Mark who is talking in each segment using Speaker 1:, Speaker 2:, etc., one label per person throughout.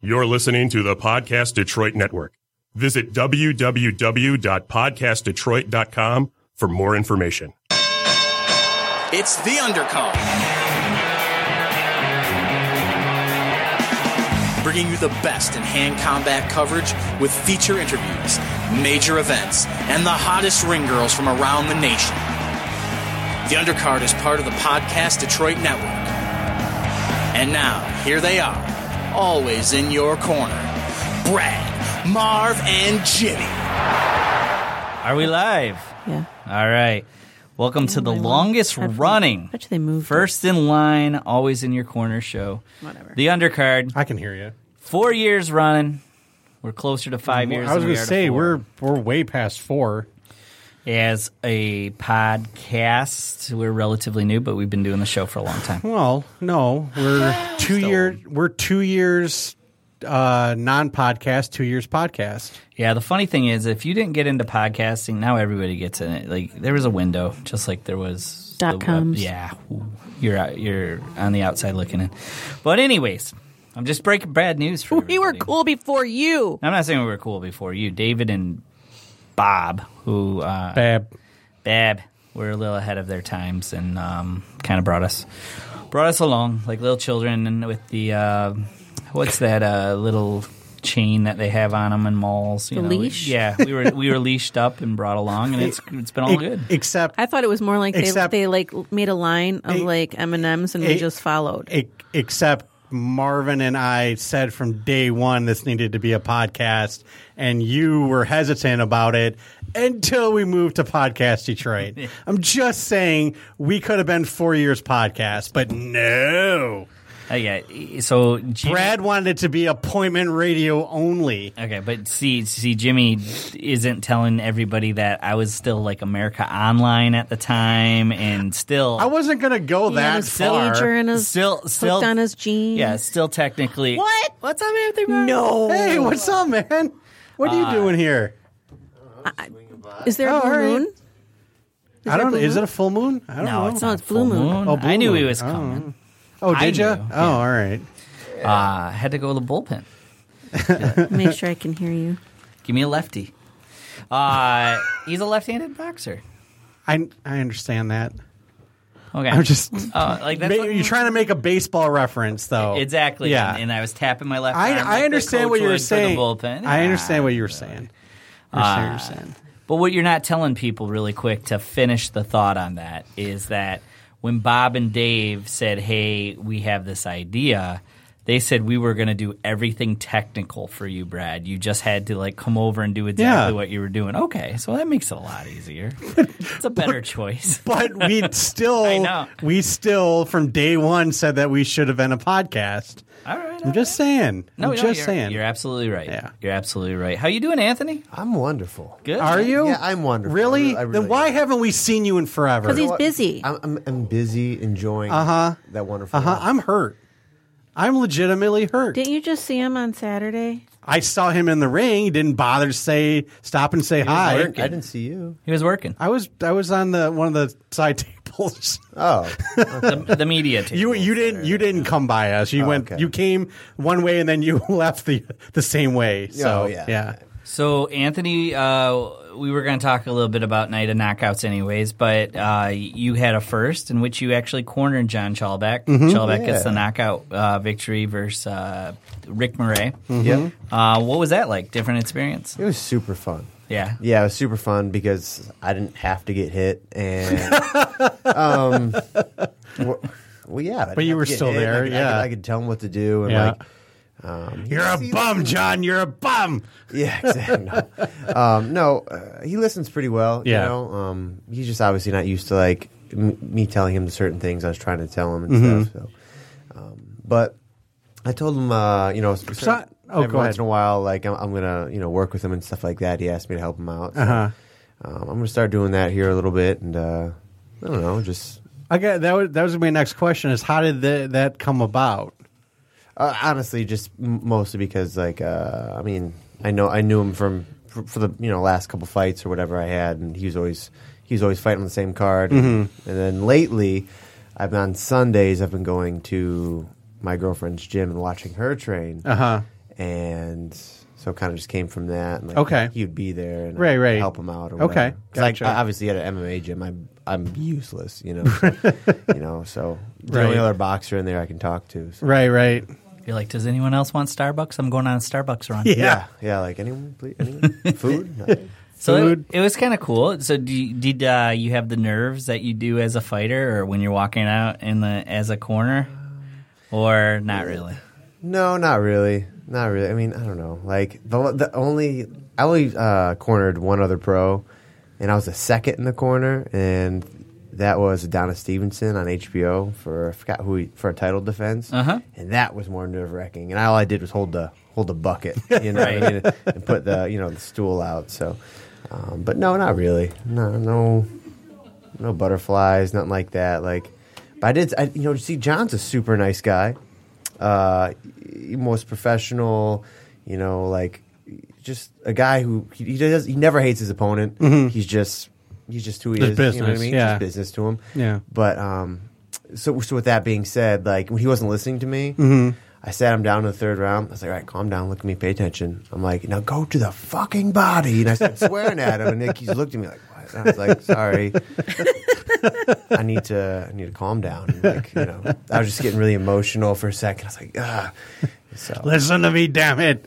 Speaker 1: You're listening to the Podcast Detroit Network. Visit www.podcastdetroit.com for more information.
Speaker 2: It's the Undercard. Bringing you the best in hand combat coverage with feature interviews, major events, and the hottest ring girls from around the nation. The Undercard is part of the Podcast Detroit Network. And now, here they are, always in your corner Brad, Marv, and Jimmy.
Speaker 3: Are we live?
Speaker 4: Yeah.
Speaker 3: All right. Welcome to the
Speaker 4: Really?
Speaker 3: longest
Speaker 4: I forgot-
Speaker 3: running,
Speaker 4: I bet you they moved.
Speaker 3: first in line, always in your corner show.
Speaker 4: Whatever.
Speaker 3: The undercard,
Speaker 5: I can hear you.
Speaker 3: four years running. We're closer to five years.
Speaker 5: I was
Speaker 3: than we
Speaker 5: gonna
Speaker 3: are to
Speaker 5: say
Speaker 3: four.
Speaker 5: we're we're way past four.
Speaker 3: as a podcast. We're relatively new, but we've been doing the show for a long time.
Speaker 5: Well, no, we're two years. We're two years uh, non-podcast, two years podcast.
Speaker 3: Yeah. The funny thing is, if you didn't get into podcasting, now everybody gets in it. Like there was a window, just like there was
Speaker 4: Dot
Speaker 3: the web-
Speaker 4: coms.
Speaker 3: Yeah, you're out, you're on the outside looking in. But anyways, I'm just breaking bad news for
Speaker 4: We were
Speaker 3: everybody.
Speaker 4: cool before you.
Speaker 3: I'm not saying we were cool before you, David and Bob, who uh,
Speaker 5: Bab.
Speaker 3: Bab were a little ahead of their times and um, kind of brought us brought us along like little children and with the uh, what's that uh, little chain that they have on them in malls? You
Speaker 4: The
Speaker 3: know?
Speaker 4: leash?
Speaker 3: Yeah, we were we were leashed up and brought along, and it's it's been all
Speaker 5: E-
Speaker 3: good.
Speaker 5: Except
Speaker 4: I thought it was more like they,
Speaker 5: Except-
Speaker 4: they like made a line of like M and M's and we
Speaker 5: it-
Speaker 4: just followed.
Speaker 5: e- except Marvin and I said from day one this needed to be a podcast, and you were hesitant about it until we moved to Podcast Detroit. I'm just saying we could have been four years podcast, but no.
Speaker 3: Uh, yeah, so Jimmy-
Speaker 5: Brad wanted it to be appointment radio only.
Speaker 3: Okay, but see, see, Jimmy isn't telling everybody that I was still like America Online at the time, and still,
Speaker 5: I wasn't gonna go
Speaker 4: He had
Speaker 5: that
Speaker 4: his pager
Speaker 5: far.
Speaker 4: and his
Speaker 3: still, still
Speaker 4: hooked on his jeans.
Speaker 3: Yeah, still technically.
Speaker 4: What?
Speaker 3: What's up, Anthony? Brown?
Speaker 4: No.
Speaker 5: Hey, what's up, man? What
Speaker 3: Uh,
Speaker 5: are you doing here?
Speaker 4: Is there a
Speaker 5: Oh,
Speaker 4: blue
Speaker 5: all right.
Speaker 4: moon?
Speaker 5: I don't.
Speaker 4: blue
Speaker 5: Is
Speaker 4: moon?
Speaker 5: it a full moon? I don't
Speaker 3: No,
Speaker 5: know.
Speaker 3: it's
Speaker 4: No,
Speaker 3: not
Speaker 4: it's
Speaker 3: full
Speaker 4: Blue Moon.
Speaker 5: Oh, Blue
Speaker 3: I knew he
Speaker 5: Moon.
Speaker 3: was
Speaker 5: Oh.
Speaker 3: coming.
Speaker 5: oh,
Speaker 3: I
Speaker 5: did you?
Speaker 3: knew,
Speaker 5: Oh, all right. Oh.
Speaker 3: Uh, had to go to the bullpen.
Speaker 4: Make sure I can hear you.
Speaker 3: Give me a lefty. Uh, he's a left-handed boxer.
Speaker 5: I I understand that.
Speaker 3: Okay,
Speaker 5: I'm just.
Speaker 3: uh, like that's
Speaker 5: Ma-
Speaker 3: what-
Speaker 5: you're trying to make a baseball reference, though.
Speaker 3: exactly.
Speaker 5: Yeah.
Speaker 3: and, and I was tapping my left.
Speaker 5: I,
Speaker 3: arm like
Speaker 5: I
Speaker 3: the
Speaker 5: understand what
Speaker 3: coach
Speaker 5: you were
Speaker 3: would for the
Speaker 5: saying.
Speaker 3: bullpen.
Speaker 5: I
Speaker 3: Yeah. Uh,
Speaker 5: understand what you were saying. I understand what you're saying.
Speaker 3: But what you're not telling people really quick to finish the thought on that is that when Bob and Dave said, "Hey, we have this idea," they said we were going to do everything technical for you, Brad. You just had to like come over and do exactly
Speaker 5: Yeah.
Speaker 3: what you were doing. Okay, so that makes it a lot easier. it's a better choice.
Speaker 5: But we
Speaker 3: I
Speaker 5: still,
Speaker 3: know.
Speaker 5: we still, from day one, said that we should have been a podcast.
Speaker 3: All right.
Speaker 5: I'm just saying.
Speaker 3: No,
Speaker 5: I'm
Speaker 3: no,
Speaker 5: just
Speaker 3: you're,
Speaker 5: saying.
Speaker 3: You're absolutely right.
Speaker 5: Yeah.
Speaker 3: You're absolutely right. How you doing, Anthony?
Speaker 6: I'm wonderful.
Speaker 3: Good.
Speaker 5: Are you?
Speaker 6: Yeah, I'm wonderful. I
Speaker 5: Really?
Speaker 6: re- I really
Speaker 5: then why
Speaker 6: am.
Speaker 5: haven't we seen you in forever?
Speaker 4: 'Cause he's busy.
Speaker 6: I'm, I'm, I'm busy enjoying uh-huh. that wonderful.
Speaker 5: Uh-huh, I'm hurt. I'm legitimately hurt.
Speaker 4: Didn't you just see him on Saturday?
Speaker 5: I saw him in the ring. He didn't bother to say stop and say
Speaker 6: I,
Speaker 5: hi.
Speaker 6: didn't- I didn't see you.
Speaker 3: He was working
Speaker 5: I was I was on the one of the side tables.
Speaker 6: Oh,
Speaker 3: the, the media team.
Speaker 5: You you didn't you didn't come by us. You went
Speaker 6: Oh, okay.
Speaker 5: you came one way and then you left the the same way. So
Speaker 6: Oh, yeah.
Speaker 5: yeah.
Speaker 3: So, Anthony, uh, we were going to talk a little bit about Night of Knockouts, anyways, but uh, you had a first in which you actually cornered John Chalback. Chalback gets the knockout uh, victory versus uh, Rick Murray.
Speaker 6: yep.
Speaker 3: Uh, what was that like? Different experience?
Speaker 6: It was super fun.
Speaker 3: Yeah.
Speaker 6: Yeah, it was super fun because I didn't have to get hit, and um, well, well, yeah. I didn't
Speaker 5: But you
Speaker 6: have to
Speaker 5: were
Speaker 6: get
Speaker 5: still
Speaker 6: hit.
Speaker 5: there,
Speaker 6: I could, I
Speaker 5: yeah.
Speaker 6: could, I could tell them what to do, and
Speaker 5: Yeah.
Speaker 6: like,
Speaker 5: You're a bum, John. You're a bum.
Speaker 6: yeah, exactly. No, um, no uh, he listens pretty well.
Speaker 5: Yeah.
Speaker 6: You know, um, he's just obviously not used to like m- me telling him certain things I was trying to tell him and
Speaker 5: Mm-hmm.
Speaker 6: stuff. So, um, but I told him, uh, you know, s-
Speaker 5: So- oh,
Speaker 6: every
Speaker 5: go ahead.
Speaker 6: once in a while, like I'm, I'm gonna, you know, work with him and stuff like that. He asked me to help him out. So,
Speaker 5: Uh-huh.
Speaker 6: um, I'm gonna start doing that here a little bit, and uh, I don't know, just
Speaker 5: Okay, that was that was my next question is how did the, that come about?
Speaker 6: Uh, honestly, just m- mostly because, like, uh, I mean, I know I knew him from for, for the you know last couple fights or whatever I had, and he was always he was always fighting on the same card. And,
Speaker 5: Mm-hmm.
Speaker 6: then lately, I've
Speaker 5: Uh-huh.
Speaker 6: been on Sundays. I've been going to my girlfriend's gym and watching her train. Uh huh. and so kind of just came from that. And like,
Speaker 5: Okay.
Speaker 6: he would be there and
Speaker 5: Right,
Speaker 6: I'd
Speaker 5: right.
Speaker 6: help him out. Or
Speaker 5: Okay,
Speaker 6: whatever. 'Cause I-
Speaker 5: gotcha.
Speaker 6: I, obviously at an MMA gym, I'm I'm useless, you know, so, you know. So the
Speaker 5: Right.
Speaker 6: only other boxer in there I can talk to. So.
Speaker 5: Right, right.
Speaker 3: You're like, does anyone else want Starbucks? I'm going on a Starbucks run.
Speaker 6: Yeah, yeah. Like anyone, please, anyone? food. Nothing.
Speaker 3: So
Speaker 5: Food.
Speaker 3: It, it was kind of cool. So do you, did uh, you have the nerves that you do as a fighter, or when you're walking out in the as a corner, or not really?
Speaker 6: No, not really. Not really. I mean, I don't know. Like the the only I only uh, cornered one other pro, and I was the second in the corner, and that was Adonis Stevenson on HBO for I forgot who he, for a title defense,
Speaker 3: Uh-huh.
Speaker 6: and that was more nerve wracking. And all I did was hold the hold the bucket, you know,
Speaker 3: Right.
Speaker 6: and, and put the you know the stool out. So, um, but no, not really. No, no no butterflies, nothing like that. Like, but I did, I, you know, see, John's a super nice guy, uh, y- most professional, you know, like just a guy who he, he does, he never hates his opponent. He's just, he's just who he
Speaker 5: Mm-hmm. Just
Speaker 6: is. you know what I
Speaker 5: business,
Speaker 6: mean?
Speaker 5: yeah.
Speaker 6: Just business to him.
Speaker 5: Yeah.
Speaker 6: But um, so so with that being said, like when he wasn't listening to me,
Speaker 5: Mm-hmm.
Speaker 6: I sat him down in the third round. I was like, "All right, calm down, look at me, pay attention." I'm like, "Now go to the fucking body," and I started swearing at him, and Nick, he's looked at me like, "What?" And I was like, "Sorry, I need to I need to calm down." And, like you know, I was just getting really emotional for a second. I was like, "Ah." So
Speaker 5: Listen to me, damn it.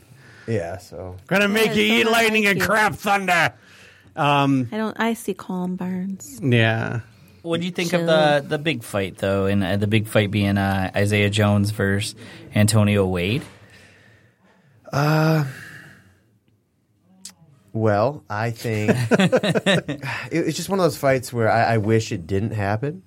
Speaker 6: yeah, so
Speaker 5: Gonna make you eat
Speaker 4: someone
Speaker 5: lightning
Speaker 4: like
Speaker 5: and
Speaker 4: you.
Speaker 5: crap thunder.
Speaker 4: I don't. I see calm
Speaker 3: Mm.
Speaker 4: Barnes.
Speaker 5: Yeah.
Speaker 3: What do you think of the the big fight though, and uh, the big fight being uh, Isaiah Jones versus Antonio Wade?
Speaker 6: Well, I think it, it's just one of those fights where I, I wish it didn't happen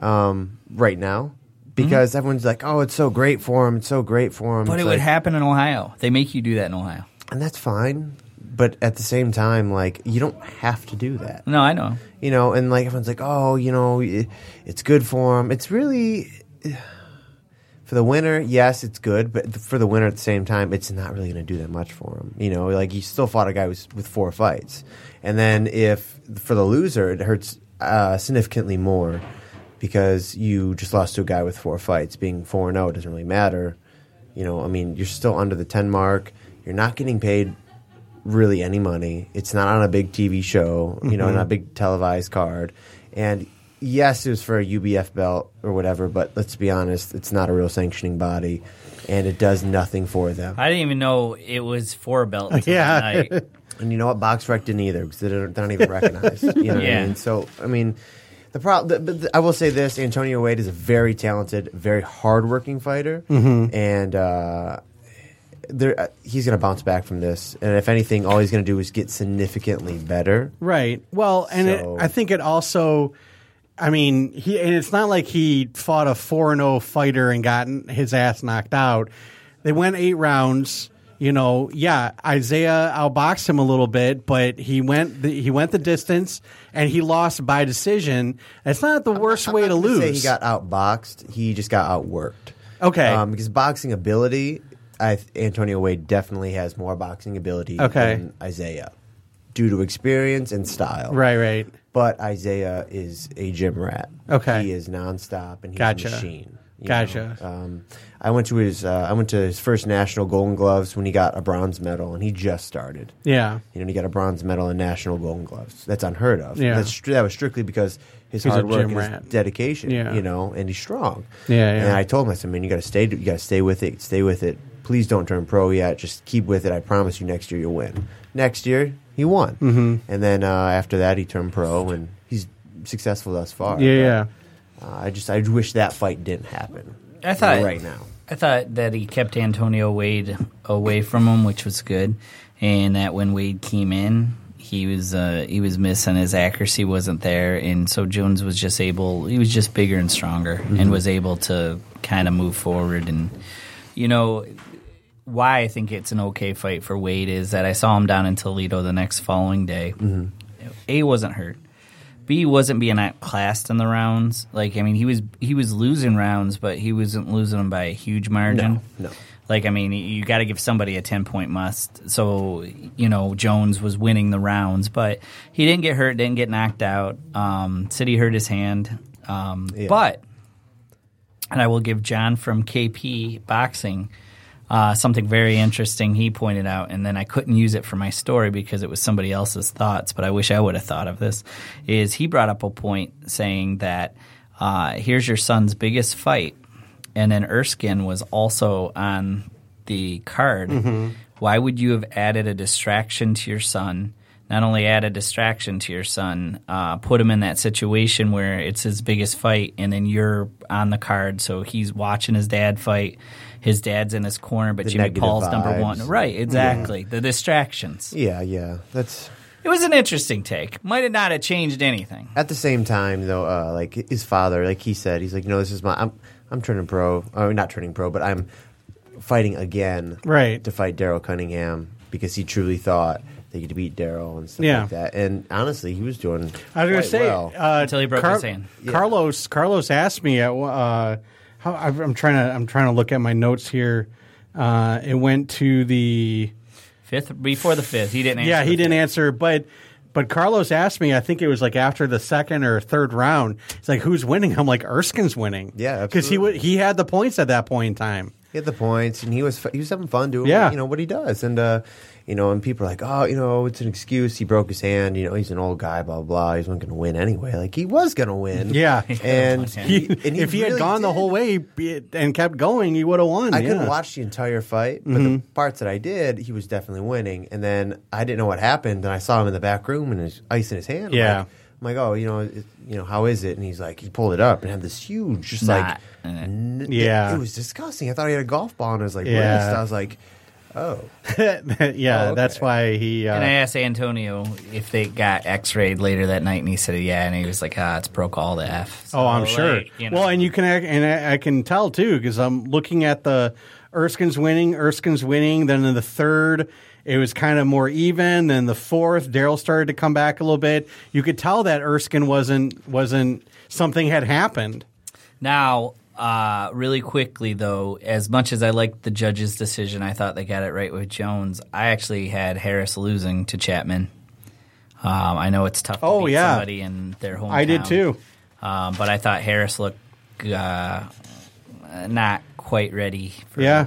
Speaker 6: um, right now because everyone's like, "Oh, it's so great for him. It's so great for him."
Speaker 3: Mm-hmm. But
Speaker 6: It's
Speaker 3: it would
Speaker 6: like-
Speaker 3: happen in Ohio. They make you do that in Ohio.
Speaker 6: and that's fine. But at the same time, like you don't have to do that,
Speaker 3: No, I know.
Speaker 6: you know. And like everyone's like, "Oh, you know, it, it's good for him." It's really for the winner, yes, it's good, but th- for the winner at the same time, it's not really going to do that much for him. You know, like he still fought a guy who's, with four fights, and then if for the loser, it hurts uh, significantly more because you just lost to a guy with four fights. Being four and zero doesn't really matter. You know, I mean, you're still under the ten mark. You're not getting paid really any money. It's not on a big TV show, you know, not a
Speaker 3: Mm-hmm.
Speaker 6: big televised card. And yes, it was for a UBF belt or whatever, but let's be honest, it's not a real sanctioning body and it does nothing for them.
Speaker 3: I didn't even know it was for a belt. Until
Speaker 5: Yeah.
Speaker 3: tonight.
Speaker 6: And you know what? BoxRec didn't either because they don't, they're not even recognized. You know what
Speaker 3: Yeah.
Speaker 6: I mean? So, I mean, the problem, but the, I will say this Antonio Wade is a very talented, very hardworking fighter.
Speaker 3: Mm-hmm.
Speaker 6: And, uh, there, uh, he's going to bounce back from this, and if anything, all he's going to do is get significantly better.
Speaker 5: Right. Well, and
Speaker 6: So-
Speaker 5: it, I think it also, I mean, he and it's not like he fought a four and zero fighter and gotten his ass knocked out. They went eight rounds. You know, yeah, Isaiah outboxed him a little bit, but he went the, he went the distance and he lost by decision. It's not the worst
Speaker 6: I'm
Speaker 5: way
Speaker 6: not
Speaker 5: to
Speaker 6: gonna
Speaker 5: lose.
Speaker 6: Say he got outboxed. He just got outworked.
Speaker 5: Okay.
Speaker 6: Um, because boxing ability, I, th- Antonio Wade definitely has more boxing ability
Speaker 5: Okay.
Speaker 6: than Isaiah, due to experience and style.
Speaker 5: right, right.
Speaker 6: But Isaiah is a gym rat.
Speaker 5: Okay.
Speaker 6: He is nonstop and he's
Speaker 5: Gotcha.
Speaker 6: a machine. you
Speaker 5: Gotcha.
Speaker 6: know? Um, I went to his uh, I went to his first national Golden Gloves when he got a bronze medal and he just started.
Speaker 5: Yeah.
Speaker 6: You know, and he got a bronze medal and national golden gloves. That's unheard of.
Speaker 5: Yeah.
Speaker 6: That's, stri- that was strictly because his
Speaker 5: He's a
Speaker 6: hard work
Speaker 5: gym
Speaker 6: and his
Speaker 5: rat.
Speaker 6: dedication.
Speaker 5: Yeah.
Speaker 6: You know, and he's strong.
Speaker 5: Yeah, yeah.
Speaker 6: And I told him, I said, man, you got to stay. You got to stay with it. Stay with it. Please don't turn pro yet. Just keep with it. I promise you, next year you'll win. Next year he won. Mm-hmm. And then uh, after that he turned pro and he's successful thus far.
Speaker 5: Yeah, yeah.
Speaker 6: But, uh, I just I wish that fight didn't happen.
Speaker 3: I thought-
Speaker 6: right now.
Speaker 3: I thought that he kept Antonio Wade away from him, which was good, and that when Wade came in, he was uh, he was missing his accuracy wasn't there, and so Jones was just able. He was just bigger and stronger,
Speaker 6: Mm-hmm.
Speaker 3: and was able to kind of move forward. And you know why I think it's an okay fight for Wade is that I saw him down in Toledo the next following day.
Speaker 6: Mm-hmm.
Speaker 3: A wasn't hurt. B wasn't being outclassed in the rounds. Like I mean, he was he was losing rounds, but he wasn't losing them by a huge margin.
Speaker 6: No, no.
Speaker 3: Like I mean, you got to give somebody a ten point must. So you know, Jones was winning the rounds, but he didn't get hurt, didn't get knocked out. Um, City hurt his hand, um, but and I will give John from KP Boxing uh, something very interesting he pointed out, and then I couldn't use it for my story because it was somebody else's thoughts, but I wish I would have thought of this. Is he brought up a point saying that uh, here's your son's biggest fight, and then Erskine was also on the card.
Speaker 6: Mm-hmm.
Speaker 3: Why would you have added a distraction to your son? Not only add a distraction to your son, uh, put him in that situation where it's his biggest fight, and then you're on the card, so he's watching his dad fight. His dad's in his corner, but Jimmy
Speaker 6: negative
Speaker 3: Paul's number
Speaker 6: vibes.
Speaker 3: one. Right, exactly. The distractions.
Speaker 6: Yeah, yeah. That's
Speaker 3: It was an interesting take. Might have not have changed anything.
Speaker 6: at the same time though. Uh, like his father, like he said, he's like, you know, this is my. I'm I'm turning pro. Or not turning pro, but I'm fighting again.
Speaker 5: Right.
Speaker 6: To fight Daryl Cunningham because he truly thought they could beat Daryl and stuff
Speaker 5: Yeah.
Speaker 6: like that. And honestly, he was doing.
Speaker 5: I was going to
Speaker 6: quite
Speaker 5: say
Speaker 6: well.
Speaker 5: uh,
Speaker 3: Until he broke his hand.
Speaker 5: Carlos Carlos asked me at uh, how I- I'm trying to I'm trying to look at my notes here. Uh, it went to the
Speaker 3: Fifth before the fifth, he didn't. Answer
Speaker 5: yeah he
Speaker 3: the
Speaker 5: didn't answer, but but Carlos asked me. I think it was like after the second or third round. It's like who's winning? I'm like Erskine's winning.
Speaker 6: Yeah,
Speaker 5: because he wa-
Speaker 6: absolutely.
Speaker 5: he had the points at that point in time.
Speaker 6: He had the points, and he was he was having fun doing
Speaker 5: Yeah.
Speaker 6: you know what he does, and uh, you know, and people are like, oh, you know, it's an excuse. He broke his hand. You know, he's an old guy. Blah blah. He's not going to win anyway. Like he was going to win.
Speaker 5: Yeah.
Speaker 6: and,
Speaker 5: He,
Speaker 6: he- and
Speaker 5: if he had
Speaker 6: really
Speaker 5: gone the
Speaker 6: did.
Speaker 5: whole way be- and kept going, he would have won.
Speaker 6: I
Speaker 5: yeah. Mm-hmm.
Speaker 6: couldn't watch the entire fight, but the parts that I did, he was definitely winning. And then I didn't know what happened, and I saw him in the back room and his ice in his hand. I'm
Speaker 5: Yeah.
Speaker 6: like- I'm like, oh, you know, it, you know, how is it? And he's like, he pulled it up and had this huge, just
Speaker 3: Knot
Speaker 6: like,
Speaker 3: in it.
Speaker 6: n-
Speaker 5: Yeah.
Speaker 6: it was disgusting. I thought he had a golf ball in his like
Speaker 5: Yeah.
Speaker 6: wrist. I was like, oh,
Speaker 5: yeah,
Speaker 6: Oh,
Speaker 5: that's
Speaker 6: okay.
Speaker 5: why he. Uh,
Speaker 3: And I asked Antonio if they got X-rayed later that night, and he said, "Yeah," and he was like, "Ah, it's broke all the f." So,
Speaker 5: Oh, I'm
Speaker 3: like,
Speaker 5: sure.
Speaker 3: you know.
Speaker 5: Well, and you can ac- and I, I can tell too because I'm looking at the Erskine's winning, Erskine's winning. Then in the third, it was kind of more even. Then the fourth, Daryl started to come back a little bit. You could tell that Erskine wasn't wasn't something had happened.
Speaker 3: now, uh, really quickly though, as much as I liked the judge's decision, I thought they got it right with Jones. I actually had Harris losing to Chapman. Um, I know it's tough. To
Speaker 5: Oh,
Speaker 3: beat
Speaker 5: yeah.
Speaker 3: somebody in their hometown.
Speaker 5: I did too.
Speaker 3: um, but I thought Harris looked uh, not quite ready. For
Speaker 5: Yeah.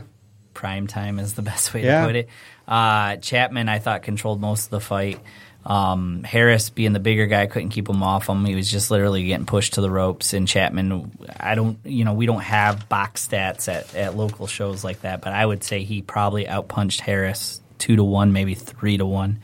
Speaker 3: prime time is the best way
Speaker 5: Yeah.
Speaker 3: to put it. Uh, Chapman, I thought, controlled most of the fight. Um, Harris, being the bigger guy, couldn't keep him off him. He was just literally getting pushed to the ropes. And Chapman, I don't, you know, we don't have box stats at, at local shows like that, but I would say he probably outpunched Harris two to one, maybe three to one.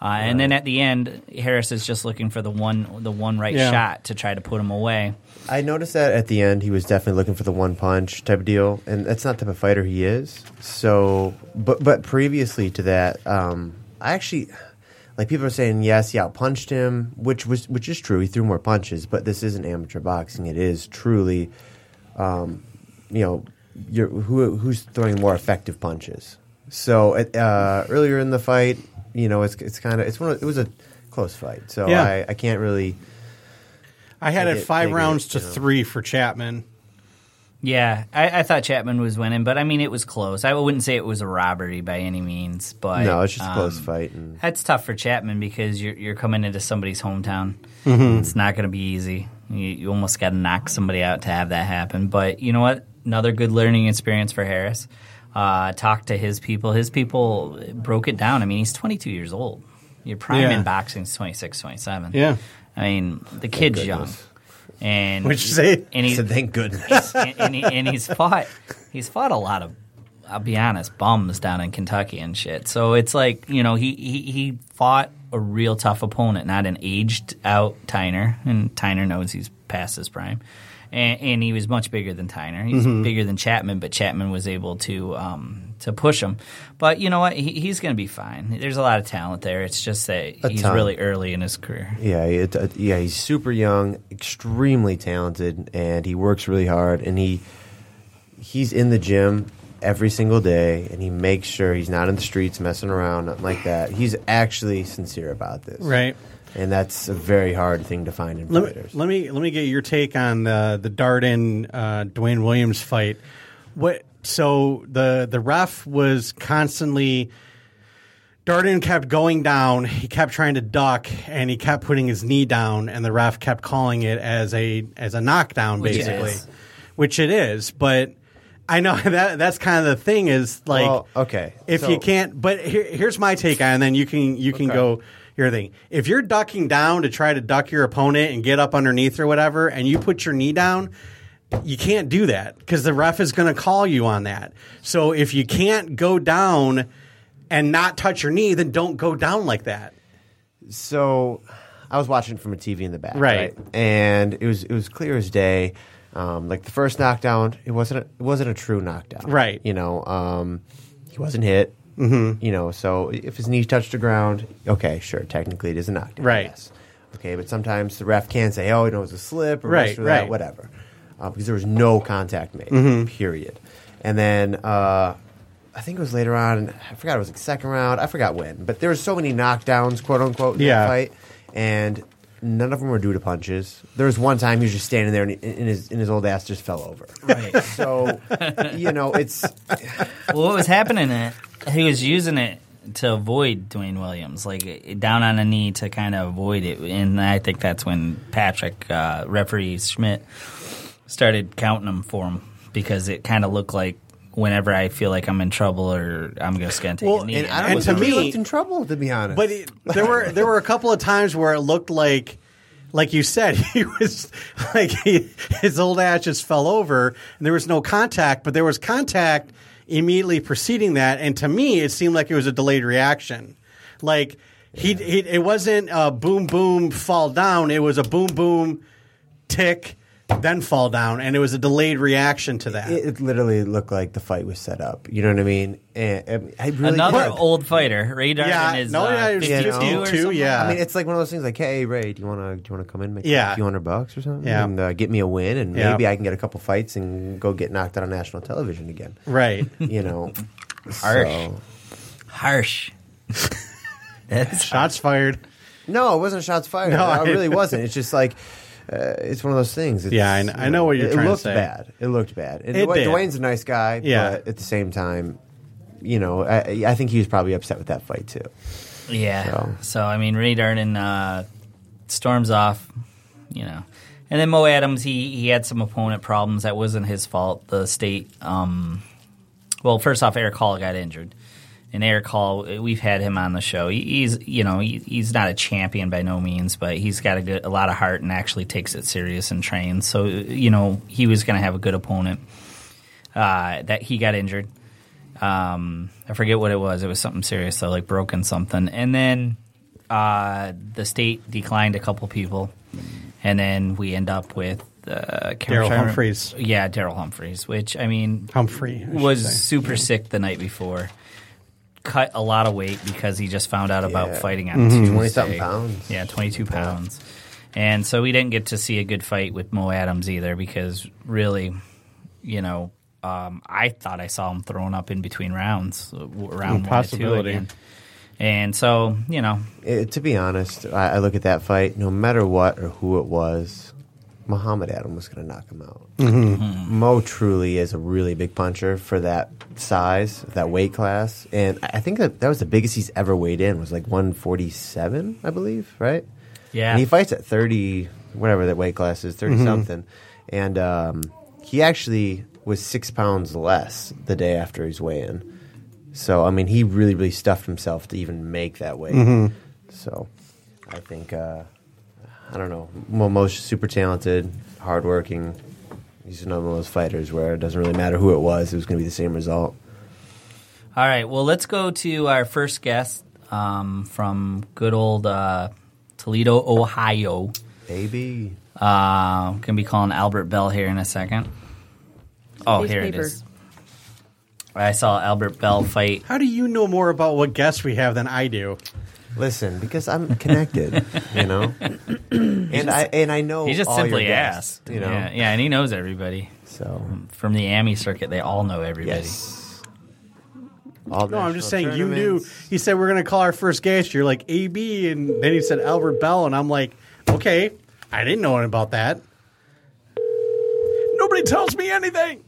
Speaker 3: Uh, And then at the end, Harris is just looking for the one, the one right
Speaker 5: Yeah.
Speaker 3: shot to try to put him away.
Speaker 6: I noticed that at the end he was definitely looking for the one punch type of deal, and that's not the type of fighter he is. So, but but previously to that, um, I actually like people are saying yes, he outpunched him, which was which is true. He threw more punches, but this isn't amateur boxing. It is truly, um, you know, you're, who who's throwing more effective punches. So it, uh, earlier in the fight, you know, it's it's kind of it's one of, it was a close fight, so
Speaker 5: Yeah.
Speaker 6: I, I can't really.
Speaker 5: I had
Speaker 6: I
Speaker 5: it
Speaker 6: did
Speaker 5: five
Speaker 6: think it,
Speaker 5: rounds to
Speaker 6: you know.
Speaker 5: three for Chapman.
Speaker 3: Yeah, I, I thought Chapman was winning, but I mean, it was close. I wouldn't say it was a robbery by any means, but
Speaker 6: No, it's just a close
Speaker 3: um,
Speaker 6: fight. And,
Speaker 3: That's tough for Chapman because you're you're coming into somebody's hometown.
Speaker 5: Mm-hmm.
Speaker 3: It's not going to be easy. You, you almost got to knock somebody out to have that happen. But you know what? Another good learning experience for Harris. Uh, talk to his people. His people broke it down. I mean, he's 22 years old. Your prime
Speaker 5: Yeah.
Speaker 3: in boxing is 26, 27.
Speaker 5: Yeah.
Speaker 3: I mean, the kid's young.
Speaker 6: goodness.
Speaker 3: And
Speaker 5: What'd you say?
Speaker 3: And he's,
Speaker 6: so thank goodness.
Speaker 3: and, and, he, and he's fought he's fought a lot of I'll be honest bums down in Kentucky and shit. So it's like you know he he, he fought a real tough opponent, not an aged out Tyner, and Tyner knows he's past his prime. And, and he was much bigger than Tyner. He's bigger than Chapman, but Chapman was able to um, to push him. But you know what? He, he's going to be fine. There's a lot of talent there. It's just that he's
Speaker 6: ton.
Speaker 3: really early in his career.
Speaker 6: Yeah, it, uh, yeah, he's super young, extremely talented, and he works really hard. And he he's in the gym every single day, and he makes sure he's not in the streets messing around, nothing like that. He's actually sincere about this,
Speaker 5: Right.
Speaker 6: And that's a very hard thing to find in
Speaker 5: Let me,
Speaker 6: fighters.
Speaker 5: let me let me get your take on the the Darden uh, Dwayne Williams fight. What so the the ref was constantly Darden kept going down. He kept trying to duck and he kept putting his knee down, and the ref kept calling it as a as a knockdown,
Speaker 3: Which it
Speaker 5: basically,
Speaker 3: is.
Speaker 5: which it is. But I know that that's kind of the thing is like
Speaker 6: Well, okay,
Speaker 5: if
Speaker 6: so-
Speaker 5: you can't. But here, here's my take on, it, and then you can you can
Speaker 6: Okay.
Speaker 5: go your thing. If you're ducking down to try to duck your opponent and get up underneath or whatever, and you put your knee down. You can't do that because the ref is going to call you on that. So if you can't go down and not touch your knee, then don't go down like that.
Speaker 6: so I was watching from a TV in the back,
Speaker 5: Right.
Speaker 6: right? And it was it was clear as day. Um, like the first knockdown, it wasn't a, it wasn't a true knockdown,
Speaker 5: Right.
Speaker 6: You know, um, he wasn't hit. Mm-hmm. You know, so if his knee touched the ground, okay, sure, technically it is a knockdown,
Speaker 5: Right.
Speaker 6: yes. Okay, but sometimes the ref can say, "Oh, you know, it was a slip," or
Speaker 5: Right,
Speaker 6: this or that,
Speaker 5: right.
Speaker 6: whatever, uh, because there was no contact made.
Speaker 5: Mm-hmm.
Speaker 6: Period. And then uh, I think it was later on. I forgot it was like second round. I forgot when, but there were so many knockdowns, quote unquote, in that
Speaker 5: Yeah.
Speaker 6: fight, and none of them were due to punches. There was one time he was just standing there, and, he, and his and his old ass just fell over. Right. so you know, it's
Speaker 3: well, what was happening? It he was using it to avoid Dwayne Williams, like eh, down on a knee to kind of avoid it, and I think that's when Patrick uh, referee Schmidt started counting them for him because it kind of looked like whenever I feel like I'm in trouble or I'm just going to take
Speaker 5: Well,
Speaker 3: a knee.
Speaker 5: and
Speaker 3: it
Speaker 5: I don't
Speaker 3: was-
Speaker 5: to
Speaker 6: he
Speaker 5: me-
Speaker 6: looked in trouble to be honest.
Speaker 5: But it, there were there were a couple of times where it looked like, like you said, he was like he, his old ass just fell over, and there was no contact. But there was contact immediately preceding that, and to me, it seemed like it was a delayed reaction. Like he, he it wasn't a boom boom fall down. It was a boom boom tick. Then fall down, and it was a delayed reaction to that.
Speaker 6: it, it literally looked like the fight was set up. You know what I mean? And, and I really
Speaker 3: Another
Speaker 6: did.
Speaker 3: old fighter, Radar
Speaker 5: Yeah,
Speaker 3: in his
Speaker 5: no,
Speaker 3: uh,
Speaker 5: yeah, he was
Speaker 3: 52 or
Speaker 5: 52,
Speaker 3: something?
Speaker 5: yeah.
Speaker 6: I mean, it's like one of those things. Like, hey, Ray, do you want to do you want to come in, make
Speaker 5: Yeah.
Speaker 6: a few hundred bucks or something,
Speaker 5: Yeah.
Speaker 6: and uh, get me a win, and
Speaker 5: Yeah.
Speaker 6: maybe I can get a couple fights and go get knocked out on national television again.
Speaker 5: right.
Speaker 6: You know,
Speaker 3: Harsh.
Speaker 6: So-
Speaker 3: Harsh. That's
Speaker 5: Shots fired.
Speaker 6: No, it wasn't shots fired.
Speaker 5: No, I-
Speaker 6: it really wasn't. It's just like. Uh, it's one of those things. It's,
Speaker 5: Yeah, I kn- I know what you're
Speaker 6: it
Speaker 5: trying to
Speaker 6: looked
Speaker 5: say.
Speaker 6: bad. It looked bad. And
Speaker 5: It
Speaker 6: Dwayne-
Speaker 5: did.
Speaker 6: Dwayne's a nice guy,
Speaker 5: Yeah.
Speaker 6: but at the same time, you know, I, I think he was probably upset with that fight too.
Speaker 3: Yeah.
Speaker 6: So-
Speaker 3: So, I mean, Ray Darden uh, storms off, you know, and then Mo Adams. He he had some opponent problems. That wasn't his fault. The state. Um, well, first off, Eric Hall got injured, and Eric Hall. We've had him on the show. He, he's you know he, he's not a champion by no means, but he's got a good a lot of heart and actually takes it serious and trains. So you know he was going to have a good opponent. Uh, that he got injured um, I forget what it was. It was something serious, though, like broken something. And then uh, the state declined a couple people, and then we end up with uh,
Speaker 5: Daryl Humphreys.
Speaker 3: Yeah, Daryl Humphreys, which I mean
Speaker 5: Humphrey I should
Speaker 3: was
Speaker 5: say.
Speaker 3: super sick the night before. Cut a lot of weight because he just found out about
Speaker 6: Yeah.
Speaker 3: fighting on
Speaker 5: Mm-hmm.
Speaker 3: Tuesday.
Speaker 6: 20-something pounds.
Speaker 3: Yeah, twenty two pounds. And so we didn't get to see a good fight with Mo Adams either because really you know, um, I thought I saw him thrown up in between rounds, uh, w- round one and two
Speaker 5: Possibility.
Speaker 3: again. And so, you know,
Speaker 6: Eh, to be honest, I, I look at that fight. No matter what or who it was, Muhammad Adam was going to knock him out. Mo truly is a really big puncher for that size, that weight class, and I I think that that was the biggest he's ever weighed in was like 147, I believe, right?
Speaker 3: Yeah.
Speaker 6: And he fights at 30, whatever that weight class is, 30 something, and um, he actually was six pounds less the day after his weigh-in. So I mean, he really, really stuffed himself to even make that weight. So I think uh, I don't know. Mo- Mo's super talented, hardworking. He's another one of those fighters where it doesn't really matter who it was; it was going to be the same result.
Speaker 3: all right, well, let's go to our first guest um, from good old uh, Toledo, Ohio.
Speaker 6: Maybe.
Speaker 3: Uh, gonna be calling Albert Bell here in a second. Oh, here it
Speaker 4: Newspaper.
Speaker 3: is. I saw Albert Bell fight.
Speaker 5: How do you know more about what guests we have than I do?
Speaker 6: Listen, because I'm connected, you know, and I and I know
Speaker 3: He just
Speaker 6: all your
Speaker 3: simply
Speaker 6: guests,
Speaker 3: asked,
Speaker 6: you know.
Speaker 3: yeah, yeah, and he knows everybody
Speaker 6: So
Speaker 3: from the AMI circuit. They all know everybody.
Speaker 6: yes. All
Speaker 5: No, I'm just saying
Speaker 6: national
Speaker 5: you knew.
Speaker 6: tournaments.
Speaker 5: He said we're going to call our first guest. You're like AB, and then he said Albert Bell, and I'm like, okay, I didn't know about that. Nobody tells me anything.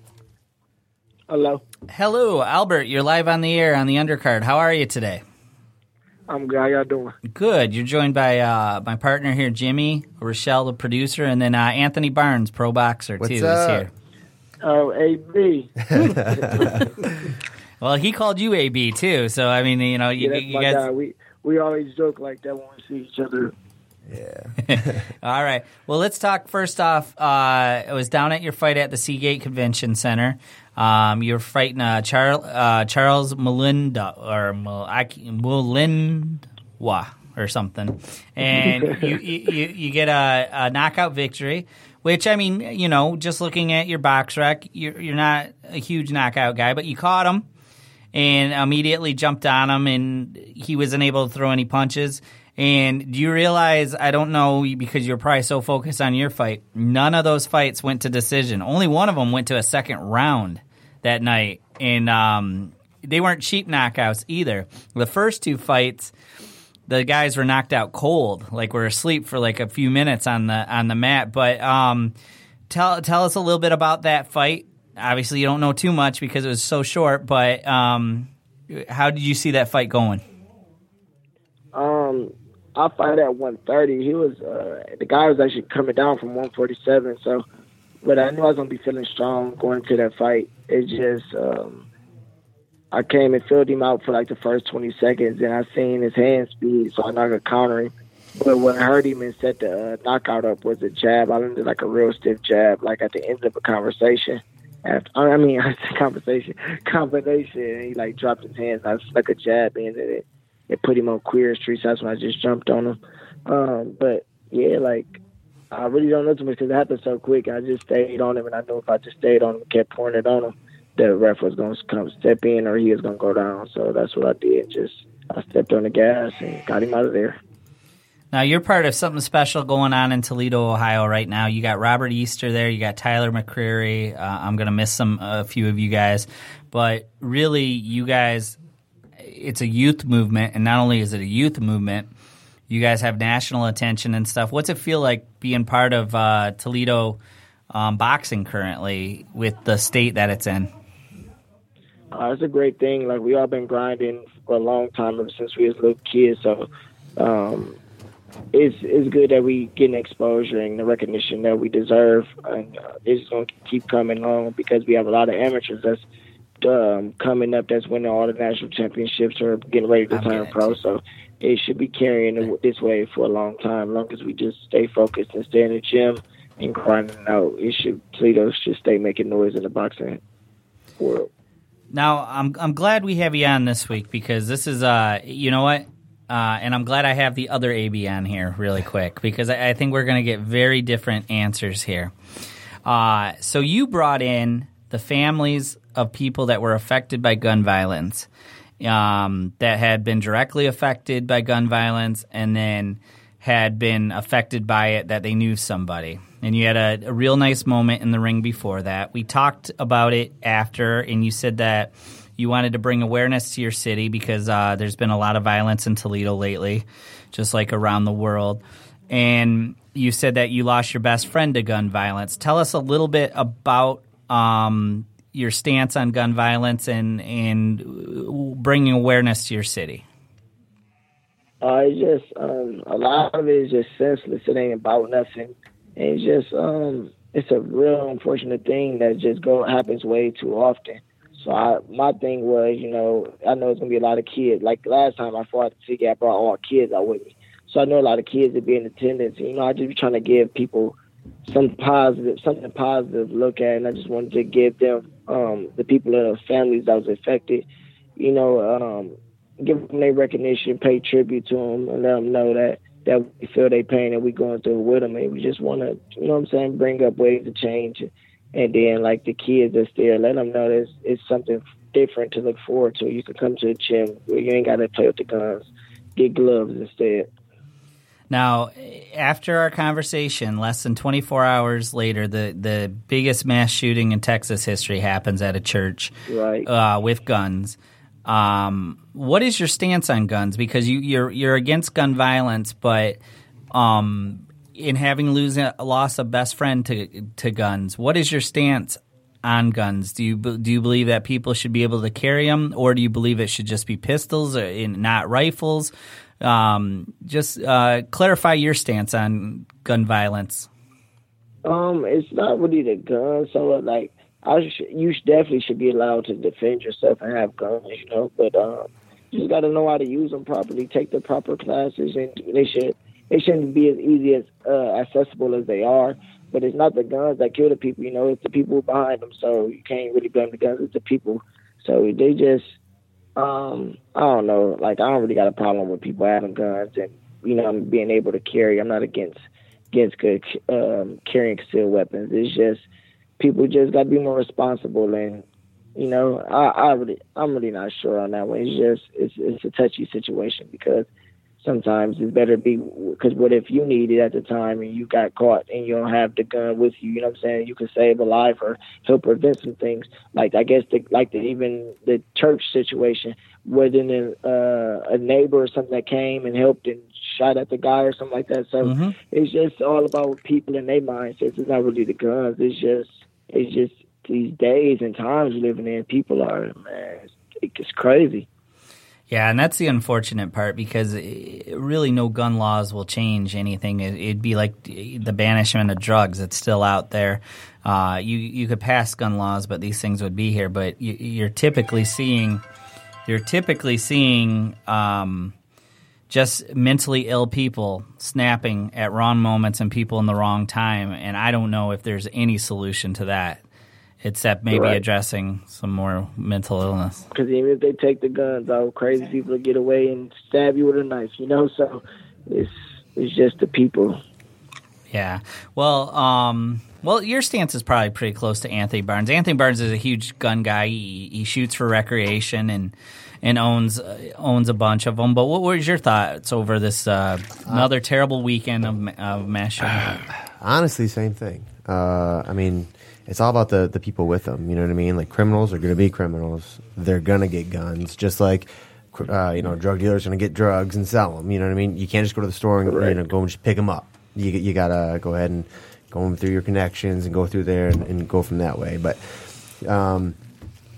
Speaker 7: Hello.
Speaker 3: Hello, Albert. You're live on the air on the undercard. How are you today?
Speaker 7: I'm good. How y'all doing?
Speaker 3: Good. You're joined by uh, my partner here, Jimmy, Rochelle, the producer, and then uh, Anthony Barnes, pro boxer,
Speaker 6: What's
Speaker 3: too,
Speaker 6: up?
Speaker 3: is here.
Speaker 7: Oh, AB.
Speaker 3: Well, he called you AB too, so I mean, you know, you,
Speaker 7: Yeah, that's
Speaker 3: you
Speaker 7: my guy.
Speaker 3: guys.
Speaker 7: We we always joke like that when we see each other.
Speaker 3: All right. Well, let's talk first off. Uh, it was down at your fight at the Seagate Convention Center. Um, you're fighting uh, Char- uh, Charles Melinda or Mel- I c- Melinwa or something, and you, you you you get a, a knockout victory. Which I mean, you know, just looking at your box rec, you're you're not a huge knockout guy, but you caught him and immediately jumped on him, and he wasn't able to throw any punches. And do you realize? I don't know because you're probably so focused on your fight. None of those fights went to decision. Only one of them went to a second round that night, and um, they weren't cheap knockouts either. The first two fights, the guys were knocked out cold, like were asleep for like a few minutes on the on the mat. But um, tell tell us a little bit about that fight. Obviously, you don't know too much because it was so short. But um, how did you see that fight going?
Speaker 7: Um, I fight at 130. He was uh, the guy was actually coming down from 147. So, but I knew I was gonna be feeling strong going to that fight. It just um, I came and filled him out for like the first 20 seconds, and I seen his hand speed, so I knocked a counter him. But what hurt him and set the uh, knockout up was a jab. I landed like a real stiff jab, like at the end of a conversation. After, I mean, I said conversation, combination. And he like dropped his hands. I stuck a jab in it it put him on queer streets. That's when I just jumped on him. Um, but yeah, like I really don't know too much because it happened so quick. I just stayed on him, and I knew if I just stayed on him, and kept pouring it on him, the ref was gonna come step in or he was gonna go down. So that's what I did. Just I stepped on the gas and got him out of there.
Speaker 3: Now you're part of something special going on in Toledo, Ohio, right now. You got Robert Easter there. You got Tyler McCreary. Uh, I'm gonna miss some a few of you guys, but really, you guys, it's a youth movement, and not only is it a youth movement, you guys have national attention and stuff. What's it feel like being part of uh, Toledo um, boxing currently with the state that it's in?
Speaker 7: Uh, it's a great thing. Like we all been grinding for a long time ever since we was little kids. So um, it's it's good that we getting exposure and the recognition that we deserve. And uh, this is gonna keep coming along because we have a lot of amateurs that's um, coming up that's winning all the national championships or getting ready to
Speaker 3: I'm
Speaker 7: turn
Speaker 3: good.
Speaker 7: pro. So it should be carrying it this way for a long time, as long as we just stay focused and stay in the gym and grinding out. It should Toledo should stay making noise in the boxing world.
Speaker 3: Now, I'm I'm glad we have you on this week because this is uh you know what, uh, and I'm glad I have the other AB on here really quick because I, I think we're going to get very different answers here. Uh, so you brought in the families of people that were affected by gun violence, um, that had been directly affected by gun violence, and then had been affected by it that they knew somebody. And you had a, a real nice moment in the ring before that. We talked about it after, and you said that you wanted to bring awareness to your city because uh, there's been a lot of violence in Toledo lately, just like around the world. And you said that you lost your best friend to gun violence. Tell us a little bit about um, your stance on gun violence and and bringing awareness to your city.
Speaker 7: Uh, it's just um, a lot of it is just senseless. It ain't about nothing. And it's just um, it's a real unfortunate thing that just go happens way too often. So I, my thing was, you know, I know it's gonna be a lot of kids. Like last time I fought the city, I brought all kids out with me. So I know a lot of kids would be in attendance. You know, I just be trying to give people some positive, something positive to look at, and I just wanted to give them, um, the people in the families that was affected, you know, um, give them their recognition, pay tribute to them, and let them know that that we feel their pain and we going through it with them. And we just want to, you know what I'm saying, bring up ways to change. And then, like the kids that's there, let them know that it's, it's something different to look forward to. You can come to the gym where you ain't got to play with the guns. Get gloves instead.
Speaker 3: Now, after our conversation, less than 24 hours later, the, the biggest mass shooting in Texas history happens at a church
Speaker 7: Right.
Speaker 3: uh, with guns. Um, what is your stance on guns? Because you, you're you're against gun violence, but um, in having losing lost a best friend to to guns, what is your stance on guns? Do you be- do you believe that people should be able to carry them, or do you believe it should just be pistols or in, not rifles? Um, just uh, clarify your stance on gun violence.
Speaker 7: Um, it's not really the gun. So like, I sh- you sh- definitely should be allowed to defend yourself and have guns, you know. But um, you just got to know how to use them properly. Take the proper classes, and they should they shouldn't be as easy as uh, accessible as they are. But it's not the guns that kill the people, you know. It's the people behind them. So you can't really blame the guns. It's the people. So they just um, I don't know. Like I don't really got a problem with people having guns and you know being able to carry. I'm not against against good um, carrying concealed weapons. It's just people just got to be more responsible and you know I I really I'm really not sure on that one. It's just it's it's a touchy situation because sometimes it's better be because what if you need it at the time and you got caught and you don't have the gun with you you know what i'm saying you can save a life or help prevent some things like i guess the like the even the church situation wasn't a uh, a neighbor or something that came and helped and shot at the guy or something like that so it's just all about people and their mindsets it's not really the guns it's just it's just these days and times we're living in people are man it's, it's crazy
Speaker 3: Yeah, and that's the unfortunate part because eh, really no gun laws will change anything. It- It'd be like the banishment of drugs; it's still out there. Uh, you you could pass gun laws, but these things would be here. But you, you're typically seeing you're typically seeing um, just mentally ill people snapping at wrong moments and people in the wrong time. And I don't know if there's any solution to that except maybe
Speaker 7: Right.
Speaker 3: addressing some more mental illness.
Speaker 7: Because even if they take the guns out, crazy people will get away and stab you with a knife, you know? So it's it's just the people.
Speaker 3: Yeah. Well, um, well, your stance is probably pretty close to Anthony Barnes. Anthony Barnes is a huge gun guy. He, he shoots for recreation and and owns uh, owns a bunch of them. But what was your thoughts over this uh, another terrible weekend of, ma- of mass shooting?
Speaker 6: honestly, same thing. Uh, I mean, it's all about the the people with them. You know what I mean? Like criminals are going to be criminals. They're going to get guns, just like cr- uh, you know, drug dealers going to get drugs and sell them. You know what I mean? You can't just go to the store and you know go and just pick them up. You you gotta go ahead and go through your connections and go through there and, and go from that way. But um,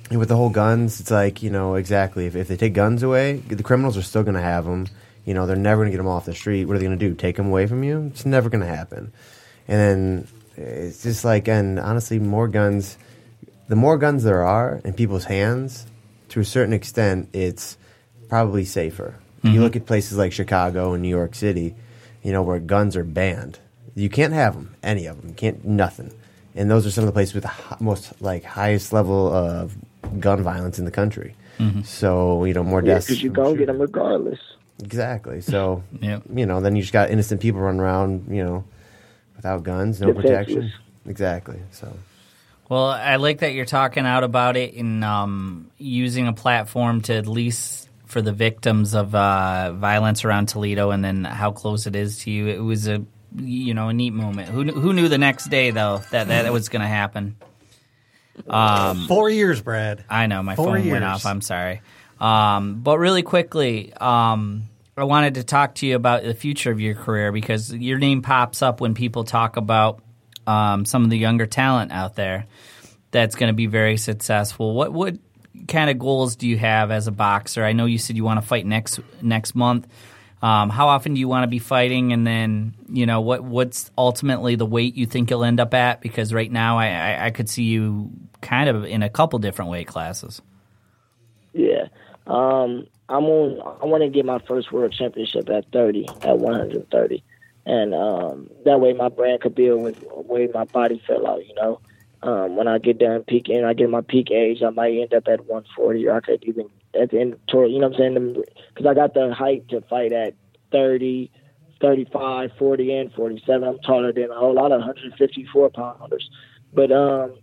Speaker 6: and with the whole guns, it's like you know exactly. If, if they take guns away, the criminals are still going to have them. You know, they're never going to get them off the street. What are they going to do? Take them away from you? It's never going to happen. And then it's just like, and honestly, more guns. The more guns there are in people's hands, to a certain extent, it's probably safer. You look at places like Chicago and New York City, you know, where guns are banned. You can't have them, any of them. You can't nothing. And those are some of the places with the hi- most like highest level of gun violence in the country. So you know, more deaths.
Speaker 7: Because you're
Speaker 6: from
Speaker 7: going to get
Speaker 6: shooting.
Speaker 7: them regardless.
Speaker 6: Exactly. So
Speaker 3: Yep.
Speaker 6: you know, then you just got innocent people running around, you know, without guns, no
Speaker 7: Defenseless.
Speaker 6: protection. Exactly. So
Speaker 3: Well, I like that you're talking out about it and um, using a platform to at least for the victims of uh, violence around Toledo and then how close it is to you. It was a you know a neat moment. Who kn- who knew the next day though that that was going to happen?
Speaker 5: Four years, Brad.
Speaker 3: I know my
Speaker 5: Four
Speaker 3: phone
Speaker 5: years.
Speaker 3: went off. I'm sorry. Um, but really quickly, um, I wanted to talk to you about the future of your career because your name pops up when people talk about um, some of the younger talent out there that's going to be very successful. What what kind of goals do you have as a boxer? I know you said you want to fight next next month. Um, how often do you want to be fighting, and then you know what? What's ultimately the weight you think you'll end up at? Because right now, I, I, I could see you kind of in a couple different weight classes.
Speaker 7: Yeah. Um, I'm on. I want to get my first world championship at 30, at 130, and um, that way my brand could build with the way my body fell out. You know, um, when I get done peak and I get my peak age, I might end up at 140, or I could even at the end toward. You know what I'm saying? Because I got the height to fight at 30, 35, 40, and 47. I'm taller than a whole lot of 154 pounders, but um,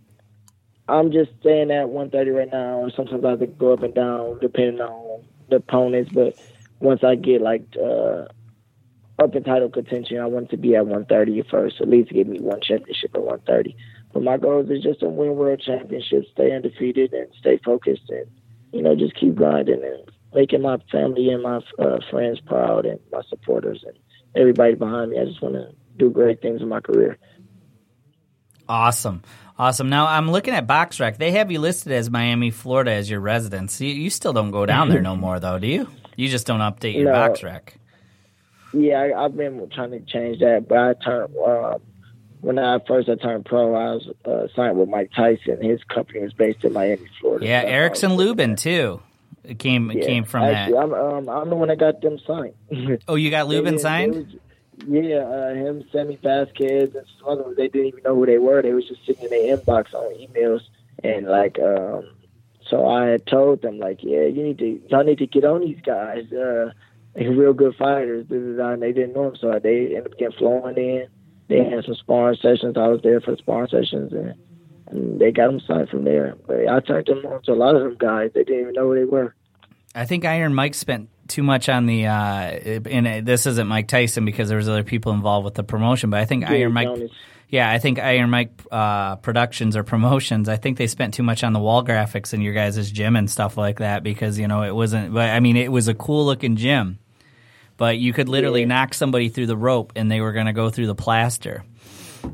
Speaker 7: I'm just staying at 130 right now, and sometimes I have to go up and down depending on the opponents. But once I get like uh, up in title contention, I want to be at 130 at first, at least give me one championship at 130. But my goals is just to win world championships, stay undefeated, and stay focused, and you know just keep grinding and making my family and my uh, friends proud, and my supporters and everybody behind me. I just want to do great things in my career.
Speaker 3: Awesome. Awesome. Now I'm looking at BoxRec. They have you listed as Miami, Florida as your residence. You, you still don't go down there no more though, do you? You just don't update your
Speaker 7: No.
Speaker 3: BoxRec.
Speaker 7: Yeah, I, I've been trying to change that, but I turned uh, when I first I turned pro, I was uh, signed with Mike Tyson. His company was based in Miami, Florida.
Speaker 3: Yeah,
Speaker 7: So I
Speaker 3: Erickson
Speaker 7: was-
Speaker 3: Lubin too. It came it
Speaker 7: Yeah,
Speaker 3: came from
Speaker 7: actually,
Speaker 3: that.
Speaker 7: I'm, um, I'm the one that got them signed.
Speaker 3: Oh, you got
Speaker 7: They
Speaker 3: Lubin
Speaker 7: didn't-
Speaker 3: signed?
Speaker 7: they was- yeah, uh, him, Sammy Vasquez, and some others. They didn't even know who they were. They was just sitting in their inbox on emails, and like, um, so I had told them like, yeah, you need to, y'all need to get on these guys. Uh, they're real good fighters. This is and they didn't know them, so they ended up getting flown in. They had some sparring sessions. I was there for the sparring sessions, and, and they got them signed from there. But I turned them on to a lot of them guys. They didn't even know who they were.
Speaker 3: I think Iron Mike spent too much on the. Uh, and uh, this isn't Mike Tyson because there was other people involved with the promotion, but I think Iron Mike.
Speaker 7: Jonas.
Speaker 3: Yeah, I think Iron Mike uh, Productions or promotions. I think they spent too much on the wall graphics in your guys' gym and stuff like that because you know it wasn't. But I mean, it was a cool looking gym, but you could literally knock somebody through the rope and they were going to go through the plaster.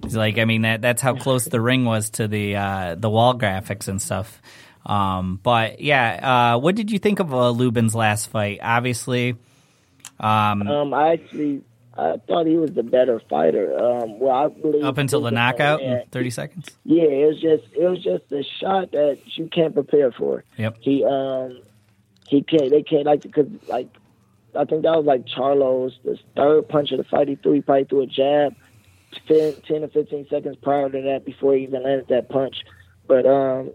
Speaker 3: It's like I mean that that's how close the ring was to the uh, the wall graphics and stuff. Um, but yeah, uh, what did you think of uh, Lubin's last fight? Obviously,
Speaker 7: Um, I actually I thought he was the better fighter. Um, well, I believe
Speaker 3: up until the knockout in thirty seconds.
Speaker 7: Yeah, it was just it was just a shot that you can't prepare for.
Speaker 3: Yep.
Speaker 7: He um he can't they can't like because like I think that was like Charlo's the third punch of the fight. He threw he probably threw a jab 10, 10 or fifteen seconds prior to that before he even landed that punch. But um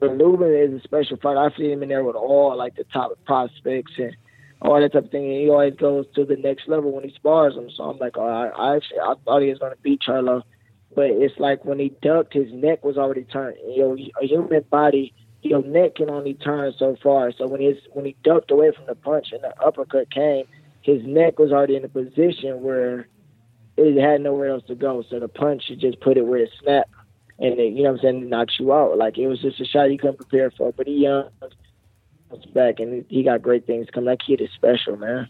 Speaker 7: but Lubin is a special fighter. I've seen him in there with all like the top prospects and all that type of thing. And he always goes to the next level when he spars them. So I'm like, oh, I, I actually I thought he was gonna beat Charlo but it's like when he ducked, his neck was already turned. You know, a human body, your neck can only turn so far. So when his when he ducked away from the punch and the uppercut came, his neck was already in a position where it had nowhere else to go. So the punch you just put it where it snapped, and it, you know what I'm saying, it knocks you out. Like it was just a shot you couldn't prepare for. But he uh, bounced back and he got great things coming. That kid is special, man.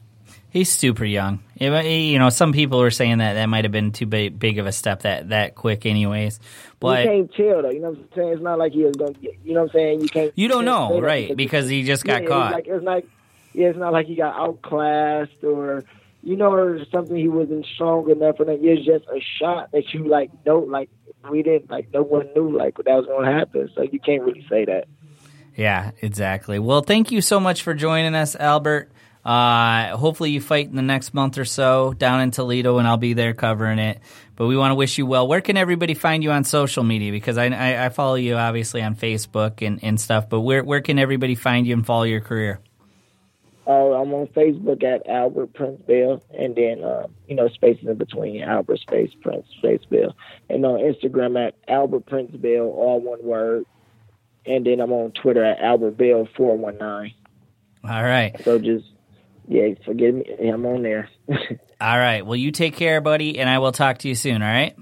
Speaker 3: He's super young. It might- You know, some people were saying that that might have been too big, big of a step that that quick, anyways.
Speaker 7: you
Speaker 3: But
Speaker 7: can't tell though. You know what I'm saying? It's not like he was going. to You know what I'm saying? You can't.
Speaker 3: you don't
Speaker 7: can't say
Speaker 3: know,
Speaker 7: that
Speaker 3: right? Because he just got
Speaker 7: yeah,
Speaker 3: caught.
Speaker 7: It's like, it's like yeah, it's not like he got outclassed or you know or something he wasn't strong enough or nothing. It's just a shot that you like know like we didn't like no one knew like that was gonna happen. So you can't really say that.
Speaker 3: yeah, exactly. Well, thank you so much for joining us, Albert. Uh, hopefully, you fight in the next month or so down in Toledo, and I'll be there covering it. But we want to wish you well. Where can everybody find you on social media? Because I, I, I follow you obviously on Facebook and, and stuff. But where where can everybody find you and follow your career?
Speaker 7: Uh, I'm on Facebook at Albert Prince Bell, and then uh, you know spaces in between Albert Space Prince Space Bell, and on Instagram at Albert Prince Bell, all one word, and then I'm on Twitter at Albert Bell four one nine.
Speaker 3: All right.
Speaker 7: So just yeah, forgive me, I'm on there.
Speaker 3: All right. Well, you take care, buddy, and I will talk to you soon. All right.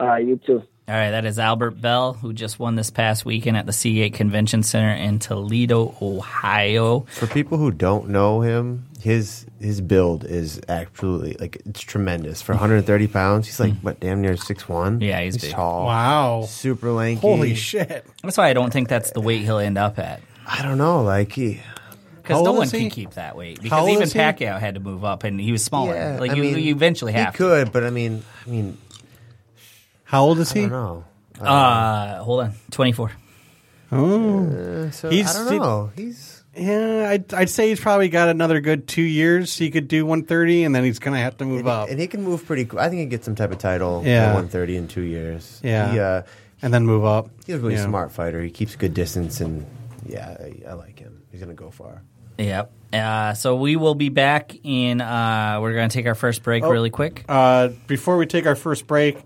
Speaker 7: All right, Ah, you too.
Speaker 3: All right. That is Albert Bell, who just won this past weekend at the Seagate Convention Center in Toledo, Ohio.
Speaker 6: For people who don't know him, his his build is absolutely like it's tremendous. For 130 pounds, he's like what, damn near six one.
Speaker 3: Hmm. Yeah, he's big.
Speaker 6: tall.
Speaker 5: Wow.
Speaker 6: super lanky.
Speaker 5: Holy shit.
Speaker 3: That's why I don't think that's the weight he'll end up at.
Speaker 6: I don't know, like he.
Speaker 3: Because
Speaker 5: How
Speaker 3: no
Speaker 5: old
Speaker 3: one
Speaker 5: is
Speaker 3: can
Speaker 5: he?
Speaker 3: keep that weight.
Speaker 5: How
Speaker 3: Because
Speaker 5: old
Speaker 3: even
Speaker 5: is he?
Speaker 3: Pacquiao had to move up, and he was smaller.
Speaker 6: Yeah,
Speaker 3: like
Speaker 6: I
Speaker 3: you,
Speaker 6: mean,
Speaker 3: you eventually
Speaker 6: He
Speaker 3: have to.
Speaker 6: could, but I mean, I mean,
Speaker 5: How old is
Speaker 6: I
Speaker 5: he?
Speaker 6: don't know.
Speaker 3: Uh, hold on, twenty four.
Speaker 6: Uh, So,
Speaker 5: He's-
Speaker 6: I don't know. He's
Speaker 5: Yeah, I'd, I'd say he's probably got another good two years. He could do 130, and then he's going to have to move up
Speaker 6: and he can move pretty. Cool. I think he gets some type of title.
Speaker 5: Yeah.
Speaker 6: at 130 in two years.
Speaker 5: Yeah.
Speaker 6: he, uh,
Speaker 5: and then move up.
Speaker 6: he's a really
Speaker 5: Yeah.
Speaker 6: smart fighter. He keeps good distance, and yeah, I, I like him. He's gonna go far.
Speaker 3: Yep. Uh, so we will be back in. Uh, we're going to take our first break
Speaker 5: Oh.
Speaker 3: really quick.
Speaker 5: Uh, before we take our first break,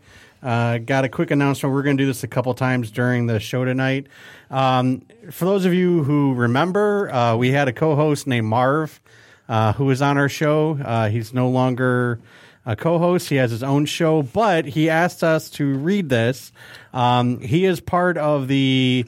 Speaker 5: uh, got a quick announcement. We're going to do this a couple times during the show tonight. Um, for those of you who remember, uh, we had a co host named Marv uh, who was on our show. Uh, he's no longer a co host, he has his own show, but he asked us to read this. Um, he is part of the.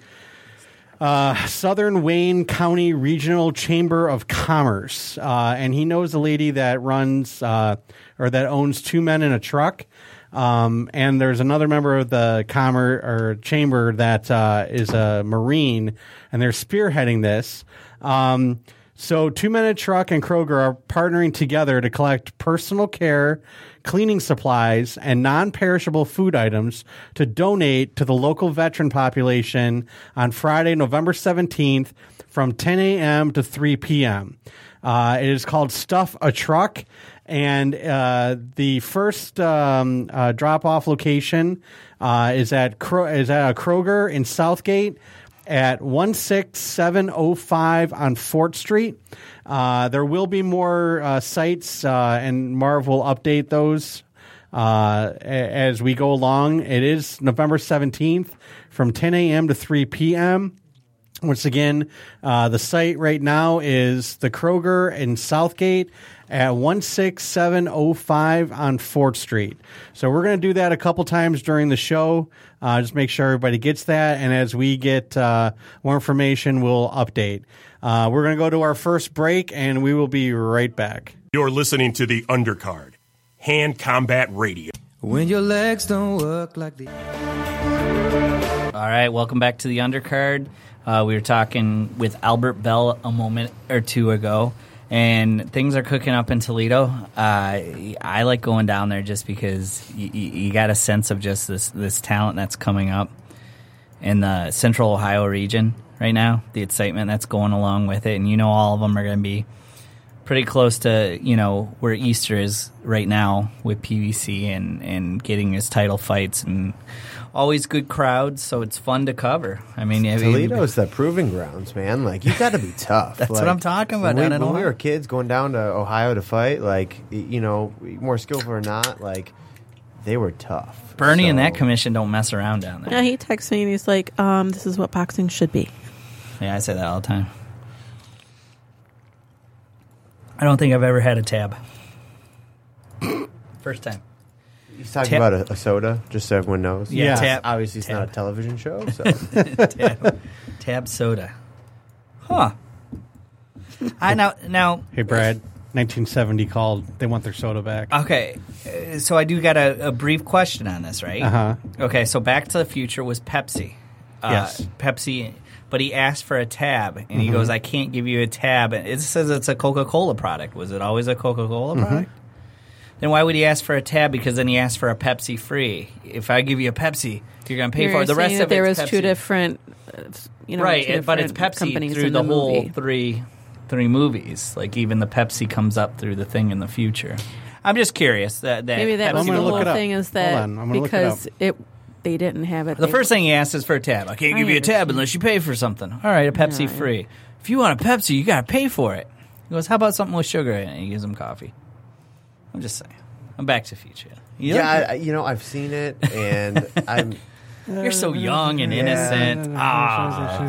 Speaker 5: Southern Wayne County Regional Chamber of Commerce, uh, and he knows the lady that runs uh, or that owns two men in a truck. Um, and there's another member of the commer or chamber that uh, is a Marine, and they're spearheading this. Um, So, Two Minute Truck and Kroger are partnering together to collect personal care, cleaning supplies, and non perishable food items to donate to the local veteran population on Friday, November 17th from 10 a.m. to 3 p.m. Uh, it is called Stuff a Truck. And uh, the first um, uh, drop off location uh, is, at Kro- is at a Kroger in Southgate at 16705 on Fort Street. Uh, there will be more uh, sites, uh, and Marv will update those uh, a- as we go along. It is November 17th from 10 a.m. to 3 p.m. Once again, uh, the site right now is the Kroger in Southgate at 16705 on 4th Street. So we're going to do that a couple times during the show. Uh, just make sure everybody gets that. And as we get uh, more information, we'll update. Uh, we're going to go to our first break and we will be right back.
Speaker 1: You're listening to the undercard, hand combat radio.
Speaker 8: When your legs don't work like the
Speaker 3: All right, welcome back to the undercard. Uh, we were talking with Albert Bell a moment or two ago, and things are cooking up in Toledo. Uh, I like going down there just because you, you got a sense of just this this talent that's coming up in the Central Ohio region right now. The excitement that's going along with it, and you know all of them are going to be pretty close to you know where Easter is right now with PVC and and getting his title fights and always good crowds, so it's fun to cover. I mean, have you-
Speaker 6: Toledo's the proving grounds, man. Like you got to be tough.
Speaker 3: That's what
Speaker 6: Like,
Speaker 3: I'm talking about
Speaker 6: When,
Speaker 3: down in
Speaker 6: we, when we
Speaker 3: Ohio.
Speaker 6: were kids going down to Ohio to fight, like y- you know, more skillful or not, like they were tough.
Speaker 3: Bernie and
Speaker 6: So-
Speaker 3: that commission don't mess around down there.
Speaker 4: Yeah, he texts me and he's like, um, "This is what boxing should be."
Speaker 3: Yeah, I say that all the time. I don't think I've ever had a tab. First time.
Speaker 6: He's talking
Speaker 3: Tap-
Speaker 6: about a, a soda, just so everyone knows.
Speaker 3: Yeah,
Speaker 5: Yeah.
Speaker 3: tap.
Speaker 6: Obviously, it's not a
Speaker 3: Tap.
Speaker 6: television show, so
Speaker 3: Tab soda. Huh. I now now
Speaker 5: Hey, Brad, 1970 called. They want their soda back.
Speaker 3: okay. uh, So I do got a, a brief question on this, right?
Speaker 5: Uh-huh.
Speaker 3: Okay, so Back to the Future was Pepsi. Uh,
Speaker 5: Yes. Mm-hmm.
Speaker 3: Pepsi, but he asked for a tab, and he goes, "I can't give you a tab." And it says it's a Coca Cola product. Was it always a Coca Cola
Speaker 5: Mm-hmm.
Speaker 3: product? Then why would he ask for a tab? Because then he asked for a Pepsi free. If I give you a Pepsi, you're going to pay
Speaker 4: You're
Speaker 3: for it. The rest
Speaker 4: saying
Speaker 3: of
Speaker 4: that there
Speaker 3: it's
Speaker 4: was two
Speaker 3: Pepsi.
Speaker 4: different, uh, you know,
Speaker 3: right?
Speaker 4: two
Speaker 3: it- but it's
Speaker 4: different
Speaker 3: Pepsi
Speaker 4: companies
Speaker 3: through
Speaker 4: in
Speaker 3: the,
Speaker 4: the,
Speaker 3: whole
Speaker 4: movie.
Speaker 3: three three movies. Like even the Pepsi comes up through the thing in the future. I'm just curious that, that
Speaker 4: Maybe that
Speaker 3: Pepsi
Speaker 4: was
Speaker 5: I'm
Speaker 4: the
Speaker 5: gonna look
Speaker 4: whole
Speaker 5: it up.
Speaker 4: thing is
Speaker 5: Hold
Speaker 4: that
Speaker 5: on, I'm gonna look it
Speaker 4: because
Speaker 5: up.
Speaker 4: it they didn't have it.
Speaker 3: The
Speaker 4: they-
Speaker 3: first thing he asks is for a tab. I can't
Speaker 4: I
Speaker 3: give you a tab
Speaker 4: understand.
Speaker 3: unless you pay for something. All right, a Pepsi
Speaker 4: Yeah, yeah.
Speaker 3: free. If you want a Pepsi, you got to pay for it. He goes, How about something with sugar in it? And he gives him coffee. I'm just saying. I'm back to future. You
Speaker 6: yeah, I, I- you know, I've seen it, and I'm
Speaker 3: you're so young and innocent. Ah.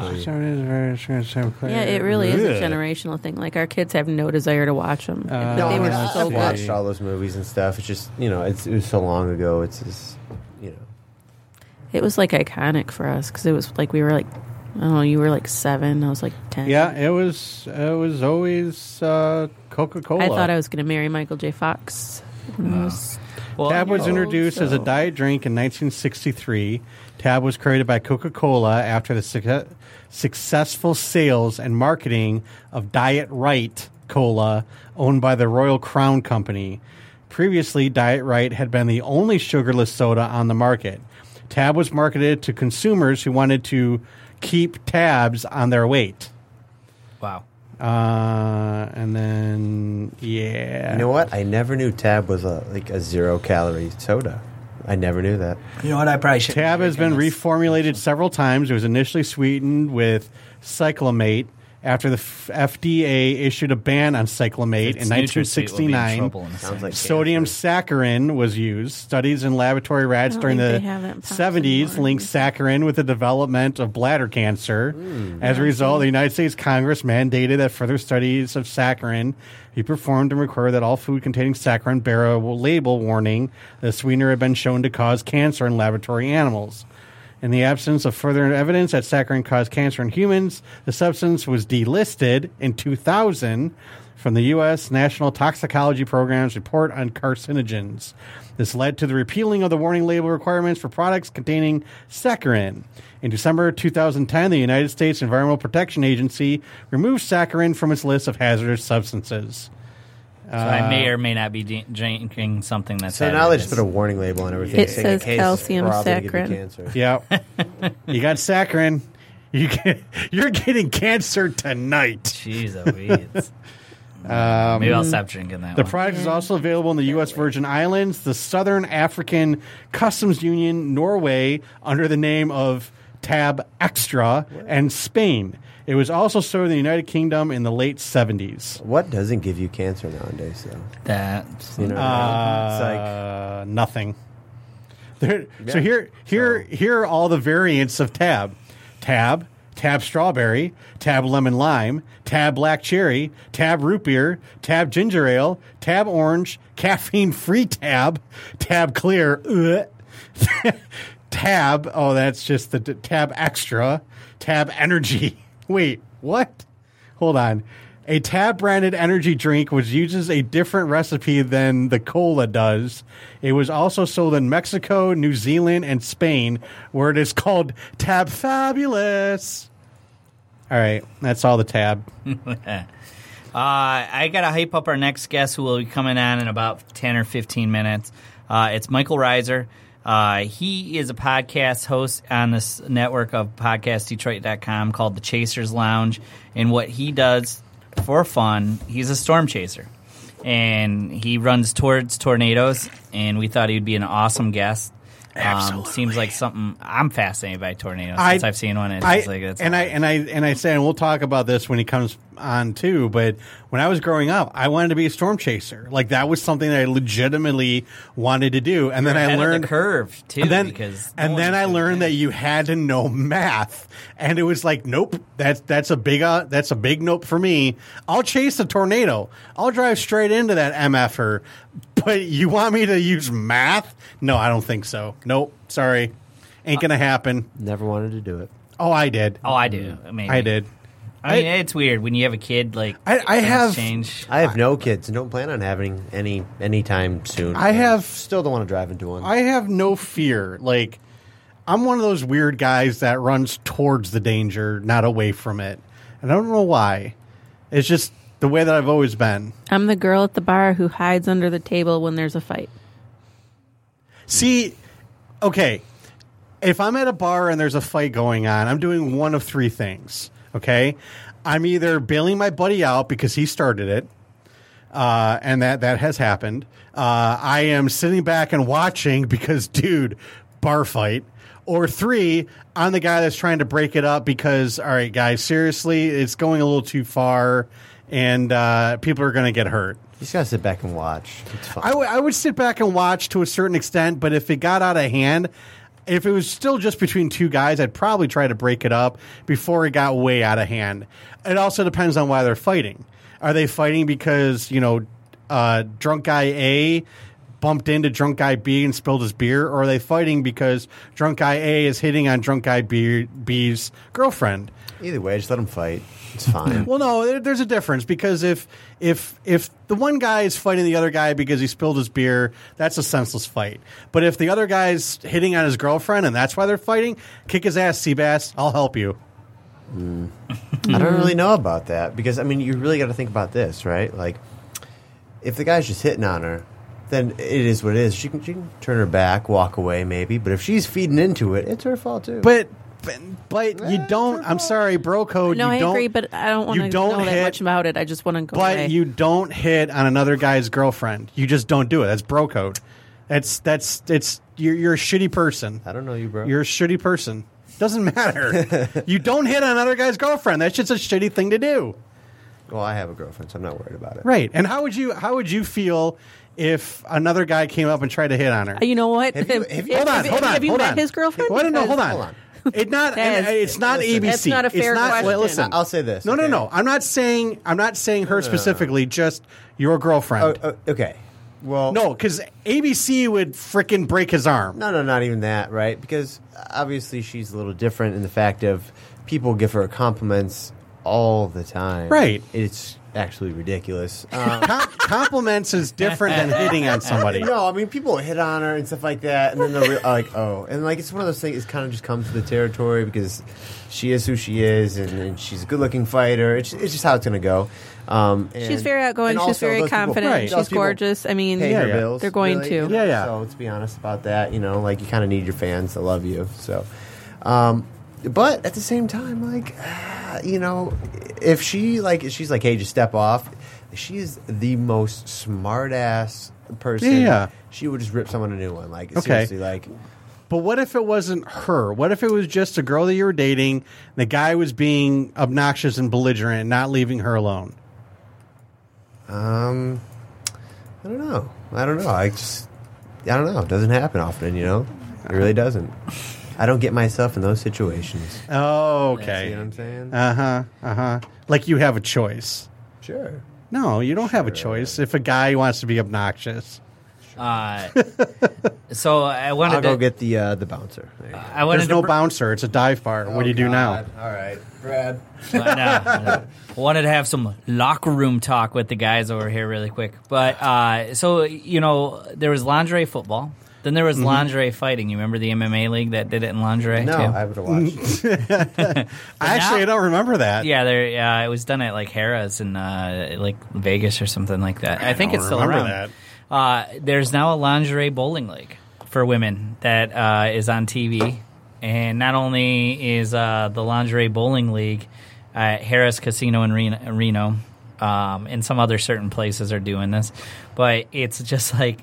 Speaker 4: yeah, it really is a generational thing. Like our kids have no desire to watch them.
Speaker 5: Oh,
Speaker 6: no,
Speaker 4: they
Speaker 6: I
Speaker 4: were
Speaker 6: mean, I-
Speaker 4: so
Speaker 6: I've
Speaker 4: good.
Speaker 6: watched all those movies and stuff. It's just you know, it's, it was so long ago. It's just you know,
Speaker 4: It was like iconic for us because it was like we were like, I don't know, you were like seven, I was like ten.
Speaker 5: Yeah, it was it was always uh, Coca Cola.
Speaker 4: I thought I was going to marry Michael J. Fox. when I was-
Speaker 3: Well,
Speaker 5: Tab was
Speaker 4: Oh,
Speaker 5: introduced as a
Speaker 4: so-
Speaker 5: diet drink in 1963. Tab was created by Coca Cola after the suc- successful sales and marketing of Diet Right Cola, owned by the Royal Crown Company. Previously, Diet Right had been the only sugarless soda on the market. Tab was marketed to consumers who wanted to keep tabs on their weight.
Speaker 3: wow.
Speaker 5: Uh, and then, yeah.
Speaker 6: you know what? I never knew Tab was a like a zero calorie soda. I never knew that.
Speaker 3: You know what? I probably should.
Speaker 5: Tab has been reformulated several times. It was initially sweetened with cyclamate after the f- FDA issued a ban on cyclamate in 1969.
Speaker 6: Sounds like
Speaker 5: Sodium saccharin was used. Studies in laboratory rats
Speaker 4: I don't
Speaker 5: during
Speaker 4: think
Speaker 5: the
Speaker 4: they have that in pops
Speaker 5: 70s
Speaker 4: anymore.
Speaker 5: linked saccharin with the development of bladder cancer. As a result, the United States Congress mandated that further studies of saccharin be performed and require that all food containing saccharin bear a label warning the sweetener had been shown to cause cancer in laboratory animals. In the absence of further evidence that saccharin caused cancer in humans, the substance was delisted in 2000 from the U.S. National Toxicology Program's report on carcinogens. This led to the repealing of the warning label requirements for products containing saccharin. In December 2010, the United States Environmental Protection Agency removed saccharin from its list of hazardous substances.
Speaker 3: So I may or may not be de- drinking something that's
Speaker 6: Uh, So
Speaker 3: had
Speaker 6: now they
Speaker 3: this.
Speaker 6: just put a warning label on everything.
Speaker 4: It
Speaker 6: saying in
Speaker 4: says
Speaker 6: case
Speaker 4: calcium
Speaker 6: probably to give you
Speaker 4: saccharin.
Speaker 6: cancer.
Speaker 5: Yeah. you got saccharin. You get, you're getting cancer tonight.
Speaker 3: Jeez, Louise.
Speaker 6: Um,
Speaker 3: Maybe I'll stop drinking that.
Speaker 5: The
Speaker 3: one.
Speaker 5: product is also available in the U.S. Virgin Islands, the Southern African Customs Union, Norway, under the name of Tab Extra, and Spain. It was also sold in the United Kingdom in the late 70s.
Speaker 6: What doesn't give you cancer nowadays, though?
Speaker 3: That's
Speaker 6: You know, what I mean?
Speaker 5: Uh, nothing. There, So here, here, here are all the variants of tab: tab, tab strawberry, tab lemon lime, tab black cherry, tab root beer, tab ginger ale, tab orange, caffeine free tab, tab clear, ugh. tab. Oh, that's just the tab extra, tab energy. Wait, what? Hold on. A Tab branded energy drink which uses a different recipe than the cola does. It was also sold in Mexico, New Zealand, and Spain, where it is called Tab Fabulous. All right, that's all the Tab.
Speaker 3: Hmm, Uh, I got to hype up our next guest who will be coming on in about 10 or 15 minutes. Uh, it's Michael Reiser. Uh, he is a podcast host on this network of podcastdetroit.com called The Chasers Lounge. And what he does for fun, he's a storm chaser. And he runs towards tornadoes. And we thought he would be an awesome guest. Absolutely. Um, seems like something I'm fascinated by tornadoes since I, have seen one. It's
Speaker 5: I-
Speaker 3: just like, it's
Speaker 5: and I and I and I say, and we'll talk about this when he comes on too. But when I was growing up, I wanted to be a storm chaser. Like that was something that I legitimately wanted to do. And then I
Speaker 3: ahead of the
Speaker 5: learned
Speaker 3: curve too
Speaker 5: And then,
Speaker 3: because no
Speaker 5: and
Speaker 3: one
Speaker 5: then I
Speaker 3: could-
Speaker 5: learned that you had to know math, and it was like, nope, that's that's a big uh, that's a big nope for me. I'll chase a tornado. I'll drive straight into that mf'er. But you want me to use math? No, I don't think so. Nope, sorry, ain't gonna happen.
Speaker 6: Never wanted to do it.
Speaker 5: Oh, I did.
Speaker 3: Uh, Oh, I
Speaker 6: Mm.
Speaker 3: do. I mean,
Speaker 5: I did.
Speaker 3: I mean, it's weird when you have a kid. Like,
Speaker 5: I- I
Speaker 3: things
Speaker 5: have-
Speaker 3: change.
Speaker 6: I have no kids and don't plan on having any anytime soon.
Speaker 5: I have-
Speaker 6: still don't want to drive into one.
Speaker 5: I have no fear. Like I'm one of those weird guys that runs towards the danger, not away from it. And I don't know why. It's just the way that I've always been.
Speaker 4: I'm the girl at the bar who hides under the table when there's a fight.
Speaker 5: See, okay, if I'm at a bar and there's a fight going on, I'm doing one of three things. Okay, I'm either bailing my buddy out because he started it, uh, and that that has happened. Uh, I am sitting back and watching because, dude, bar fight. Or three, I'm the guy that's trying to break it up because, all right, guys, seriously, it's going a little too far, and uh, people are going to get hurt.
Speaker 6: you just gotta sit back and watch. It's fine.
Speaker 5: I would- I would sit back and watch to a certain extent, but if it got out of hand, if it was still just between two guys, I'd probably try to break it up before it got way out of hand. It also depends on why they're fighting. Are they fighting because, you know, uh, drunk guy A bumped into drunk guy B and spilled his beer, or are they fighting because drunk guy A is hitting on drunk guy B, B's girlfriend?
Speaker 6: Either way, just let them fight. It's fine.
Speaker 5: Well, no, there, there's a difference because if if if the one guy is fighting the other guy because he spilled his beer, that's a senseless fight. But if the other guy's hitting on his girlfriend and that's why they're fighting, kick his ass, Seabass. I'll help you.
Speaker 6: I
Speaker 5: Mm-hmm.
Speaker 6: don't really know about that because I mean, you really got to think about this, right? Like, if the guy's just hitting on her, then it is what it is. She can, she can turn her back, walk away, maybe. But if she's feeding into it, it's her fault too.
Speaker 5: But but, but you don't. I'm sorry, bro code.
Speaker 4: No,
Speaker 5: you
Speaker 4: I
Speaker 5: don't,
Speaker 4: agree, but uh, I don't want
Speaker 5: you
Speaker 4: to
Speaker 5: don't
Speaker 4: know
Speaker 5: hit-
Speaker 4: that much about it. I just want to go
Speaker 5: but
Speaker 4: away.
Speaker 5: you don't hit on another guy's girlfriend. You just don't do it. That's bro code. That's that's it's you're you're a shitty person.
Speaker 6: I don't know you, bro.
Speaker 5: You're a shitty person. Doesn't matter. you don't hit on another guy's girlfriend. That's just a shitty thing to do.
Speaker 6: well, I have a girlfriend, so I'm not worried about it.
Speaker 5: Right. And how would you how would you feel if another guy came up and tried to hit on her?
Speaker 4: Uh, you know what?
Speaker 6: Have you- have you-
Speaker 4: If-
Speaker 5: hold on,
Speaker 4: if-
Speaker 5: hold on,
Speaker 4: Have you
Speaker 5: hold
Speaker 4: met
Speaker 5: on.
Speaker 4: his girlfriend?
Speaker 5: Well, no, no, hold
Speaker 4: Because-
Speaker 5: on.
Speaker 6: Hold on.
Speaker 5: It not and uh,
Speaker 4: That is-
Speaker 5: it's not ABC.
Speaker 6: listen.
Speaker 4: That's not a
Speaker 5: it's
Speaker 4: fair
Speaker 5: not, wait,
Speaker 4: question.
Speaker 5: listen.
Speaker 6: I'll say this,
Speaker 5: No, no,
Speaker 6: okay? Uh.
Speaker 5: no. I'm not saying I'm not saying her specifically, just your girlfriend.
Speaker 6: Oh, oh, okay. Well-
Speaker 5: no, because ABC would freaking break his arm.
Speaker 6: No, no, not even that, right? Because obviously she's a little different in the fact of people give her compliments all the time.
Speaker 5: Right.
Speaker 6: It's actually ridiculous. Um,
Speaker 5: Com- compliments is different than hitting on somebody.
Speaker 6: no, I mean people hit on her and stuff like that, and then they're re- like, oh, and like it's one of those things. It kind of just comes to the territory because she is who she is, and, and she's a good-looking fighter. It's, it's just how it's gonna go. Um, and-
Speaker 4: She's very outgoing,
Speaker 6: and
Speaker 4: she's
Speaker 6: also
Speaker 4: very
Speaker 6: those people-
Speaker 4: confident,
Speaker 5: Right.
Speaker 6: those
Speaker 4: she's
Speaker 6: people
Speaker 4: gorgeous. I mean,
Speaker 6: pay
Speaker 5: Yeah,
Speaker 6: her
Speaker 5: yeah.
Speaker 6: bills.
Speaker 4: They're going
Speaker 6: really,
Speaker 4: to.
Speaker 6: you know?
Speaker 5: Yeah, yeah.
Speaker 6: So let's be honest about that. You know, like you kind of need your fans to love you. So, um, but at the same time, like ah, you know, if she like if she's like, hey, just step off. She is the most smart ass person.
Speaker 5: Yeah, yeah.
Speaker 6: She would just rip someone a new one. Like
Speaker 5: Okay.
Speaker 6: seriously, like
Speaker 5: But what if it wasn't her? What if it was just a girl that you were dating? And the guy was being obnoxious and belligerent, and not leaving her alone.
Speaker 6: um, I don't know. I don't know. I just I don't know. It doesn't happen often. You know, it really doesn't. I don't get myself in those situations.
Speaker 5: Oh,
Speaker 6: You know what
Speaker 5: okay.
Speaker 6: I'm saying?
Speaker 5: Uh huh. Uh huh. Like you have a choice.
Speaker 6: sure.
Speaker 5: No, you don't have a choice. If a guy wants to be obnoxious,
Speaker 3: Uh, so I wanted
Speaker 6: I'll go
Speaker 3: to
Speaker 6: get the uh, the bouncer. There you go.
Speaker 3: I wanted
Speaker 5: there's
Speaker 3: to
Speaker 5: no
Speaker 3: br-
Speaker 5: bouncer. It's a dive bar. what do you do now?
Speaker 6: Oh, All right, Brad.
Speaker 3: I know, I know. Wanted to have some locker room talk with the guys over here really quick. But uh, so you know, there was lingerie football. Then there
Speaker 5: Mm-hmm.
Speaker 3: was lingerie fighting. You remember the MMA league that did it in lingerie?
Speaker 6: No,
Speaker 3: too?
Speaker 6: I would have watched.
Speaker 5: Actually,
Speaker 3: now-
Speaker 5: I don't remember that.
Speaker 3: yeah, there. Uh, it was done at like Harrah's in uh, like Vegas or something like that. I, think
Speaker 5: don't
Speaker 3: it's still
Speaker 5: remember
Speaker 3: around.
Speaker 5: that.
Speaker 3: Uh, there's now a lingerie bowling league for women that uh, is on TV, and not only is uh, the lingerie bowling league at Harris Casino in Reno, Reno um, and some other certain places are doing this, but it's just like,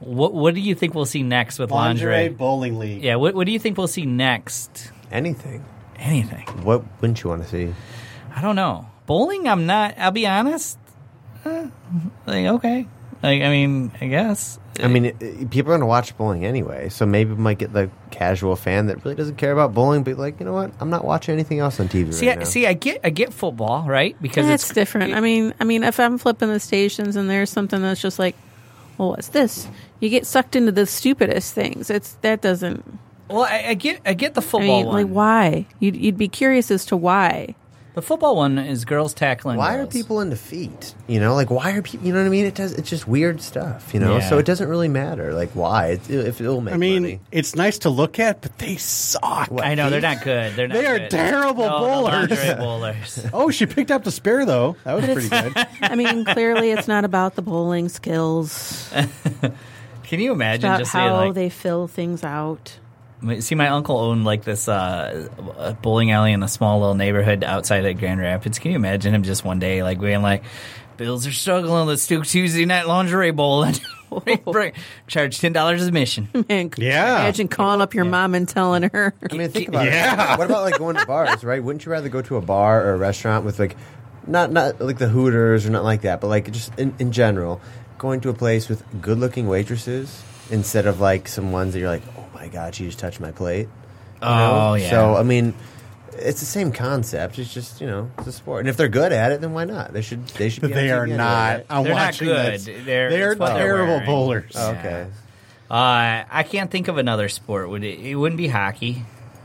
Speaker 3: what what do you think we'll see next with lingerie?
Speaker 5: bowling league.
Speaker 3: yeah, what what do you think we'll see next?
Speaker 6: Anything.
Speaker 3: Anything?
Speaker 6: What wouldn't you want to see?
Speaker 3: I don't know. Bowling, I'm not. I'll be honest. Eh, like okay, like I mean, I guess.
Speaker 6: I mean, it, it- people are going to watch bowling anyway, so maybe we might get the casual fan that really doesn't care about bowling, but like, you know what? I'm not watching anything else on TV
Speaker 3: See,
Speaker 6: right
Speaker 3: I,
Speaker 6: now.
Speaker 3: see, I get, I get football, right? Because
Speaker 4: That's
Speaker 3: it's
Speaker 4: different. I mean, I mean, if I'm flipping the stations and there's something that's just like, well, what's this? You get sucked into the stupidest things. It's that doesn't.
Speaker 3: Well, I, I get, I get the
Speaker 4: I
Speaker 3: football
Speaker 4: mean,
Speaker 3: one.
Speaker 4: like why? You'd you'd be curious as to why.
Speaker 3: The football one is girls tackling.
Speaker 6: why are
Speaker 3: girls.
Speaker 6: people into feet? You know, like why are people? You know what I mean? It does. It's just weird stuff. You know,
Speaker 3: Yeah.
Speaker 6: so it doesn't really matter. Like why? It, if it'll make
Speaker 5: I mean,
Speaker 6: money.
Speaker 5: it's nice to look at, but they suck.
Speaker 3: I know they're not good. They're not
Speaker 5: They are
Speaker 3: good.
Speaker 5: terrible
Speaker 3: No, the
Speaker 5: bowlers.
Speaker 3: lingerie bowlers.
Speaker 5: Oh, she picked up the spare though. That was
Speaker 4: But
Speaker 5: pretty
Speaker 4: it's-
Speaker 5: good.
Speaker 4: I mean, clearly it's not about the bowling skills,
Speaker 3: Can you imagine
Speaker 4: about
Speaker 3: just
Speaker 4: how
Speaker 3: saying like,
Speaker 4: they fill things out.
Speaker 3: see, my uncle owned like this uh, a bowling alley in a small little neighborhood outside of Grand Rapids. Can you imagine him just one day like being like, "Bills are struggling. Let's do Tuesday night lingerie bowling." Bring- Charge ten dollars admission.
Speaker 4: And
Speaker 5: Yeah.
Speaker 4: imagine calling up your mom and telling her.
Speaker 6: I mean, think about it. What about like going to bars, right? Wouldn't you rather go to a bar or a restaurant with like, not not like the Hooters or nothing like that, but like just in, in general, going to a place with good looking waitresses instead of like some ones that you're like, oh my god, she just touched my plate. You
Speaker 3: Oh,
Speaker 6: know?
Speaker 3: yeah.
Speaker 6: So I mean, it's the same concept. It's just you know, it's a sport, and if they're good at it, then why not? They should. They should. Be
Speaker 5: But
Speaker 6: on
Speaker 5: they
Speaker 6: TV
Speaker 5: are
Speaker 6: anyway,
Speaker 5: not.
Speaker 6: right?
Speaker 5: I'm
Speaker 3: They're not
Speaker 5: watching
Speaker 3: good.
Speaker 5: this.
Speaker 3: They're-
Speaker 5: They're
Speaker 3: it's what they're
Speaker 5: terrible
Speaker 3: wearing.
Speaker 5: bowlers.
Speaker 6: Oh, okay.
Speaker 3: Uh, I can't think of another sport. Would it, it wouldn't be hockey,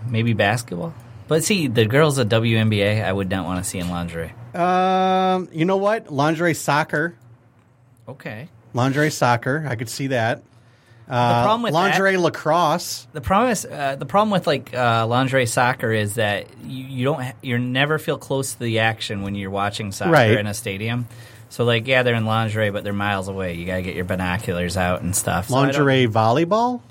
Speaker 3: maybe basketball. But see, the girls at WNBA, I would not want to see in lingerie.
Speaker 5: Um, you know what? Lingerie soccer.
Speaker 3: Okay.
Speaker 5: Lingerie soccer. I could see that. Uh,
Speaker 3: the problem with
Speaker 5: lingerie
Speaker 3: that,
Speaker 5: lacrosse.
Speaker 3: the problem is, uh, the problem with like uh, lingerie soccer is that you, you don't ha- you never feel close to the action when you're watching soccer
Speaker 5: Right.
Speaker 3: in a stadium. So like, yeah, they're in lingerie, but they're miles away. You gotta get your binoculars out and stuff. So I don't-
Speaker 5: Lingerie volleyball.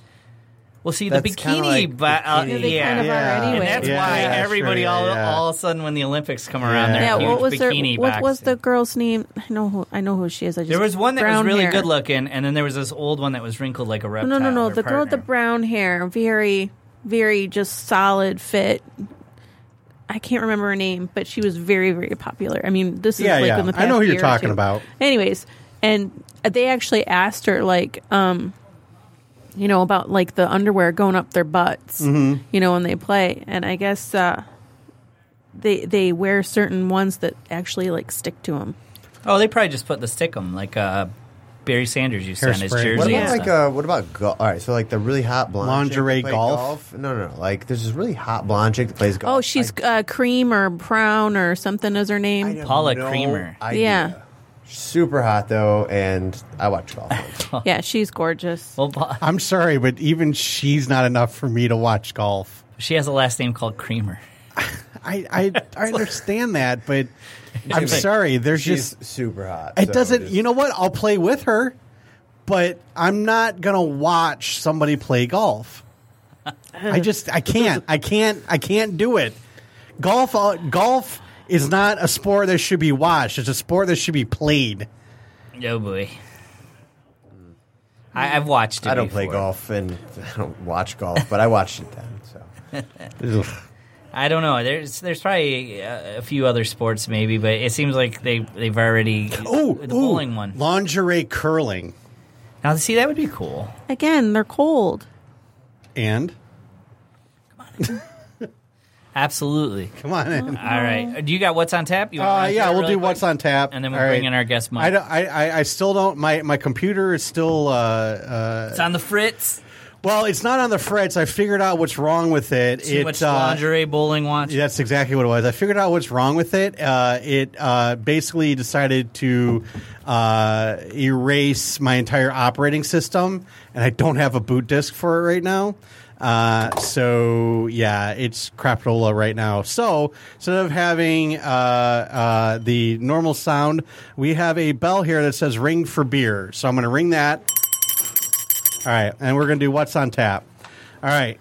Speaker 3: Well, see the
Speaker 6: That's kinda
Speaker 3: bikini,
Speaker 6: like
Speaker 3: but uh,
Speaker 6: bikini.
Speaker 4: They
Speaker 3: yeah,
Speaker 4: kind of are
Speaker 3: And
Speaker 4: anyway.
Speaker 3: that's
Speaker 5: Yeah,
Speaker 3: why
Speaker 5: yeah,
Speaker 3: everybody
Speaker 5: sure,
Speaker 3: all
Speaker 5: yeah.
Speaker 3: all of a sudden when the Olympics come around,
Speaker 5: Yeah.
Speaker 3: they're
Speaker 4: Yeah,
Speaker 3: huge
Speaker 4: what was their,
Speaker 3: bikini
Speaker 4: what was
Speaker 3: boxes.
Speaker 4: the girl's name? I know who I know who she is. I just
Speaker 3: There was one that was
Speaker 4: brown
Speaker 3: really
Speaker 4: hair.
Speaker 3: good looking, and then there was this old one that was wrinkled like a reptile.
Speaker 4: No, no, no.
Speaker 3: her
Speaker 4: The girl with the
Speaker 3: partner.
Speaker 4: brown hair, very, very just solid fit. I can't remember her name, but she was very, very popular. I mean, this is
Speaker 5: Yeah,
Speaker 4: like
Speaker 5: yeah.
Speaker 4: in the
Speaker 5: I
Speaker 4: past
Speaker 5: know who you're
Speaker 4: year or
Speaker 5: talking
Speaker 4: two.
Speaker 5: about.
Speaker 4: Anyways, and they actually asked her like, um, you know, about like the underwear going up their butts,
Speaker 5: Mm-hmm.
Speaker 4: you know, when they play, and I guess uh, they they wear certain ones that actually like stick to them.
Speaker 3: Oh, they probably just put the stickum like a Barry Sanders used to on his
Speaker 5: Hairspray.
Speaker 3: jersey.
Speaker 5: What
Speaker 3: and
Speaker 6: What about
Speaker 3: stuff.
Speaker 6: like uh, what about golf? All right, so like the really hot blonde
Speaker 5: Lingerie
Speaker 6: chick that play
Speaker 5: golf?
Speaker 6: No, no, no. Like there's this really hot blonde chick that plays golf.
Speaker 4: Oh, she's uh, Cream or Brown or something is her
Speaker 6: I- I
Speaker 4: name.
Speaker 6: have
Speaker 3: Paula
Speaker 6: no
Speaker 3: Creamer.
Speaker 6: idea.
Speaker 4: Yeah.
Speaker 6: super hot though, and I watch golf.
Speaker 4: Yeah, she's gorgeous.
Speaker 3: Well, Paul-
Speaker 5: I'm sorry, but even she's not enough for me to watch golf.
Speaker 3: she has a last name called Creamer.
Speaker 5: I I, I understand that, but I'm
Speaker 6: She's-
Speaker 5: sorry. There's
Speaker 6: she's
Speaker 5: just
Speaker 6: super hot.
Speaker 5: it
Speaker 6: so
Speaker 5: doesn't.
Speaker 6: just-
Speaker 5: You know what? I'll play with her, but I'm not gonna watch somebody play golf. I just I can't. I can't. I can't do it. Golf. uh, Golf is not a sport that should be watched. It's a sport that should be played.
Speaker 3: Oh boy. I, I've watched it.
Speaker 6: I don't play
Speaker 3: before.
Speaker 6: golf and I don't watch golf, but I watched it then. So
Speaker 3: I don't know. There's there's probably uh, a, a few other sports maybe, but it seems like they they've already uh,
Speaker 5: Oh,
Speaker 3: the bowling one.
Speaker 5: lingerie curling,
Speaker 3: Now see that would be cool.
Speaker 4: Again, they're cold.
Speaker 5: and
Speaker 3: Absolutely.
Speaker 5: come on in.
Speaker 3: All right. Do you got what's on tap? You wanna
Speaker 5: Uh,
Speaker 3: run through
Speaker 5: yeah,
Speaker 3: it
Speaker 5: we'll
Speaker 3: really
Speaker 5: do
Speaker 3: quick?
Speaker 5: what's on tap,
Speaker 3: and then we'll
Speaker 5: All
Speaker 3: bring in our guest Mike.
Speaker 5: I, don't- I, I, I still don't. My, my computer is still. Uh, uh,
Speaker 3: It's on the Fritz.
Speaker 5: well, it's not on the fritz. I figured out what's wrong with it.
Speaker 3: Too
Speaker 5: it,
Speaker 3: much
Speaker 5: uh,
Speaker 3: lingerie bowling watch.
Speaker 5: That's exactly what it was. I figured out what's wrong with it. Uh, it uh, basically decided to uh, erase my entire operating system, and I don't have a boot disk for it right now. Uh, so yeah, it's crapola right now. So instead of having uh, uh, the normal sound, we have a bell here that says "ring for beer." So I'm going to ring that. All right, and we're going to do what's on tap. All right,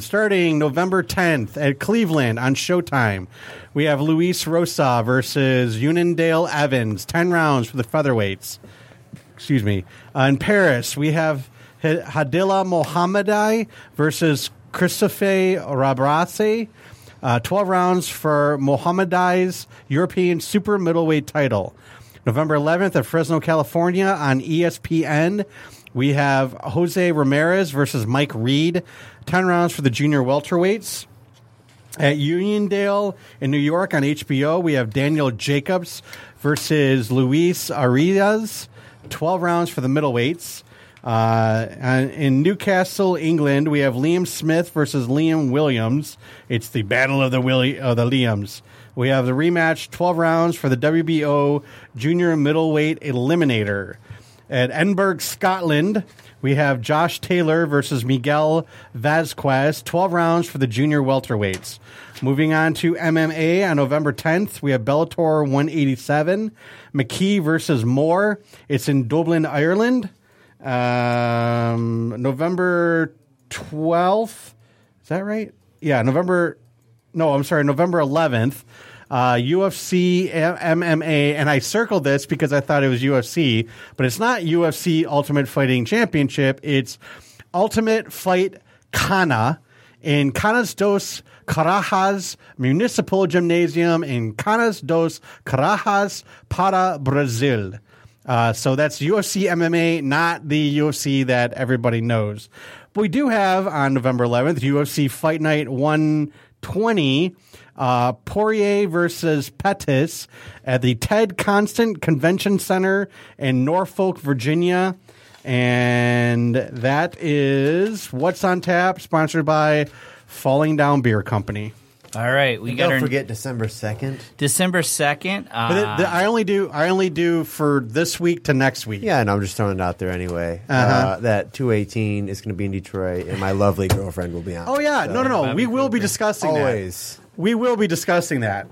Speaker 5: starting November 10th at Cleveland on Showtime, we have Luis Rosa versus Unandale Evans, 10 rounds for the featherweights. Excuse me. Uh, in Paris, we have H- Hadila Mohammadi versus Christophe Rabrasi, uh, 12 rounds for Mohammadi's European super middleweight title. November 11th at Fresno, California on E ESPN. We have Jose Ramirez versus Mike Reed, 10 rounds for the junior welterweights. At Uniondale in New York on HBO, we have Daniel Jacobs versus Luis Arias, 12 rounds for the middleweights. Uh, and in Newcastle, England, we have Liam Smith versus Liam Williams. It's the Battle of the, Willi- of the Liams. We have the rematch, 12 rounds for the WBO Junior Middleweight Eliminator. At Edinburgh, Scotland, we have Josh Taylor versus Miguel Vasquez, 12 rounds for the junior welterweights. Moving on to MMA on November 10th, we have Bellator 187, McKee versus Moore. It's in Dublin, Ireland. Um, November 12th, is that right? Yeah, November. No, I'm sorry, November 11th. Uh, UFC M- MMA, and I circled this because I thought it was UFC, but it's not UFC Ultimate Fighting Championship. It's Ultimate Fight Kana in Canas dos Carajas Municipal Gymnasium in Canas dos Carajas para Brazil. Uh, so that's UFC MMA, not the UFC that everybody knows. But we do have on November 11th UFC Fight Night 120, uh, Poirier versus Pettis at the Ted Constant Convention Center in Norfolk, Virginia. And that is what's on tap, sponsored by Falling Down Beer Company.
Speaker 3: All right, we got
Speaker 6: don't
Speaker 3: our
Speaker 6: forget December second.
Speaker 3: December second. Uh,
Speaker 5: But it- the- I only do I only do for this week to next week.
Speaker 6: Yeah, and I'm just throwing it out there anyway. uh that 218 is going to be in Detroit, and my lovely girlfriend will be on.
Speaker 5: Oh
Speaker 6: it,
Speaker 5: yeah,
Speaker 6: so-
Speaker 5: no, no, no. We will be discussing that.
Speaker 6: Always.
Speaker 5: We will be discussing that.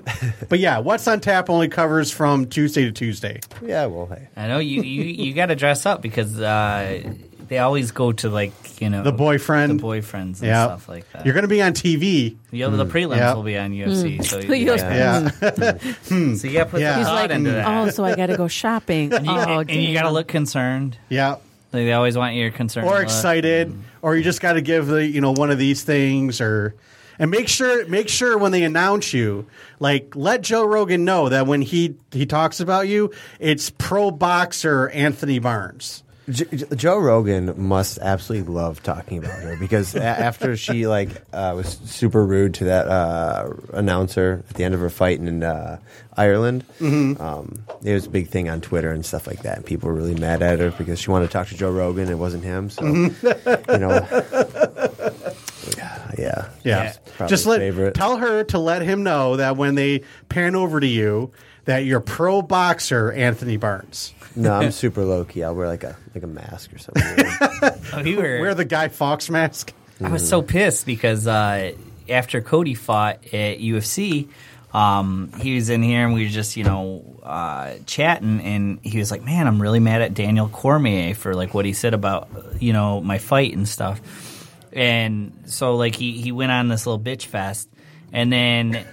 Speaker 5: but yeah, what's on tap only covers from Tuesday to Tuesday.
Speaker 6: Yeah, well, hey.
Speaker 3: I know you you, you got to dress up because uh, they always go to like you know
Speaker 5: The boyfriend.
Speaker 3: the boyfriends, and
Speaker 5: Yeah,
Speaker 3: stuff like that.
Speaker 5: You're going to be on TV.
Speaker 3: the, other- the prelims
Speaker 5: Yeah.
Speaker 3: will be on UFC, so you,
Speaker 4: Mm. You'll-
Speaker 3: gotta-
Speaker 5: Yeah,
Speaker 3: so you got to put
Speaker 5: Yeah.
Speaker 3: some
Speaker 5: He's
Speaker 3: thought
Speaker 4: like,
Speaker 3: into that,
Speaker 4: Oh, so I got to go shopping.
Speaker 3: and you,
Speaker 4: oh,
Speaker 3: and you got to
Speaker 4: damn.
Speaker 3: look concerned.
Speaker 5: yeah.
Speaker 3: Like, they always want your concern
Speaker 5: Or excited, or you just got to give the you know one of these things, or and make sure make sure when they announce you, like let Joe Rogan know that when he he talks about you, it's pro boxer Anthony Barnes.
Speaker 6: J- J- Joe Rogan must absolutely love talking about her because a- after she like uh, was super rude to that uh, announcer at the end of her fight in uh, Ireland,
Speaker 5: Mm-hmm.
Speaker 6: um, it was a big thing on Twitter and stuff like that. And people were really mad at her because she wanted to talk to Joe Rogan. It wasn't him, so
Speaker 5: Mm-hmm.
Speaker 6: you know. Yeah, yeah,
Speaker 5: Yeah.
Speaker 6: It's probably
Speaker 5: Just let
Speaker 6: favorite.
Speaker 5: tell her to let him know that when they pan over to you that you're pro boxer Anthony Barnes.
Speaker 6: No, I'm super low key. I'll wear like a like a mask or something.
Speaker 3: Oh, you were-
Speaker 5: Wear the Guy Fox mask.
Speaker 3: I was so pissed because uh, after Cody fought at UFC, um, he was in here and we were just you know uh, chatting, and he was like, "Man, I'm really mad at Daniel Cormier for like what he said about you know my fight and stuff." And so like he he went on this little bitch fest. And then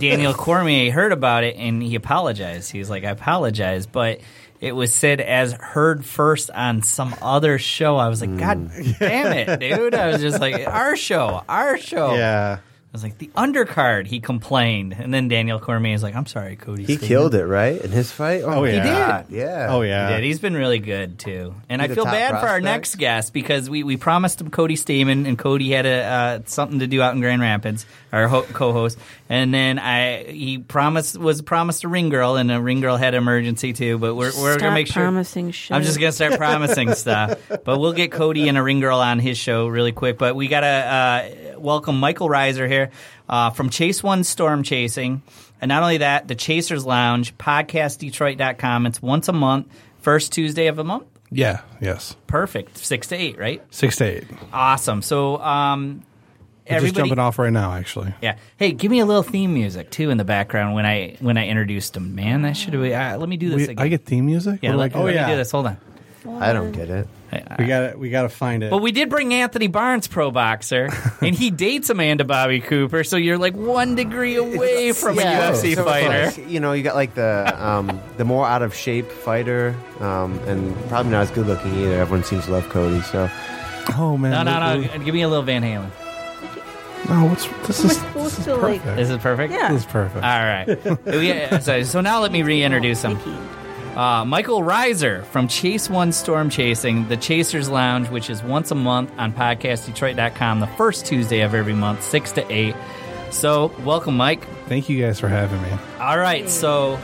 Speaker 3: Daniel Cormier heard about it and he apologized. He was like, I apologize, but it was said as heard first on some other show. I was like, God
Speaker 6: Hmm.
Speaker 3: damn it, dude. I was just like, our show, our
Speaker 9: Oh.
Speaker 3: show.
Speaker 5: Yeah.
Speaker 3: I was like, the undercard, he complained. And then Daniel Cormier is like, I'm sorry, Cody.
Speaker 6: he killed it right in his fight.
Speaker 5: Oh
Speaker 6: my
Speaker 5: yeah.
Speaker 6: God, yeah.
Speaker 5: Oh
Speaker 3: He
Speaker 5: yeah.
Speaker 3: did. He's been really good too, and I
Speaker 6: the
Speaker 3: feel
Speaker 6: top
Speaker 3: bad for our
Speaker 6: prospect?
Speaker 3: next guest because we, we promised him Cody Stamen, and Cody had a uh, something to do out in Grand Rapids, our ho- co-host, and then I he promised was promised a ring girl, and a ring girl had an emergency too. But we're we're
Speaker 4: Stop
Speaker 3: gonna make sure.
Speaker 4: promising shit.
Speaker 3: I'm just gonna start promising stuff, but we'll get Cody and a ring girl on his show really quick. But we gotta uh, welcome Michael Reiser here uh, from Chase One Storm Chasing, and not only that, the Chasers Lounge podcastdetroit.com. It's once a month, first Tuesday of a month.
Speaker 9: Yeah. Yes.
Speaker 3: Perfect, six to eight, right?
Speaker 9: Six to eight. We're
Speaker 3: Awesome. So, um,
Speaker 9: just
Speaker 3: everybody,
Speaker 9: jumping off right now, actually.
Speaker 3: yeah. Hey, give me a little theme music too in the background when I when I introduced him. Man, that should have. Uh, let me do this
Speaker 9: We-
Speaker 3: again.
Speaker 9: I get oh, theme music.
Speaker 3: yeah,
Speaker 9: What do I
Speaker 3: let,
Speaker 9: get?
Speaker 3: let
Speaker 5: yeah.
Speaker 3: me do this. Hold on.
Speaker 6: I don't get it.
Speaker 5: we got to we got to find it.
Speaker 3: But we did bring Anthony Barnes, pro boxer, and he dates Amanda Bobby Cooper, so you're like one degree away from
Speaker 6: Yeah.
Speaker 3: a UFC
Speaker 6: So it's
Speaker 3: fighter.
Speaker 6: like, you know, you got like the um, the more out of shape fighter, um, and probably not as good looking either. Everyone seems to love Cody, so
Speaker 9: Oh man.
Speaker 3: No, no,
Speaker 9: we-
Speaker 3: no. Give me a little Van Halen.
Speaker 9: No, what's this
Speaker 4: We're
Speaker 9: is
Speaker 4: supposed
Speaker 9: this is
Speaker 4: to, like-
Speaker 9: perfect.
Speaker 3: This is perfect?
Speaker 4: Yeah.
Speaker 9: This is
Speaker 3: All
Speaker 9: perfect.
Speaker 3: right. We- so, so now let me reintroduce him. Uh, Michael Reiser from Chase One Storm Chasing, the Chasers Lounge, which is once a month on podcastdetroit.com, the first Tuesday of every month, 6 to 8. So, welcome, Mike.
Speaker 9: Thank you guys for having me.
Speaker 3: All right. So,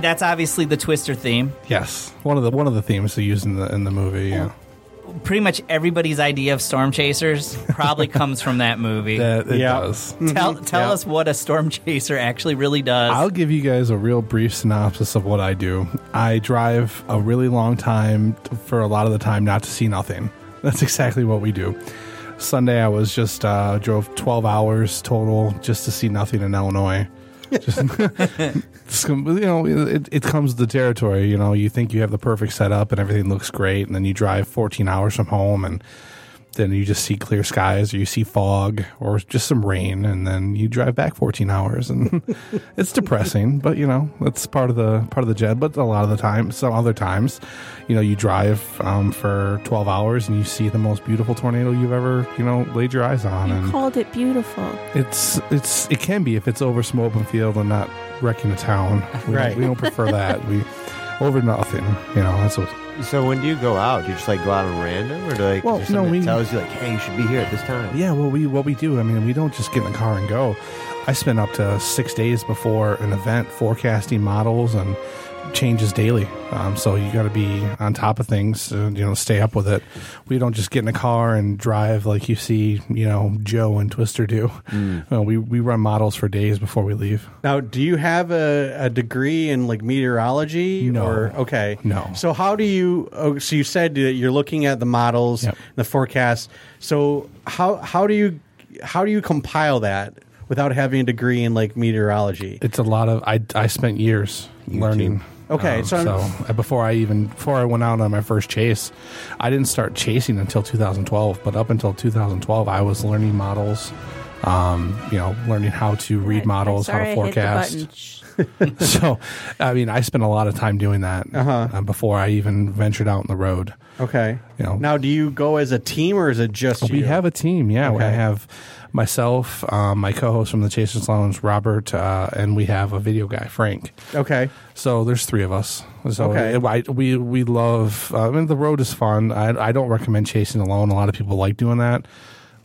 Speaker 3: that's obviously the Twister theme.
Speaker 9: Yes, one of the one of the themes they used in the in the movie. Yeah,
Speaker 3: Oh. pretty much everybody's idea of storm chasers probably comes from that movie.
Speaker 9: that it
Speaker 5: Yeah.
Speaker 9: does.
Speaker 3: tell tell us what a storm chaser actually really does.
Speaker 9: I'll give you guys a real brief synopsis of what I do. I drive a really long time t- for a lot of the time not to see nothing. That's exactly what we do. Sunday, I was just uh, drove twelve hours total just to see nothing in Illinois. Just, it's com- you know, it, it comes to the territory. You know, you think you have the perfect setup and everything looks great, and then you drive fourteen hours from home and then you just see clear skies or you see fog or just some rain and then you drive back 14 hours and it's depressing but you know that's part of the part of the jet but a lot of the time some other times you know you drive um, for 12 hours and you see the most beautiful tornado you've ever you know laid your eyes on
Speaker 4: You
Speaker 9: and
Speaker 4: called it beautiful.
Speaker 9: it's it's it can be if it's over some open field and not wrecking a town we
Speaker 5: Right.
Speaker 9: don't, we don't prefer that we over nothing you know that's what
Speaker 6: so when do you go out? Do you just like go out on random, or do like
Speaker 9: Well,
Speaker 6: just
Speaker 9: no,
Speaker 6: someone
Speaker 9: we-
Speaker 6: tells you like, hey, you should be here at this time?
Speaker 9: Yeah, well, we what we do. I mean, we don't just get in the car and go. I spend up to six days before an event forecasting models and changes daily. Um, so you got to be on top of things. Uh, you know, stay up with it. We don't just get in the car and drive like you see. You know, Joe and Twister do. Uh, we we run models for days before we leave.
Speaker 5: now, do you have a, a degree in like meteorology
Speaker 9: No.
Speaker 5: or okay?
Speaker 9: No.
Speaker 5: So how do you oh, so you said that you're looking at the models,
Speaker 9: Yep.
Speaker 5: the forecast. So how how do you how do you compile that without having a degree in like meteorology?
Speaker 9: It's a lot of I I spent years learning.
Speaker 5: Okay, so
Speaker 9: so,
Speaker 5: I'm-
Speaker 9: uh, before I even before I went out on my first chase, I didn't start chasing until 2012. But up until 2012, I was learning models, um, you know, learning how to read
Speaker 4: I'm
Speaker 9: models, how
Speaker 4: sorry
Speaker 9: to
Speaker 4: I hit the
Speaker 9: forecast
Speaker 4: button. Shh.
Speaker 9: so, I mean, I spent a lot of time doing that
Speaker 5: Uh-huh.
Speaker 9: uh before I even ventured out on the road.
Speaker 5: Okay.
Speaker 9: You know.
Speaker 5: Now, do you go as a team or is it just
Speaker 9: We
Speaker 5: you?
Speaker 9: have a team, yeah.
Speaker 5: Okay.
Speaker 9: I have myself, um, my co-host from the Chasers Lounge, Robert, uh, and we have a video guy, Frank.
Speaker 5: Okay.
Speaker 9: So there's three of us. So
Speaker 5: Okay.
Speaker 9: it- I- we we love. Uh, I mean, the road is fun. I I don't recommend chasing alone. A lot of people like doing that.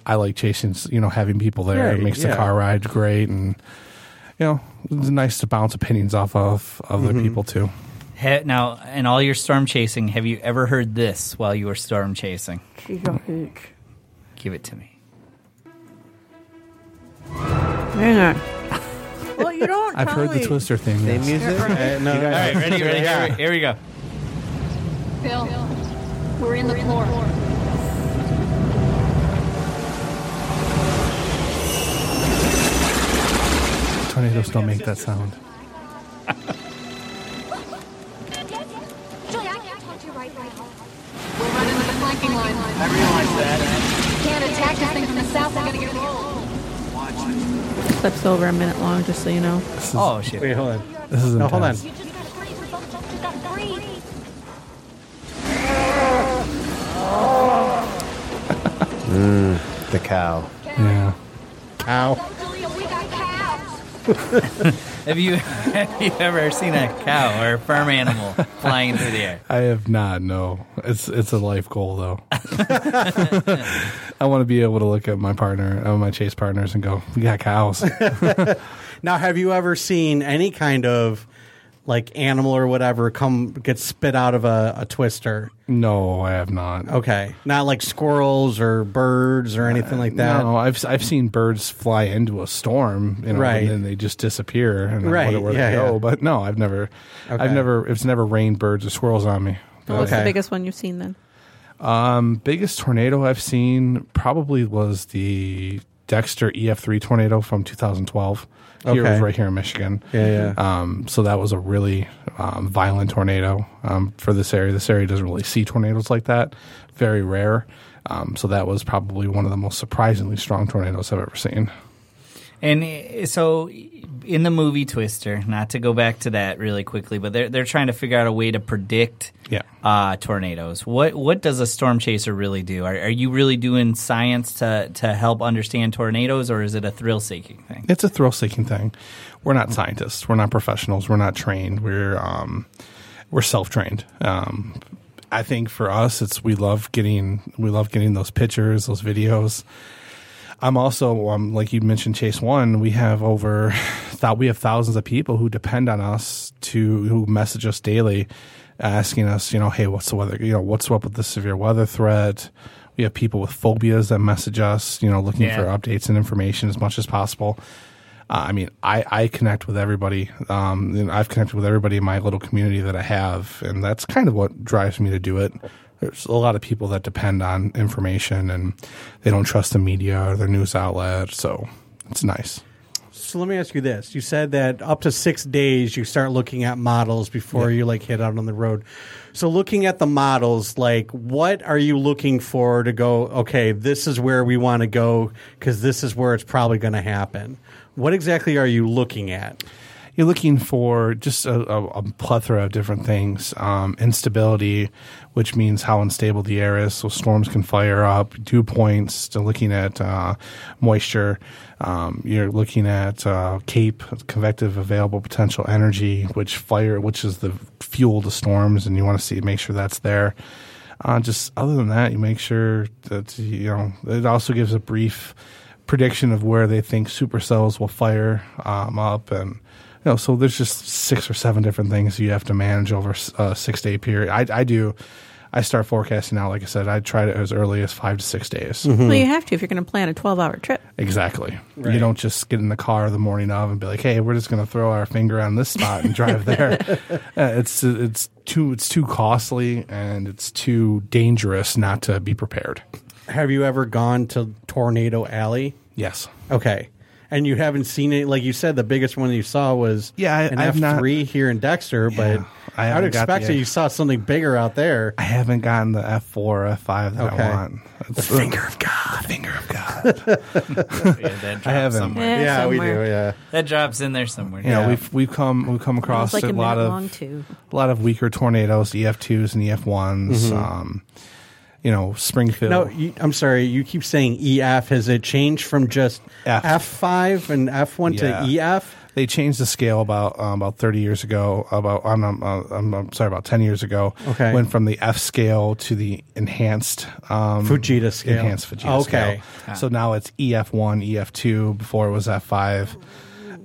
Speaker 9: I like chasing. You know, having people there
Speaker 5: Right,
Speaker 9: it makes
Speaker 5: yeah.
Speaker 9: the car ride great, and you know, it's nice to bounce opinions off of other
Speaker 5: Mm-hmm.
Speaker 9: people too.
Speaker 3: Ha- now, in all your storm chasing, have you ever heard this while you were storm chasing? Give it to me.
Speaker 4: Hang on. Well, you don't.
Speaker 9: I've heard the
Speaker 4: probably-
Speaker 9: Twister thing.
Speaker 6: Same
Speaker 9: Yes.
Speaker 6: music.
Speaker 5: Uh, no,
Speaker 6: You guys-
Speaker 5: no.
Speaker 3: Ready, ready, here, we- here we go.
Speaker 10: Bill, we're in the floor.
Speaker 9: Tornadoes don't make that sound.
Speaker 10: Julie, I can't touch you right now. We're running the flanking line. I realize that. eh? Can't attack this thing from the south. We're gonna get rolled.
Speaker 4: Clip's over a minute long, just so you know.
Speaker 3: Oh, shit.
Speaker 5: Wait, hold on.
Speaker 9: This is
Speaker 5: No, hold
Speaker 9: intense.
Speaker 5: on.
Speaker 10: You just gotta breathe. We both just gotta breathe.
Speaker 6: The cow.
Speaker 9: Yeah.
Speaker 5: Ow.
Speaker 10: Go, Julia, we got cows.
Speaker 3: Have you, have you ever seen a cow or a farm animal flying through the air?
Speaker 9: I have not. No, it's it's a life goal though. I want to be able to look at my partner, uh, my chase partners, and go, "We got cows."
Speaker 5: Now, have you ever seen any kind of like animal or whatever come get spit out of a, a twister?
Speaker 9: no, I have not.
Speaker 5: Okay, not like squirrels or birds or anything like that.
Speaker 9: No, I've I've seen birds fly into a storm, you know,
Speaker 5: Right.
Speaker 9: and then they just disappear and I
Speaker 5: Right,
Speaker 9: wonder where
Speaker 5: yeah,
Speaker 9: they go.
Speaker 5: yeah.
Speaker 9: But no, I've never,
Speaker 5: Okay. Oh,
Speaker 9: I've never, it's never rained birds or squirrels on me. But
Speaker 4: What's
Speaker 5: Okay.
Speaker 4: the biggest one you've seen then?
Speaker 9: the biggest tornado I've seen probably was the Dexter EF3 tornado from 2012. Here it was
Speaker 5: Okay.
Speaker 9: right here in Michigan.
Speaker 5: Yeah, yeah.
Speaker 9: Um, so that was a really um, violent tornado um, for this area. This area doesn't really see tornadoes like that, very rare. Um, so that was probably one of the most surprisingly strong tornadoes I've ever seen.
Speaker 3: And uh, so, in the movie Twister, not to go back to that really quickly, but they're they're trying to figure out a way to predict
Speaker 9: Yeah.
Speaker 3: uh, tornadoes. What what does a storm chaser really do? Are, are you really doing science to to help understand tornadoes, or is it a thrill seeking thing?
Speaker 9: It's a thrill seeking thing. We're not scientists. We're not professionals. We're not trained. We're um, we're self trained. Um, I think for us, it's we love getting we love getting those pictures, those videos. I'm also um, like you mentioned, Chase One. We have over thought we have thousands of people who depend on us to who message us daily, asking us, you know, hey, what's the weather? You know, what's up with the severe weather threat? We have people with phobias that message us, you know, looking
Speaker 3: Yeah.
Speaker 9: for updates and information as much as possible. Uh, I mean, I, I connect with everybody. Um, and I've connected with everybody in my little community that I have, and that's kind of what drives me to do it. There's a lot of people that depend on information, and they don't trust the media or their news outlet, so it's nice.
Speaker 5: So let me ask you this: You said that up to six days you start looking at models before you like hit out on the road. So looking at the models, like what are you looking for to go? Okay, this is where we want to go because this is where it's probably going to happen. What exactly are you looking at?
Speaker 9: you're looking for just a, a, a plethora of different things um, instability which means how unstable the air is so storms can fire up dew points to looking at uh, moisture um, you're looking at uh, cape convective available potential energy which fire which is the fuel to storms and you want to see make sure that's there uh, just other than that, you make sure that you know it also gives a brief prediction of where they think supercells will fire um, up, and you know so there's just six or seven different things you have to manage over s- a six day period. I, I do. I start forecasting now. Like I said, I try to as early as five to six days.
Speaker 4: Well, you have to if you're going to plan a 12 hour trip.
Speaker 9: Exactly. You don't just get in the car the morning of and be like, "Hey, we're just going to throw our finger on this spot and drive there." uh, it's it's too it's too costly and it's too dangerous not to be prepared.
Speaker 5: Have you ever gone to Tornado Alley?
Speaker 9: Yes.
Speaker 5: Okay. And you haven't seen it, like you said, the biggest one you saw was
Speaker 9: Yeah, I-
Speaker 5: an
Speaker 9: I've
Speaker 5: F
Speaker 9: not-
Speaker 5: three here in Dexter, but I
Speaker 9: I, haven't
Speaker 5: would
Speaker 9: got the
Speaker 5: expect that
Speaker 9: X-
Speaker 5: you saw something bigger out there.
Speaker 9: I haven't gotten the F four F five that
Speaker 5: Okay.
Speaker 9: I want. the finger of God. The finger of God.
Speaker 3: Yeah, that drops
Speaker 9: I haven't.
Speaker 3: somewhere.
Speaker 4: Yeah, somewhere.
Speaker 5: Yeah.
Speaker 3: That drops in there somewhere.
Speaker 9: You know,
Speaker 5: Yeah.
Speaker 9: we've we've come we've come across
Speaker 11: It's like
Speaker 9: a
Speaker 11: a
Speaker 9: lot
Speaker 11: minute
Speaker 9: of
Speaker 11: long too.
Speaker 9: a lot of weaker tornadoes, EF twos and EF ones.
Speaker 5: Mm-hmm.
Speaker 9: Um, you know, Springfield.
Speaker 5: No, you, I'm sorry. You keep saying EF. Has it changed from just
Speaker 9: F.
Speaker 5: F5 and F1
Speaker 9: Yeah.
Speaker 5: to E EF?
Speaker 9: they changed the scale about um, about 30 years ago about I'm, I'm, I'm, I'm sorry about 10 years ago
Speaker 5: Okay.
Speaker 9: went from the F scale to the enhanced um,
Speaker 5: Fujita scale.
Speaker 9: enhanced Fujita
Speaker 5: Okay. Ah.
Speaker 9: scale so now it's E EF1 EF2 before it was F5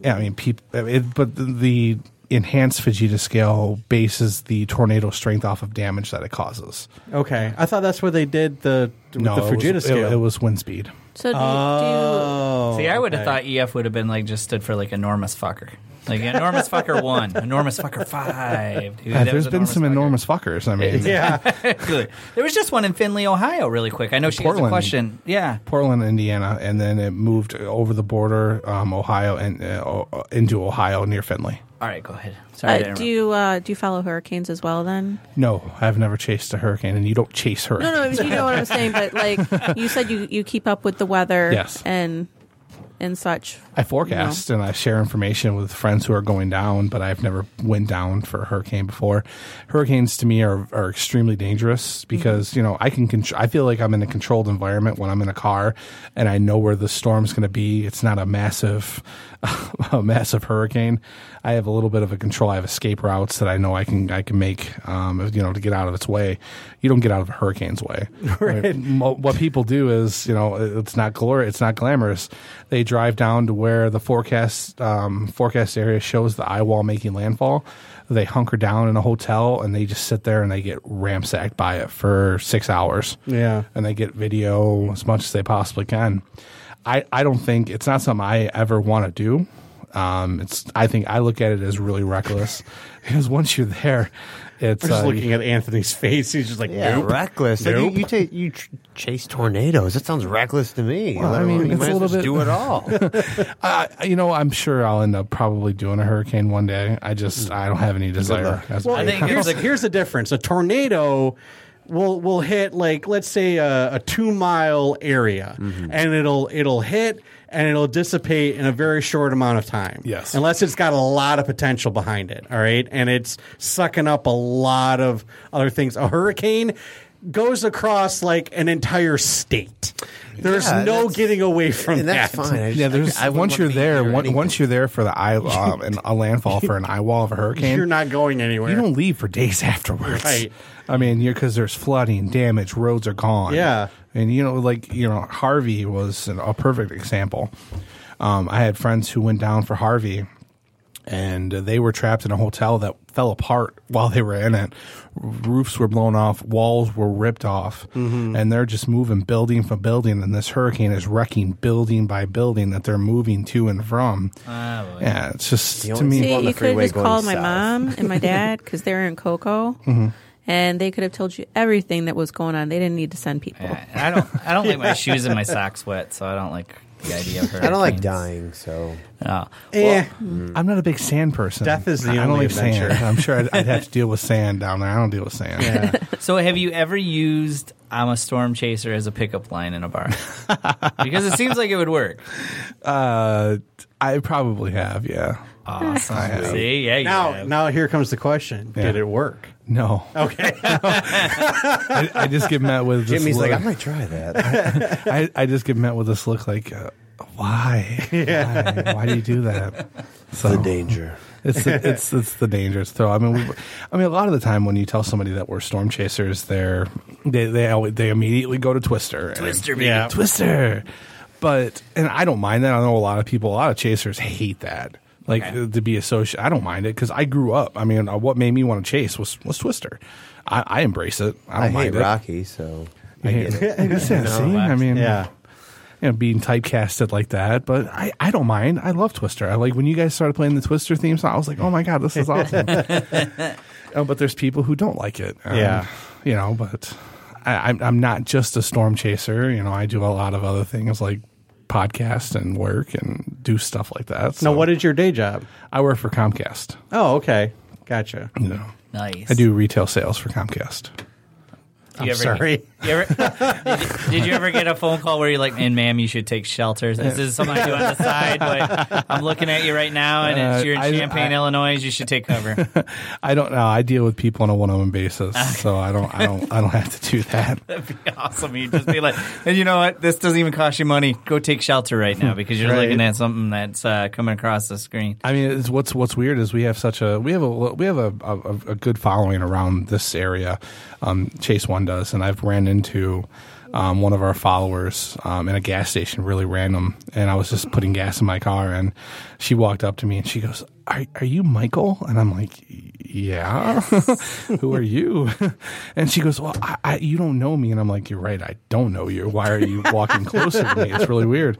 Speaker 9: yeah, I mean peop- it, but the, the enhanced Fujita scale bases the tornado strength off of damage that it causes
Speaker 5: Okay. I thought that's where they did the no, the
Speaker 9: it was-
Speaker 5: Fujita
Speaker 9: it-
Speaker 5: scale.
Speaker 9: it, was wind speed
Speaker 4: So do,
Speaker 5: Oh.
Speaker 3: See, I would have
Speaker 5: okay.
Speaker 3: thought EF would have been like just stood for like enormous fucker. Like enormous fucker one, enormous fucker five. Dude,
Speaker 9: Uh,
Speaker 3: that
Speaker 9: there's
Speaker 3: was
Speaker 9: been some
Speaker 3: fucker.
Speaker 9: enormous fuckers I mean
Speaker 5: Yeah.
Speaker 3: Good. There was just one in Findlay, Ohio, really quick. I know she has a
Speaker 9: Portland.
Speaker 3: question. Yeah.
Speaker 9: Portland, Indiana, and then it moved over the border, um, Ohio, and uh, o- into Ohio near Findlay.
Speaker 3: All right, go ahead. Sorry. to
Speaker 4: uh,
Speaker 3: interrupt.
Speaker 4: do you uh, do you follow hurricanes as well? Then
Speaker 9: No, I've never chased a hurricane, and you don't chase
Speaker 4: no,
Speaker 9: hurricanes.
Speaker 4: no, I mean, you know what I'm saying. But like you said, you you keep up with the weather
Speaker 9: Yes.
Speaker 4: and and such.
Speaker 9: I forecast and I share information with friends who are going down, but I've never went down for a hurricane before. Hurricanes to me are, are extremely dangerous because you know I can contr- I feel like I'm in a controlled environment when I'm in a car and I know where the storm's going to be. It's not a massive a massive hurricane. I have a little bit of a control. I have escape routes that I know I can I can make um, you know to get out of its way. You don't get out of a hurricane's way. Right. Mo- what people do is you know it's not glor it's not glamorous. They drive down to where the forecast um, forecast area shows the eye wall making landfall. They hunker down in a hotel and they just sit there and they get ramsacked by it for six hours
Speaker 5: Yeah.
Speaker 9: and they get video as much as they possibly can. I, I don't think it's not something I ever want to do. Um, it's I think I look at it as really reckless because once you're there, it's
Speaker 5: I'm just
Speaker 9: uh,
Speaker 5: looking at Anthony's face. He's just like,
Speaker 6: Yeah,
Speaker 5: nope.
Speaker 6: reckless. Like,
Speaker 5: Nope.
Speaker 6: you you, take, you tr- chase tornadoes. That sounds reckless to me.
Speaker 9: Well,
Speaker 6: Let
Speaker 9: I mean,
Speaker 6: alone- you
Speaker 9: it's
Speaker 6: might
Speaker 9: a
Speaker 6: as well just
Speaker 9: little bit-
Speaker 6: do it all.
Speaker 9: I- I- you know I'm sure I'll end up probably doing a hurricane one day. I just I don't have any desire.
Speaker 6: luck.
Speaker 9: As
Speaker 5: Mm. Well,
Speaker 3: I think
Speaker 5: here's,
Speaker 3: there's a-
Speaker 5: here's the difference. A tornado will will hit like let's say a, a two mile area,
Speaker 6: Mm-hmm.
Speaker 5: and it'll it'll hit and it'll dissipate in a very short amount of time.
Speaker 9: Yes.
Speaker 5: unless it's got a lot of potential behind it. All right, and it's sucking up a lot of other things. A hurricane goes across like an entire state. There's
Speaker 6: Yeah,
Speaker 5: no
Speaker 6: that's-
Speaker 5: getting away from
Speaker 6: and that's
Speaker 5: that.
Speaker 6: fine. I just-
Speaker 9: yeah, there's
Speaker 6: I wouldn't
Speaker 9: once
Speaker 6: wanna
Speaker 9: you're
Speaker 6: be
Speaker 9: there,
Speaker 6: near
Speaker 9: one,
Speaker 6: anything.
Speaker 9: once you're there for the eye um, and a landfall for an eye wall of a hurricane,
Speaker 5: You're not going anywhere.
Speaker 9: You don't leave for days afterwards.
Speaker 5: Right.
Speaker 9: I mean, you're because there's flooding, damage, roads are gone.
Speaker 5: Yeah.
Speaker 9: And you know, like you know, Harvey was an, a perfect example. Um, I had friends who went down for Harvey, and they were trapped in a hotel that fell apart while they were in it. R- Roofs were blown off, walls were ripped off,
Speaker 5: Mm-hmm.
Speaker 9: and they're just moving building for building. And this hurricane is wrecking building by building that they're moving to and from.
Speaker 5: Oh,
Speaker 9: yeah, it's just
Speaker 6: The
Speaker 9: to
Speaker 6: only
Speaker 9: me.
Speaker 6: thing-
Speaker 4: See,
Speaker 6: on the
Speaker 4: you could have
Speaker 6: freeway
Speaker 4: just
Speaker 6: going
Speaker 4: called my
Speaker 6: south. Mm-hmm.
Speaker 4: mom and my dad because they're in Cocoa, and they could have told you everything that was going on. They didn't need to send people.
Speaker 3: Yeah, and I don't. I don't like my shoes and my socks wet, so I don't like the idea of Uh, her.
Speaker 6: I don't like dying, so
Speaker 3: No.
Speaker 5: Eh.
Speaker 9: I'm not a big sand person.
Speaker 5: Death is the
Speaker 9: I don't
Speaker 5: only
Speaker 9: like sand.
Speaker 5: adventure.
Speaker 9: I'm sure I'd, I'd have to deal with sand down there. I don't deal with sand.
Speaker 3: So, have you ever used "I'm a storm chaser" as a pickup line in a bar? because it seems like it would work.
Speaker 9: Uh, I probably have. Yeah.
Speaker 3: Awesome. See, yeah, you
Speaker 5: Now,
Speaker 3: have.
Speaker 5: now here comes the question: Did it work?
Speaker 9: No.
Speaker 5: Okay.
Speaker 9: I, I just get met with this
Speaker 6: Jimmy's
Speaker 9: look.
Speaker 6: like, I might try that.
Speaker 9: I, I just get met with this look like, uh, why? why? Why do you do that? So
Speaker 6: the danger.
Speaker 9: It's the, it's it's the dangerous throw. I mean, we, I mean, a lot of the time when you tell somebody that we're storm chasers, they're they they always, they immediately go to Twister. and-
Speaker 3: Twister, baby.
Speaker 5: yeah.
Speaker 9: Twister. But and I don't mind that. I know a lot of people, a lot of chasers hate that. Like uh, to be associated, I don't mind it because I grew up. I mean, uh, what made me want to chase was was Twister. I, I embrace it.
Speaker 6: I
Speaker 9: I don't
Speaker 6: hate
Speaker 9: mind it.
Speaker 6: Rocky, so
Speaker 9: I get it. See, I mean,
Speaker 5: yeah.
Speaker 9: you know, being typecasted like that. But I, I don't mind. I love Twister. I like when you guys started playing the Twister theme song. I was like, oh my god, this is awesome. Uh, but there's people who don't like it. Um,
Speaker 5: Yeah.
Speaker 9: you know. But I, I'm I'm not just a storm chaser. You know, I do a lot of other things like podcast and work and do stuff like that. So
Speaker 5: Now, what is your day job?
Speaker 9: I work for Comcast.
Speaker 5: Oh, okay. Gotcha.
Speaker 9: You know,
Speaker 3: Nice.
Speaker 9: I do retail sales for Comcast.
Speaker 3: You
Speaker 5: I'm sorry.
Speaker 3: You ever, did, you, did you ever get a phone call where you're like, "Man, ma'am, you should take shelters"? This is something I do on the side, but I'm looking at you right now, and it's,
Speaker 9: Uh,
Speaker 3: you're in
Speaker 9: I-
Speaker 3: Champaign,
Speaker 9: I-
Speaker 3: Illinois. You should take cover.
Speaker 9: I don't know. I deal with people on a one-on-one basis, so I don't. I don't. I don't have to do that.
Speaker 3: That'd be awesome. You'd just be like, "And you know what? This doesn't even cost you money. Go take shelter right now because you're
Speaker 5: Right.
Speaker 3: looking at something that's uh, coming across the screen."
Speaker 9: I mean, it's, what's what's weird is we have such a we have a we have a, a, a good following around this area. Um, Chase One does, and I've ran into um, one of our followers um, in a gas station, really random. And I was just putting gas in my car, and she walked up to me and she goes, "Are are you Michael?" And I'm like, "Yeah." Who are you? and she goes, "Well, I, I, you don't know me." And I'm like, "You're right. I don't know you. Why are you walking closer to me? It's really weird."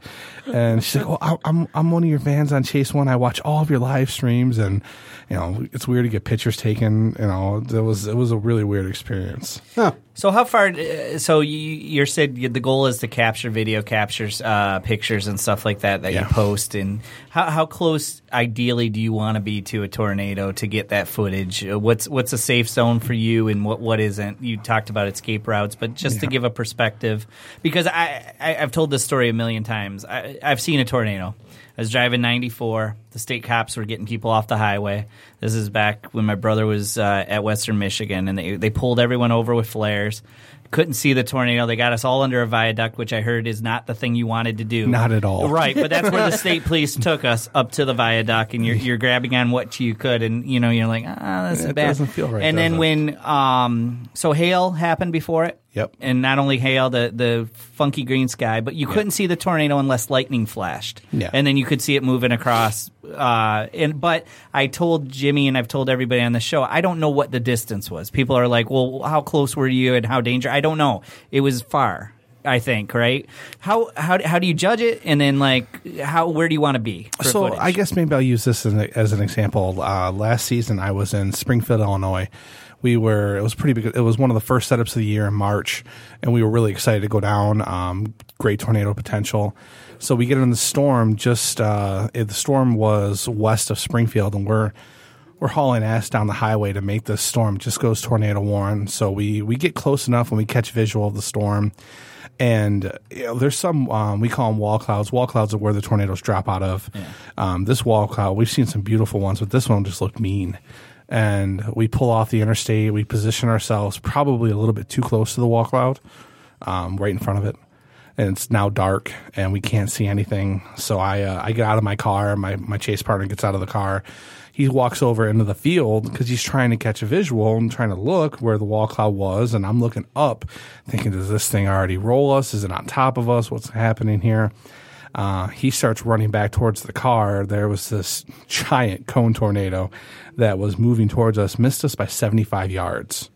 Speaker 9: And she's like, "Well, I, I'm I'm one of your fans on Chase One. I watch all of your live streams, and you know, it's weird to get pictures taken. You know, it was it was a really weird experience.
Speaker 3: So how far? Uh, so you you said you- the goal is to capture video captures, uh, pictures and stuff like that that
Speaker 9: Yeah.
Speaker 3: you post. And how how close ideally do you want to be to a tornado to get that footage? Uh, What's what's a safe zone for you and what what isn't? You talked about escape routes, but just to give a perspective, because I, I I've told this story a million times. I, I've seen a tornado. I was driving 94. The state cops were getting people off the highway. This is back when my brother was uh, at Western Michigan, and they, they pulled everyone over with flares. Couldn't see the tornado. They got us all under a viaduct, which I heard is not the thing you wanted to do.
Speaker 9: Not at all.
Speaker 3: Right, but that's where the state police took us up to the viaduct, and you're, you're grabbing on what you could, and you know you're like, ah, that's
Speaker 9: It
Speaker 3: bad.
Speaker 9: doesn't feel right,
Speaker 3: And
Speaker 9: does
Speaker 3: then
Speaker 9: it?
Speaker 3: when um, so hail happened before it.
Speaker 9: Yep.
Speaker 3: And not only hail, the the funky green sky, but you couldn't see the tornado unless lightning flashed.
Speaker 9: Yeah.
Speaker 3: And then you could see it moving across. Uh, and but I told Jimmy and I've told everybody on the show, I don't know what the distance was. People are like, well, how close were you and how dangerous? I don't know. It was far. I think right. How how how do you judge it? And then like how where do you want to be? for
Speaker 9: so
Speaker 3: footage?
Speaker 9: I guess maybe I'll use this as an, as an example. Uh, last season, I was in Springfield, Illinois. We were it was pretty big. It was one of the first setups of the year in March, and we were really excited to go down. Um, great tornado potential. So we get in the storm. Just uh, it- the storm was west of Springfield, and we're we're hauling ass down the highway to make this storm. It just goes tornado warn. So we we get close enough when we catch visual of the storm and you know, there's some um, we call them wall clouds. Wall clouds are where the tornadoes drop out of. Um, this wall cloud, we've seen some beautiful ones, but this one just looked mean. And we pull off the interstate. We position ourselves probably a little bit too close to the wall cloud, um, right in front of it. And it's now dark, and we can't see anything. So I uh, I get out of my car. My my chase partner gets out of the car. He walks over into the field because he's trying to catch a visual and trying to look where the wall cloud was. And I'm looking up, thinking, does this thing already roll us? Is it on top of us? What's happening here? Uh, he starts running back towards the car. There was this giant cone tornado that was moving towards us, missed us by 75 yards.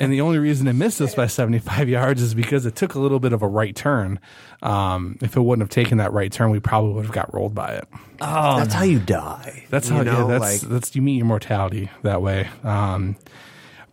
Speaker 9: And the only reason it missed us by 75 yards is because it took a little bit of a right turn. Um, if it wouldn't have taken that right turn, we probably would have got rolled by it.
Speaker 6: that's how you die.
Speaker 9: Um, That's
Speaker 6: You
Speaker 9: how
Speaker 6: know,
Speaker 9: yeah, that's
Speaker 6: like-
Speaker 9: that's you meet your mortality that way. Um,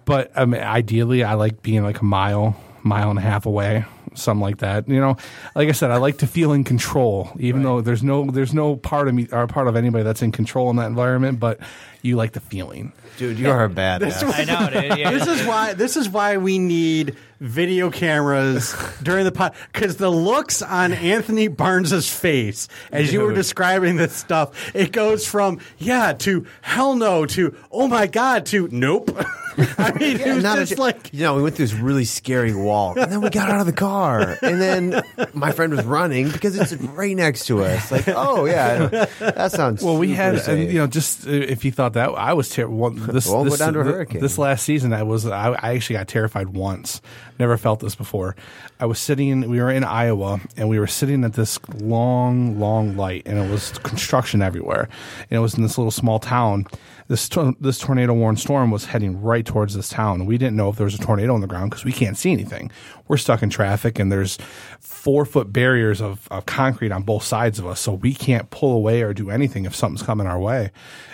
Speaker 9: but I mean, ideally, I like being like a mile, mile and a half away, something like that. You know, like I said, I like to feel in control, even though there's no there's no part of me or part of anybody that's in control in that environment. But you like the feeling.
Speaker 6: dude, you are a badass.
Speaker 3: I know. Dude, yeah.
Speaker 5: This is why this is why we need video cameras during the pod because the looks on Anthony Barnes's face as you were
Speaker 9: Dude.
Speaker 5: describing this stuff, it goes from yeah to hell no to oh my god to nope. I mean, it was
Speaker 6: Not a
Speaker 5: just
Speaker 6: j-
Speaker 5: like
Speaker 6: you know, we went through this really scary wall, and then we got out of the car, and then my friend was running because it's right next to us. Like, oh yeah, that sounds.
Speaker 9: Well, we
Speaker 6: super
Speaker 9: had,
Speaker 6: safe.
Speaker 9: and, you know, just uh, if you thought that I was terrible. This,
Speaker 6: Well, go
Speaker 9: this,
Speaker 6: down to a
Speaker 9: th-
Speaker 6: hurricane.
Speaker 9: this last season, I was I, I actually got terrified once. Never felt this before. I was sitting. We were in Iowa, and we were sitting at this long, long light, and it was construction everywhere, and it was in this little small town. This tor- this tornado warned storm was heading right towards this town. We didn't know if there was a tornado on the ground because we can't see anything. We're stuck in traffic, and there's four foot barriers of, of concrete on both sides of us, so we can't pull away or do anything if something's coming our way.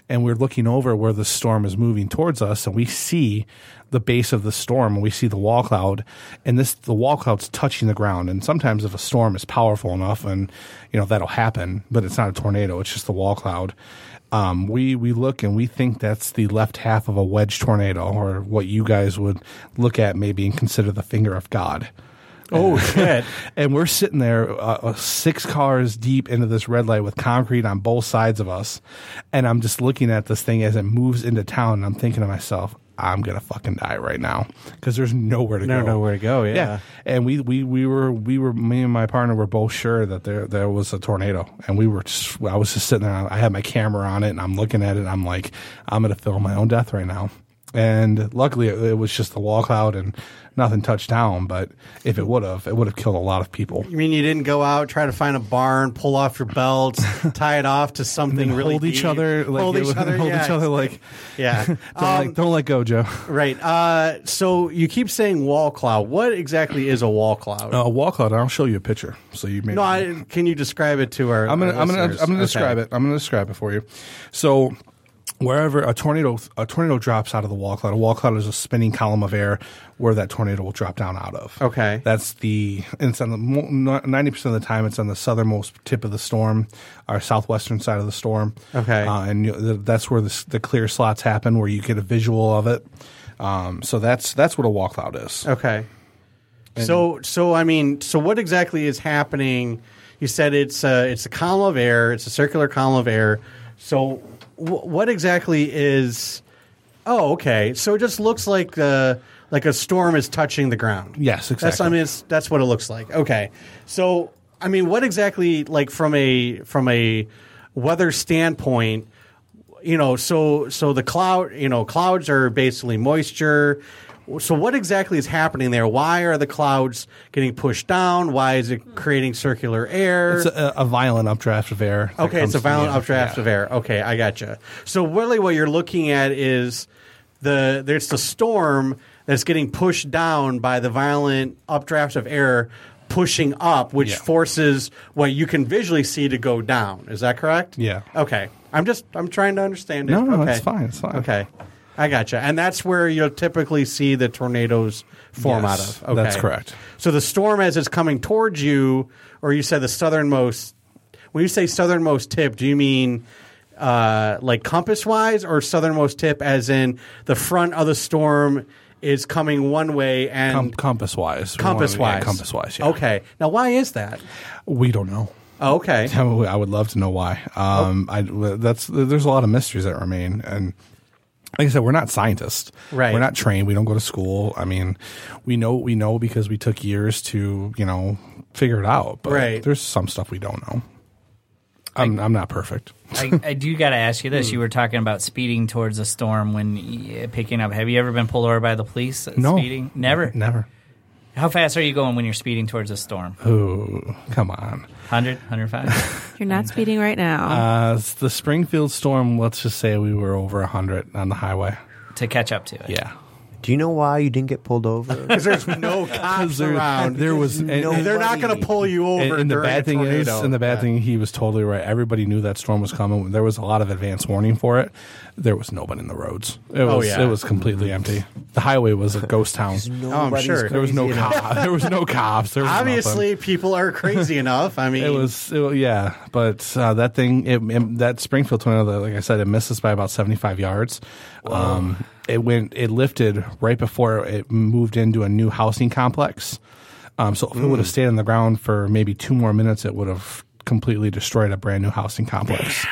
Speaker 9: And we're looking over where the storm is moving towards us, and we see the base of the storm and we see the wall cloud and this the wall cloud's touching the ground and sometimes if a storm is powerful enough and you know that'll happen but it's not a tornado it's just the wall cloud um, we we look and we think that's the left half of a wedge tornado or what you guys would look at maybe and consider the finger of god
Speaker 5: Oh shit!
Speaker 9: and we're sitting there uh, uh, six cars deep into this red light with concrete on both sides of us and i'm just looking at this thing as it moves into town and i'm thinking to myself i'm gonna fucking die right now because there's nowhere to
Speaker 5: I
Speaker 9: go
Speaker 5: don't know where to go. Yeah.
Speaker 9: and we, we we were we were me and my partner were both sure that there there was a tornado, and we were just, I was just sitting there. I had my camera on it, and I'm looking at it. And I'm like, I'm gonna film my own death right now. And luckily, it, it was just the wall cloud, and nothing touched down. But if it would have, it would have killed a lot of people.
Speaker 5: You mean you didn't go out, try to find a barn, pull off your belts, tie it off to something really
Speaker 9: hold each
Speaker 5: deep.
Speaker 9: other, like,
Speaker 5: hold
Speaker 9: it
Speaker 5: each
Speaker 9: would-
Speaker 5: other,
Speaker 9: hold
Speaker 5: yeah,
Speaker 9: each other, like,
Speaker 5: yeah.
Speaker 9: don't,
Speaker 5: Um,
Speaker 9: like, don't let go, Joe.
Speaker 5: Right. Uh, so you keep saying wall cloud. What exactly is a wall cloud?
Speaker 9: A Uh, wall cloud. I'll show you a picture, so you may
Speaker 5: no, I, can you describe it to our?
Speaker 9: I'm gonna,
Speaker 5: our
Speaker 9: I'm gonna, I'm
Speaker 5: listeners?
Speaker 9: gonna
Speaker 5: Okay.
Speaker 9: describe it. I'm gonna describe it for you. So, wherever a tornado, a tornado drops out of the wall cloud, a wall cloud is a spinning column of air where that tornado will drop down out of.
Speaker 5: Okay.
Speaker 9: that's the. And it's on the ninety percent of the time, it's on the southernmost tip of the storm, our southwestern side of the storm.
Speaker 5: Okay.
Speaker 9: Uh, and you, th- that's where the, s- the clear slots happen, where you get a visual of it. Um, so that's that's what a wall cloud is.
Speaker 5: Okay. so so I mean, so what exactly is happening? You said it's a, it's a column of air. It's a circular column of air. So w- what exactly is? Oh, okay. So it just looks like the like a storm is touching the ground.
Speaker 9: Yes,
Speaker 5: That's I
Speaker 9: exactly.
Speaker 5: mean it's, that's what it looks like. Okay. So I mean, what exactly like from a from a weather standpoint? you know, so so the cloud, you know, clouds are basically moisture. So what exactly is happening there? Why are the clouds getting pushed down? Why is it creating circular air?
Speaker 9: It's a, a violent updraft of air. that
Speaker 5: okay, it's
Speaker 9: comes
Speaker 5: a violent
Speaker 9: from the-
Speaker 5: updraft
Speaker 9: yeah.
Speaker 5: of air. Okay, I gotcha. So really, what you're looking at is the there's the storm that's getting pushed down by the violent updraft of air pushing up, which
Speaker 9: Yeah.
Speaker 5: forces what you can visually see to go down. Is that correct?
Speaker 9: Yeah.
Speaker 5: Okay. I'm just I'm trying to understand it.
Speaker 9: No, no,
Speaker 5: okay.
Speaker 9: it's fine, it's fine.
Speaker 5: Okay. I gotcha. And that's where you'll typically see the tornadoes form
Speaker 9: Yes,
Speaker 5: out of. Okay.
Speaker 9: that's correct.
Speaker 5: So the storm as it's coming towards you, or you said the southernmost. When you say southernmost tip, do you mean uh, like compass wise, or southernmost tip as in the front of the storm is coming one way and
Speaker 9: Com- compass wise.
Speaker 5: compass wise?
Speaker 9: compass wise. Yeah.
Speaker 5: Okay. Now, why is that?
Speaker 9: We don't know.
Speaker 5: Oh, okay. Oh.
Speaker 9: I would I would love to know why. Um, I that's there's a lot of mysteries that remain, and like I said, we're not scientists.
Speaker 5: Right.
Speaker 9: We're not trained. We don't go to school. I mean, we know we know because we took years to you know figure it out. But
Speaker 5: Right.
Speaker 9: There's some stuff we don't know. I'm I'm not perfect.
Speaker 3: I, I do got to ask you
Speaker 9: Hmm.
Speaker 3: this. You were talking about speeding towards a storm when y- picking up. Have you ever been pulled over by the police? at
Speaker 9: No.
Speaker 3: Speeding? Never.
Speaker 9: Never.
Speaker 3: How fast are you going when you're speeding towards a storm?
Speaker 9: Ooh, come on.
Speaker 3: 100, 105?
Speaker 4: You're
Speaker 6: Uh,
Speaker 4: not speeding right now.
Speaker 9: Uh, it's the Springfield storm. Let's just say we were over hundred on the highway.
Speaker 3: to catch up to it.
Speaker 9: Yeah.
Speaker 6: Do you know why you didn't get pulled over?
Speaker 5: Because there's no cops
Speaker 9: there-
Speaker 5: around.
Speaker 9: there was- and-
Speaker 5: And they're not
Speaker 6: nobody-
Speaker 5: going to pull you over.
Speaker 9: and, and the
Speaker 5: during a
Speaker 9: bad thing is,
Speaker 5: tornado.
Speaker 9: and the bad
Speaker 5: Yeah.
Speaker 9: thing, he was totally right. Everybody knew that storm was coming. There was a lot of advance warning for it. There was nobody in the roads. It was,
Speaker 5: Oh, yeah.
Speaker 9: it was completely empty. The highway was a ghost town.
Speaker 6: Nobody's
Speaker 5: sure.
Speaker 9: Oh, there was no
Speaker 6: crazy enough.
Speaker 9: cop. There was no cops. There was
Speaker 5: Obviously, people are crazy enough. I mean,
Speaker 9: nothing. It was, it, wa- yeah, but uh, that thing, it, it- that Springfield tornado, like I said, it missed us by about seventy-five yards. Um, it went, it lifted right before it moved into a new housing complex. Um, so if it
Speaker 5: Mm.
Speaker 9: would have stayed on the ground for maybe two more minutes, it would have completely destroyed a brand new housing complex.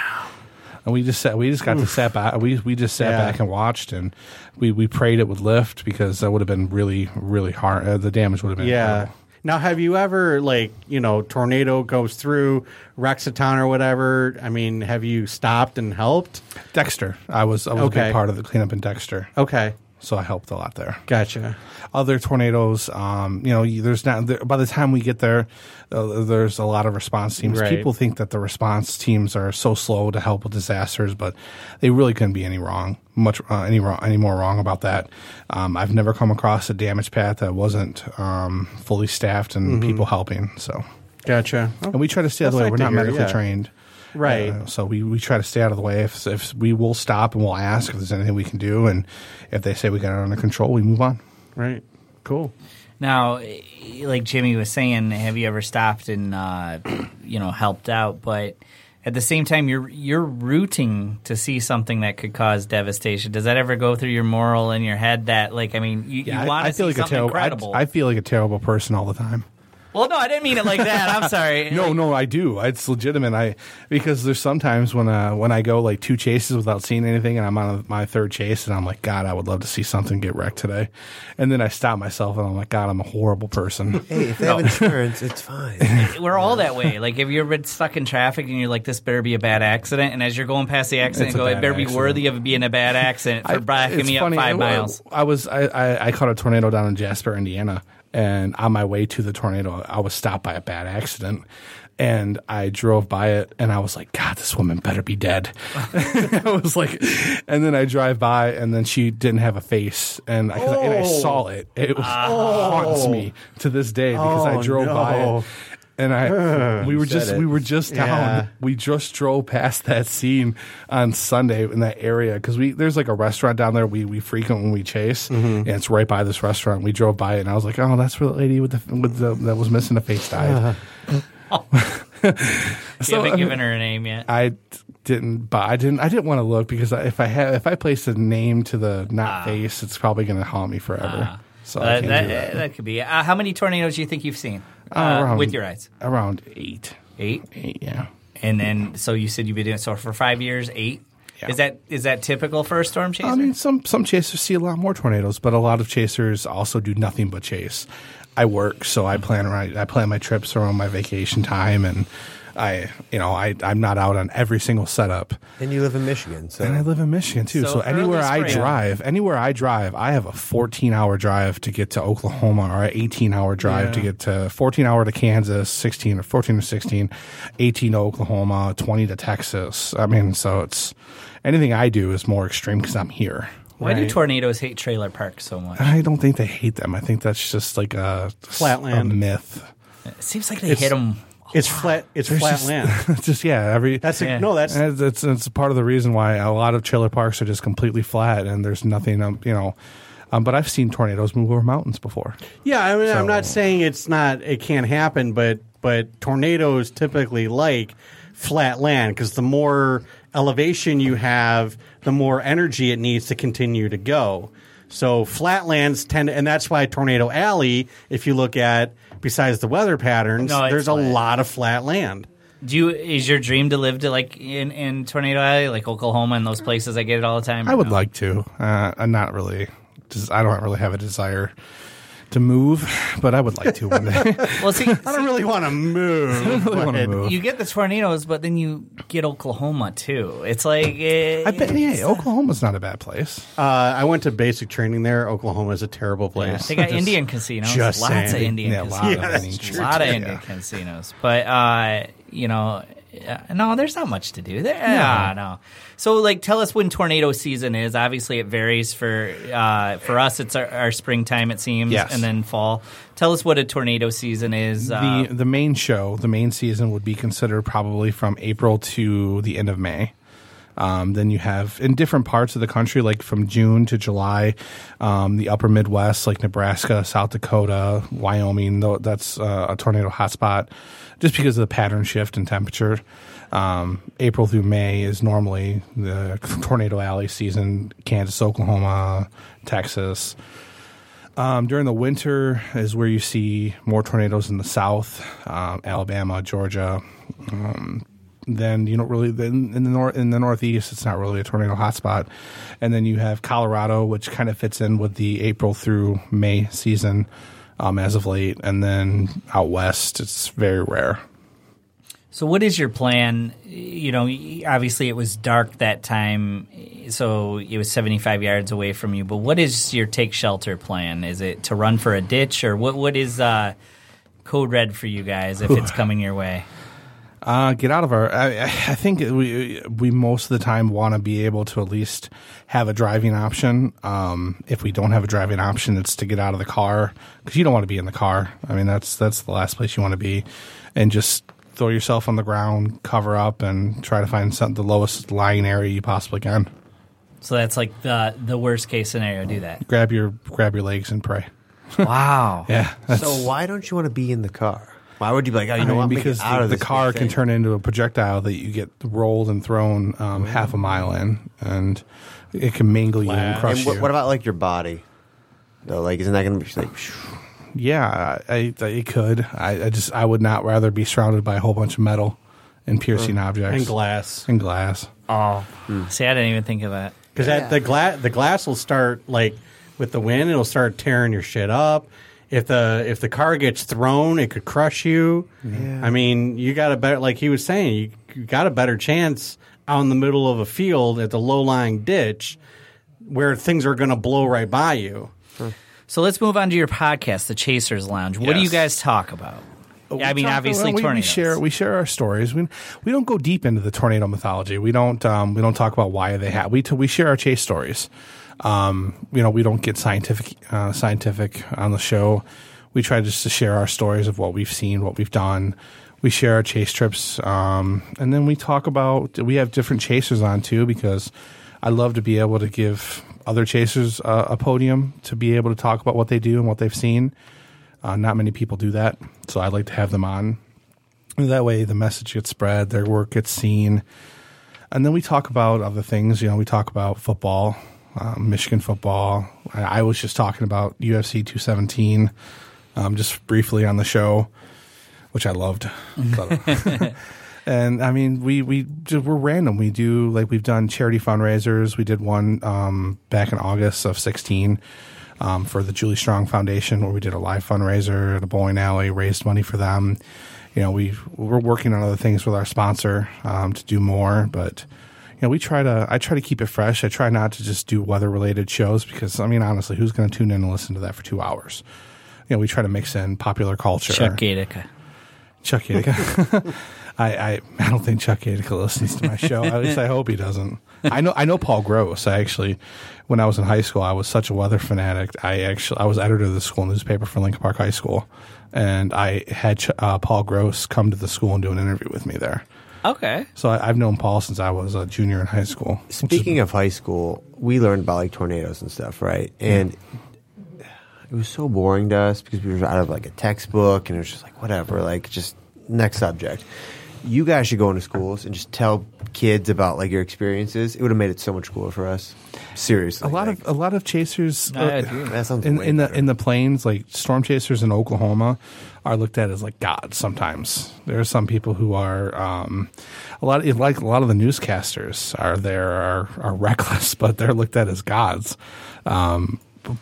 Speaker 9: And we just sat, we just got to sat back. We we just sat
Speaker 5: Yeah.
Speaker 9: back and watched, and we we prayed it would lift because that would have been really really hard. Uh, the damage would have been
Speaker 5: yeah.
Speaker 9: horrible.
Speaker 5: Now, have you ever like you know tornado goes through wrecks a town or whatever? I mean, have you stopped and helped?
Speaker 9: Dexter, I was I was a
Speaker 5: Okay. Oh.
Speaker 9: big part of the cleanup in Dexter,
Speaker 5: Okay,
Speaker 9: so I helped a lot there.
Speaker 5: gotcha.
Speaker 9: Other tornadoes, um, you know, you- there's not. There, by the time we get there, uh, there's a lot of response teams.
Speaker 5: Right.
Speaker 9: People think that the response teams are so slow to help with disasters, but they really couldn't be any wrong, much uh, any wrong, any more wrong about that. Um, I've never come across a damage path that wasn't um, fully staffed and people helping. So,
Speaker 5: Gotcha.
Speaker 9: and we try to stay out of the
Speaker 5: Mm-hmm. That's
Speaker 9: way. We're
Speaker 5: nice to
Speaker 9: not
Speaker 5: hear,
Speaker 9: medically
Speaker 5: yeah.
Speaker 9: trained.
Speaker 5: Right.
Speaker 9: Uh, so we, we try to stay out of the way. If, if we will stop and we'll ask if there's anything we can do, and if they say we got it under control, we move on.
Speaker 5: Right.
Speaker 9: Cool.
Speaker 3: Now, eh, like Jimmy was saying, have you ever stopped and uh, you know helped out? But at the same time, you're you're rooting to see something that could cause devastation. Does that ever go through your moral in your head that like I mean you, you want to see something
Speaker 9: terrible. I,
Speaker 3: incredible?
Speaker 9: I feel like a terrible person all the time.
Speaker 3: well, no, I didn't mean it like that. I'm sorry.
Speaker 9: No, no, I do. It's legitimate. I because there's sometimes when uh, when I go like two chases without seeing anything, and I'm on my third chase, and I'm like, God, I would love to see something get wrecked today, and then I stop myself, and I'm like, God, I'm a horrible person.
Speaker 6: Hey, if they have insurance, it's fine.
Speaker 3: We're all that way. Like, have you ever been stuck in traffic and you're like, this better be a bad accident? And as you're going past the accident,
Speaker 9: It's
Speaker 3: you
Speaker 9: a
Speaker 3: go, it
Speaker 9: bad
Speaker 3: better be
Speaker 9: accident.
Speaker 3: worthy of being a bad accident for
Speaker 9: I-
Speaker 3: backing
Speaker 9: it's
Speaker 3: me up five
Speaker 9: I,
Speaker 3: miles.
Speaker 9: I was I, I, I caught a tornado down in Jasper, Indiana, and on my way to the tornado, I was stopped by a bad accident. And I drove by it, and I was like, "God, this woman better be dead." I was like, and then I drive by, and then she didn't have a face, and I, and I saw it. It was,
Speaker 3: Ah.
Speaker 9: haunts me to this day because
Speaker 5: Oh,
Speaker 9: I drove by
Speaker 5: no.
Speaker 9: it, and I we were just
Speaker 6: it.
Speaker 9: we were just down.
Speaker 5: Yeah.
Speaker 9: We just drove past that scene on Sunday in that area because we there's like a restaurant down there we we frequent when we chase, and it's right by this restaurant. We drove by it, and I was like, oh, that's where the lady with the with the that was missing a face died.
Speaker 3: you
Speaker 9: so,
Speaker 3: haven't
Speaker 9: I mean-
Speaker 3: given her a name yet.
Speaker 9: I d- didn't, but I didn't. I didn't want to look because I, if I had, if I placed a name to the not face, it's probably going to haunt me forever. so I
Speaker 3: Uh,
Speaker 9: can't
Speaker 3: Ah. that,
Speaker 9: do that.
Speaker 3: uh, that could be. Uh, how many tornadoes do you think you've seen uh,
Speaker 9: around-
Speaker 3: with your eyes?
Speaker 9: Around eight,
Speaker 3: Eight.
Speaker 9: eight, yeah.
Speaker 3: And then, so you said you've been doing so for five years. Eight.
Speaker 9: Yeah.
Speaker 3: Is that is that typical for a storm chaser?
Speaker 9: I mean, some some chasers see a lot more tornadoes, but a lot of chasers also do nothing but chase. I work, so I plan around. I plan my trips around my vacation time, and I, you know, I I'm not out on every single setup.
Speaker 6: and you live in Michigan, so
Speaker 9: And I live in Michigan too,
Speaker 3: So
Speaker 9: so, anywhere
Speaker 3: early
Speaker 9: I
Speaker 3: spring.
Speaker 9: drive, anywhere I drive, I have a 14 hour drive to get to Oklahoma, or an 18 hour drive to get to 14 hour to Kansas, 16 or 14 to 16, 18 to Oklahoma, 20 to Texas. I mean, so it's anything I do is more extreme because I'm here.
Speaker 3: Why do tornadoes hate trailer parks so much?
Speaker 9: I don't think they hate them. I think that's just like a a
Speaker 5: Flatland.
Speaker 9: myth.
Speaker 3: It seems like they hit 'em hit them.
Speaker 5: It's flat. It's flat
Speaker 9: just-
Speaker 5: land.
Speaker 9: It's just yeah, every
Speaker 5: That's a,
Speaker 3: Yeah.
Speaker 5: no. That's
Speaker 9: And That's that's part of the reason why a lot of trailer parks are just completely flat and there's nothing, um, you know. Um, but I've seen tornadoes move over mountains before.
Speaker 5: yeah. I mean, I'm not
Speaker 9: So-
Speaker 5: saying it's not. It can't happen, but but tornadoes typically like flat land because the more elevation you have, the more energy it needs to continue to go. So flatlands tend, and that's why Tornado Alley. If you look at besides the weather patterns,
Speaker 3: No, it's
Speaker 5: there's
Speaker 3: flat.
Speaker 5: a lot of flat land.
Speaker 3: Do you, is your dream to live to like in, in Tornado Alley, like Oklahoma and those places? I get it all the time.
Speaker 9: I would
Speaker 3: No?
Speaker 9: like to. Uh, I'm not really. Just, I don't really have a desire to move, but I would like to one day.
Speaker 3: Well, see,
Speaker 5: I don't really want to move.
Speaker 9: I want to
Speaker 5: but-
Speaker 9: move.
Speaker 3: you get the tornadoes, but then you get Oklahoma too. It's like eh,
Speaker 9: I bet. Yeah, Oklahoma's not a bad place.
Speaker 5: Uh, I went to basic training there. Oklahoma is a terrible
Speaker 3: Yeah,
Speaker 5: place.
Speaker 3: they got
Speaker 5: Just-
Speaker 3: Indian casinos,
Speaker 5: just
Speaker 3: lots of
Speaker 5: saying.
Speaker 3: Indian
Speaker 9: Yeah, a lot
Speaker 3: casinos,
Speaker 9: of
Speaker 3: a lot,
Speaker 9: Indian
Speaker 3: of,
Speaker 9: casinos. Yeah.
Speaker 3: Indian casinos. But uh, you know, uh, no, there's not much to do there. Ah, no. So, like, tell us when tornado season is. Obviously, it varies for uh, for us. It's our, our springtime, it seems,
Speaker 9: Yes.
Speaker 3: and then fall. Tell us what a tornado season is. uh,
Speaker 9: the the main show, the main season would be considered probably from April to the end of May. Um, then you have in different parts of the country, like from June to July, um, the upper Midwest, like Nebraska, South Dakota, Wyoming, tho- that's uh, a tornado hotspot just because of the pattern shift in temperature. Um, April through May is normally the tornado alley season, Kansas, Oklahoma, Texas. Um, during the winter is where you see more tornadoes in the south, um, Alabama, Georgia. Um, then you don't really then in the north in the northeast it's not really a tornado hotspot, and then you have Colorado, which kind of fits in with the April through May season um, as of late, and then out west it's very rare.
Speaker 3: So, what is your plan? You know, obviously it was dark that time, so it was 75 yards away from you. But what is your take shelter plan? Is it to run for a ditch, or what? What is uh, code red for you guys if it's coming your way?
Speaker 9: Uh, get out of our. I, I think we we most of the time want to be able to at least have a driving option. Um, if we don't have a driving option, it's to get out of the car because you don't want to be in the car. I mean, that's that's the last place you want to be, and just throw yourself on the ground, cover up, and try to find some, the lowest lying area you possibly can.
Speaker 3: So that's like the the worst case scenario. Do that.
Speaker 9: Grab your grab your legs and pray.
Speaker 3: Wow.
Speaker 9: Yeah, that's,
Speaker 6: So why don't you want to be in the car? Why would you be like, oh, you
Speaker 9: I
Speaker 6: know
Speaker 9: mean,
Speaker 6: what? I'm gonna
Speaker 9: because
Speaker 6: get out
Speaker 9: the,
Speaker 6: of
Speaker 9: the
Speaker 6: this
Speaker 9: car can
Speaker 6: thing.
Speaker 9: turn into a projectile that you get rolled and thrown um, half a mile in, and it can mangle you and crush
Speaker 6: And what,
Speaker 9: you.
Speaker 6: what about like your body? Though, like, isn't that going to be like? phew,
Speaker 9: yeah, I, I, it could. I, I just I would not rather be surrounded by a whole bunch of metal and piercing objects
Speaker 5: and glass
Speaker 9: And glass.
Speaker 3: Oh. See, I didn't even think of that.
Speaker 5: because that the glass the glass will start like with the wind it'll start tearing your shit up. If the if the car gets thrown, it could crush you. I mean, you got a better like he was saying, you, you got a better chance out in the middle of a field at the low lying ditch where things are going to blow right by you.
Speaker 3: So let's move on to your podcast, The Chasers Lounge. What do you
Speaker 5: Yes.
Speaker 3: guys talk about? I mean,
Speaker 9: talk-
Speaker 3: obviously,
Speaker 9: well, Uh, we, we
Speaker 3: tornadoes.
Speaker 9: share we share our stories. We we don't go deep into the tornado mythology. We don't um, we don't talk about why they have. We t- we share our chase stories. Um, you know, we don't get scientific uh, scientific on the show. We try just to share our stories of what we've seen, what we've done. We share our chase trips, um, and then we talk about we have different chasers on too because I love to be able to give other chasers uh, a podium to be able to talk about what they do and what they've seen. Uh, not many people do that, so I'd like to have them on. That way, the message gets spread, their work gets seen, and then we talk about other things. You know, we talk about football, um, Michigan football. I, I was just talking about UFC 217, um, just briefly on the show, which I loved. But- and I mean, we we just, we're random. We do like we've done charity fundraisers. We did one um, back in August of 16 um, for the Julie Strong Foundation, where we did a live fundraiser at a bowling alley, raised money for them. You know, we we're working on other things with our sponsor um, to do more, but you know, we try to I try to keep it fresh. I try not to just do weather related shows because I mean, honestly, who's going to tune in and listen to that for two hours? You know, we try to mix in popular culture.
Speaker 3: Chuck Gatica.
Speaker 9: Chuck Yeager. I, I I don't think Chuck Yeager listens to my show. At least I hope he doesn't. I know I know Paul Gross. I actually, when I was in high school, I was such a weather fanatic. I actually I was editor of the school newspaper for Lincoln Park High School, and I had Ch- uh, Paul Gross come to the school and do an interview with me there.
Speaker 3: Okay.
Speaker 9: So I, I've known Paul since I was a junior in high school. which is-
Speaker 6: Speaking of high school, we learned about like tornadoes and stuff, right? And it was so boring to us because we were out of like a textbook and it was just like whatever, like just next subject. You guys should go into schools and just tell kids about like your experiences. It would have made it so much cooler for us. Seriously,
Speaker 9: a lot
Speaker 6: like,
Speaker 9: of a lot of chasers uh,
Speaker 3: I agree.
Speaker 6: That sounds
Speaker 9: in,
Speaker 6: way
Speaker 9: in the
Speaker 6: better.
Speaker 9: in the plains like storm chasers in Oklahoma are looked at as like gods sometimes there are some people who are um, a lot of, like a lot of the newscasters are there are, are reckless but they're looked at as gods um,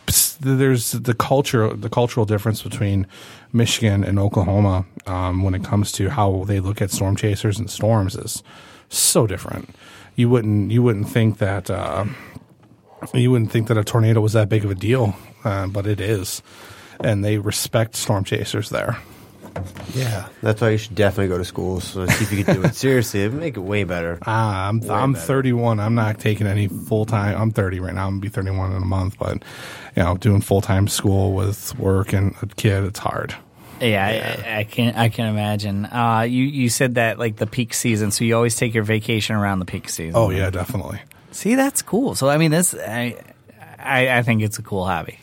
Speaker 9: pss- there's the culture the cultural difference between Michigan and Oklahoma um, when it comes to how they look at storm chasers and storms is so different you wouldn't you wouldn't think that uh, you wouldn't think that a tornado was that big of a deal, uh, but it is. And they respect storm chasers there.
Speaker 6: yeah. That's why you should definitely go to schools. So see if you can do it. Seriously, it'd make it way better.
Speaker 9: Ah, I'm I'm 31. I'm not taking any full time. I'm 30 right now. I'm gonna be 31 in a month, but you know, doing full time school with work and a kid, it's hard.
Speaker 3: Yeah, I, I can I can imagine. Uh, you you said that like the peak season, so you always take your vacation around the peak season.
Speaker 9: Oh yeah, definitely.
Speaker 3: see, that's cool. So I mean, this I I, I think it's a cool hobby.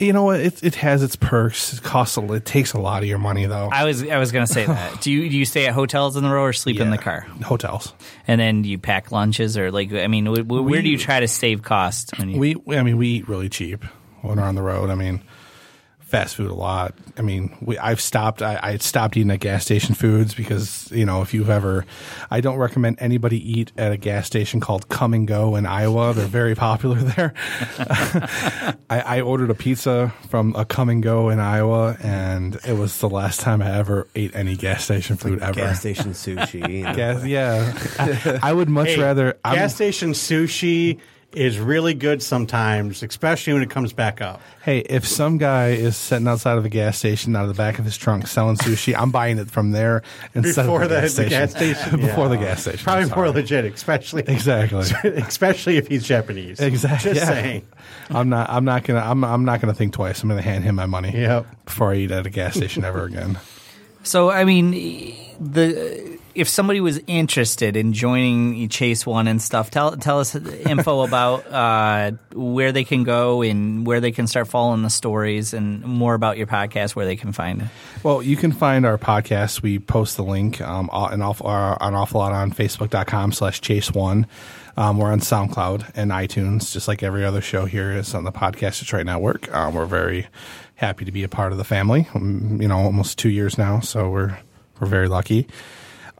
Speaker 9: You know what? It it has its perks. It costs a, li- it takes a lot of your money though.
Speaker 3: I was I was gonna say that. Do you do you stay at hotels in the row or sleep in the
Speaker 9: Yeah.
Speaker 3: car?
Speaker 9: hotels.
Speaker 3: And then do you pack lunches or like I mean, wh- wh- where do you try to save cost? When you,
Speaker 9: We, we- I mean, we eat really cheap when we're on the road. I mean, fast food a lot. I mean, we, I've stopped. I, I stopped eating at gas station foods because you know if you've ever, I don't recommend anybody eat at a gas station called Come and Go in Iowa. They're very popular there. I, I ordered a pizza from a Come and Go in Iowa, and it was the last time I ever ate any gas station food ever.
Speaker 6: Gas station sushi. you know.
Speaker 9: Gas- yeah, I, I would much
Speaker 5: Hey,
Speaker 9: rather. I'm-
Speaker 5: gas station sushi is really good sometimes, especially when it comes back up.
Speaker 9: Hey, if some guy is sitting outside of a gas station out of the back of his trunk selling sushi, I'm buying it from there instead
Speaker 5: Before
Speaker 9: of the,
Speaker 5: the-
Speaker 9: gas
Speaker 5: the
Speaker 9: station.
Speaker 5: gas station, yeah.
Speaker 9: before the gas station.
Speaker 5: Probably
Speaker 9: I'm
Speaker 5: more
Speaker 9: sorry.
Speaker 5: legit, especially
Speaker 9: Exactly.
Speaker 5: especially if he's Japanese.
Speaker 9: Exactly.
Speaker 5: Just
Speaker 9: yeah.
Speaker 5: saying.
Speaker 9: I'm not. I'm not gonna. I'm. I'm not gonna think twice. I'm gonna hand him my money.
Speaker 5: Yep.
Speaker 9: Before I eat at a gas station ever again.
Speaker 3: So I mean, the if somebody was interested in joining Chase One and stuff, tell tell us info about uh, where they can go and where they can start following the stories and more about your podcast, where they can find it.
Speaker 9: Well, you can find our podcast. We post the link um, aw- an awful, uh, an awful lot on Facebook.com slash Chase One. Um, we're on SoundCloud and iTunes, just like every other show here is on the Podcast Detroit Network. Um, we're very happy to be a part of the family. Um, you know, almost two years now, so we're we're very lucky.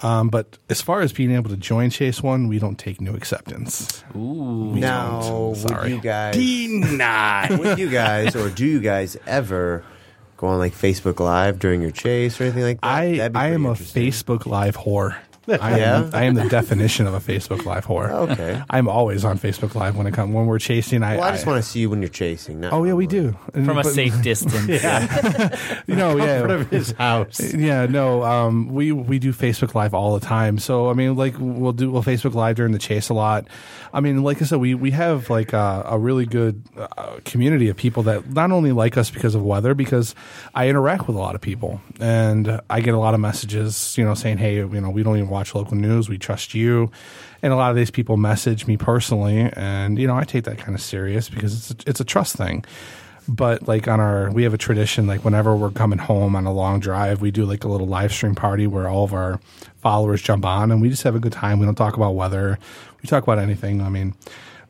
Speaker 9: Um, but as far as being able to join Chase One, we don't take new acceptance.
Speaker 6: Now, would
Speaker 9: Sorry.
Speaker 6: you guys?
Speaker 5: Denied.
Speaker 6: would you guys or do you guys ever go on like Facebook Live during your chase or anything like that?
Speaker 9: I
Speaker 6: That'd be
Speaker 9: I
Speaker 6: pretty
Speaker 9: am a
Speaker 6: interesting.
Speaker 9: Facebook Live whore. I am,
Speaker 6: Yeah?
Speaker 9: I am the definition of a Facebook Live whore.
Speaker 6: Okay.
Speaker 9: I'm always on Facebook Live when it comes when we're chasing. I,
Speaker 6: Well, I just
Speaker 9: I-
Speaker 6: want to see you when you're chasing. not
Speaker 9: Oh yeah, we
Speaker 6: online.
Speaker 9: do
Speaker 3: From a
Speaker 9: But-
Speaker 3: safe distance,
Speaker 9: You know,
Speaker 5: Out
Speaker 9: yeah,
Speaker 5: of his house.
Speaker 9: Uh, yeah. No, um, we we do Facebook Live all the time. So I mean, like we'll do we'll Facebook Live during the chase a lot. I mean, like I said, we we have like a, a really good uh, community of people that not only like us because of weather, because I interact with a lot of people and I get a lot of messages, you know, saying, hey, you know, we don't even watch local news, we trust you. And a lot of these people message me personally, and you know, I take that kind of serious because it's a, it's a trust thing but like on our we have a tradition like whenever we're coming home on a long drive we do like a little live stream party where all of our followers jump on and we just have a good time we don't talk about weather we talk about anything i mean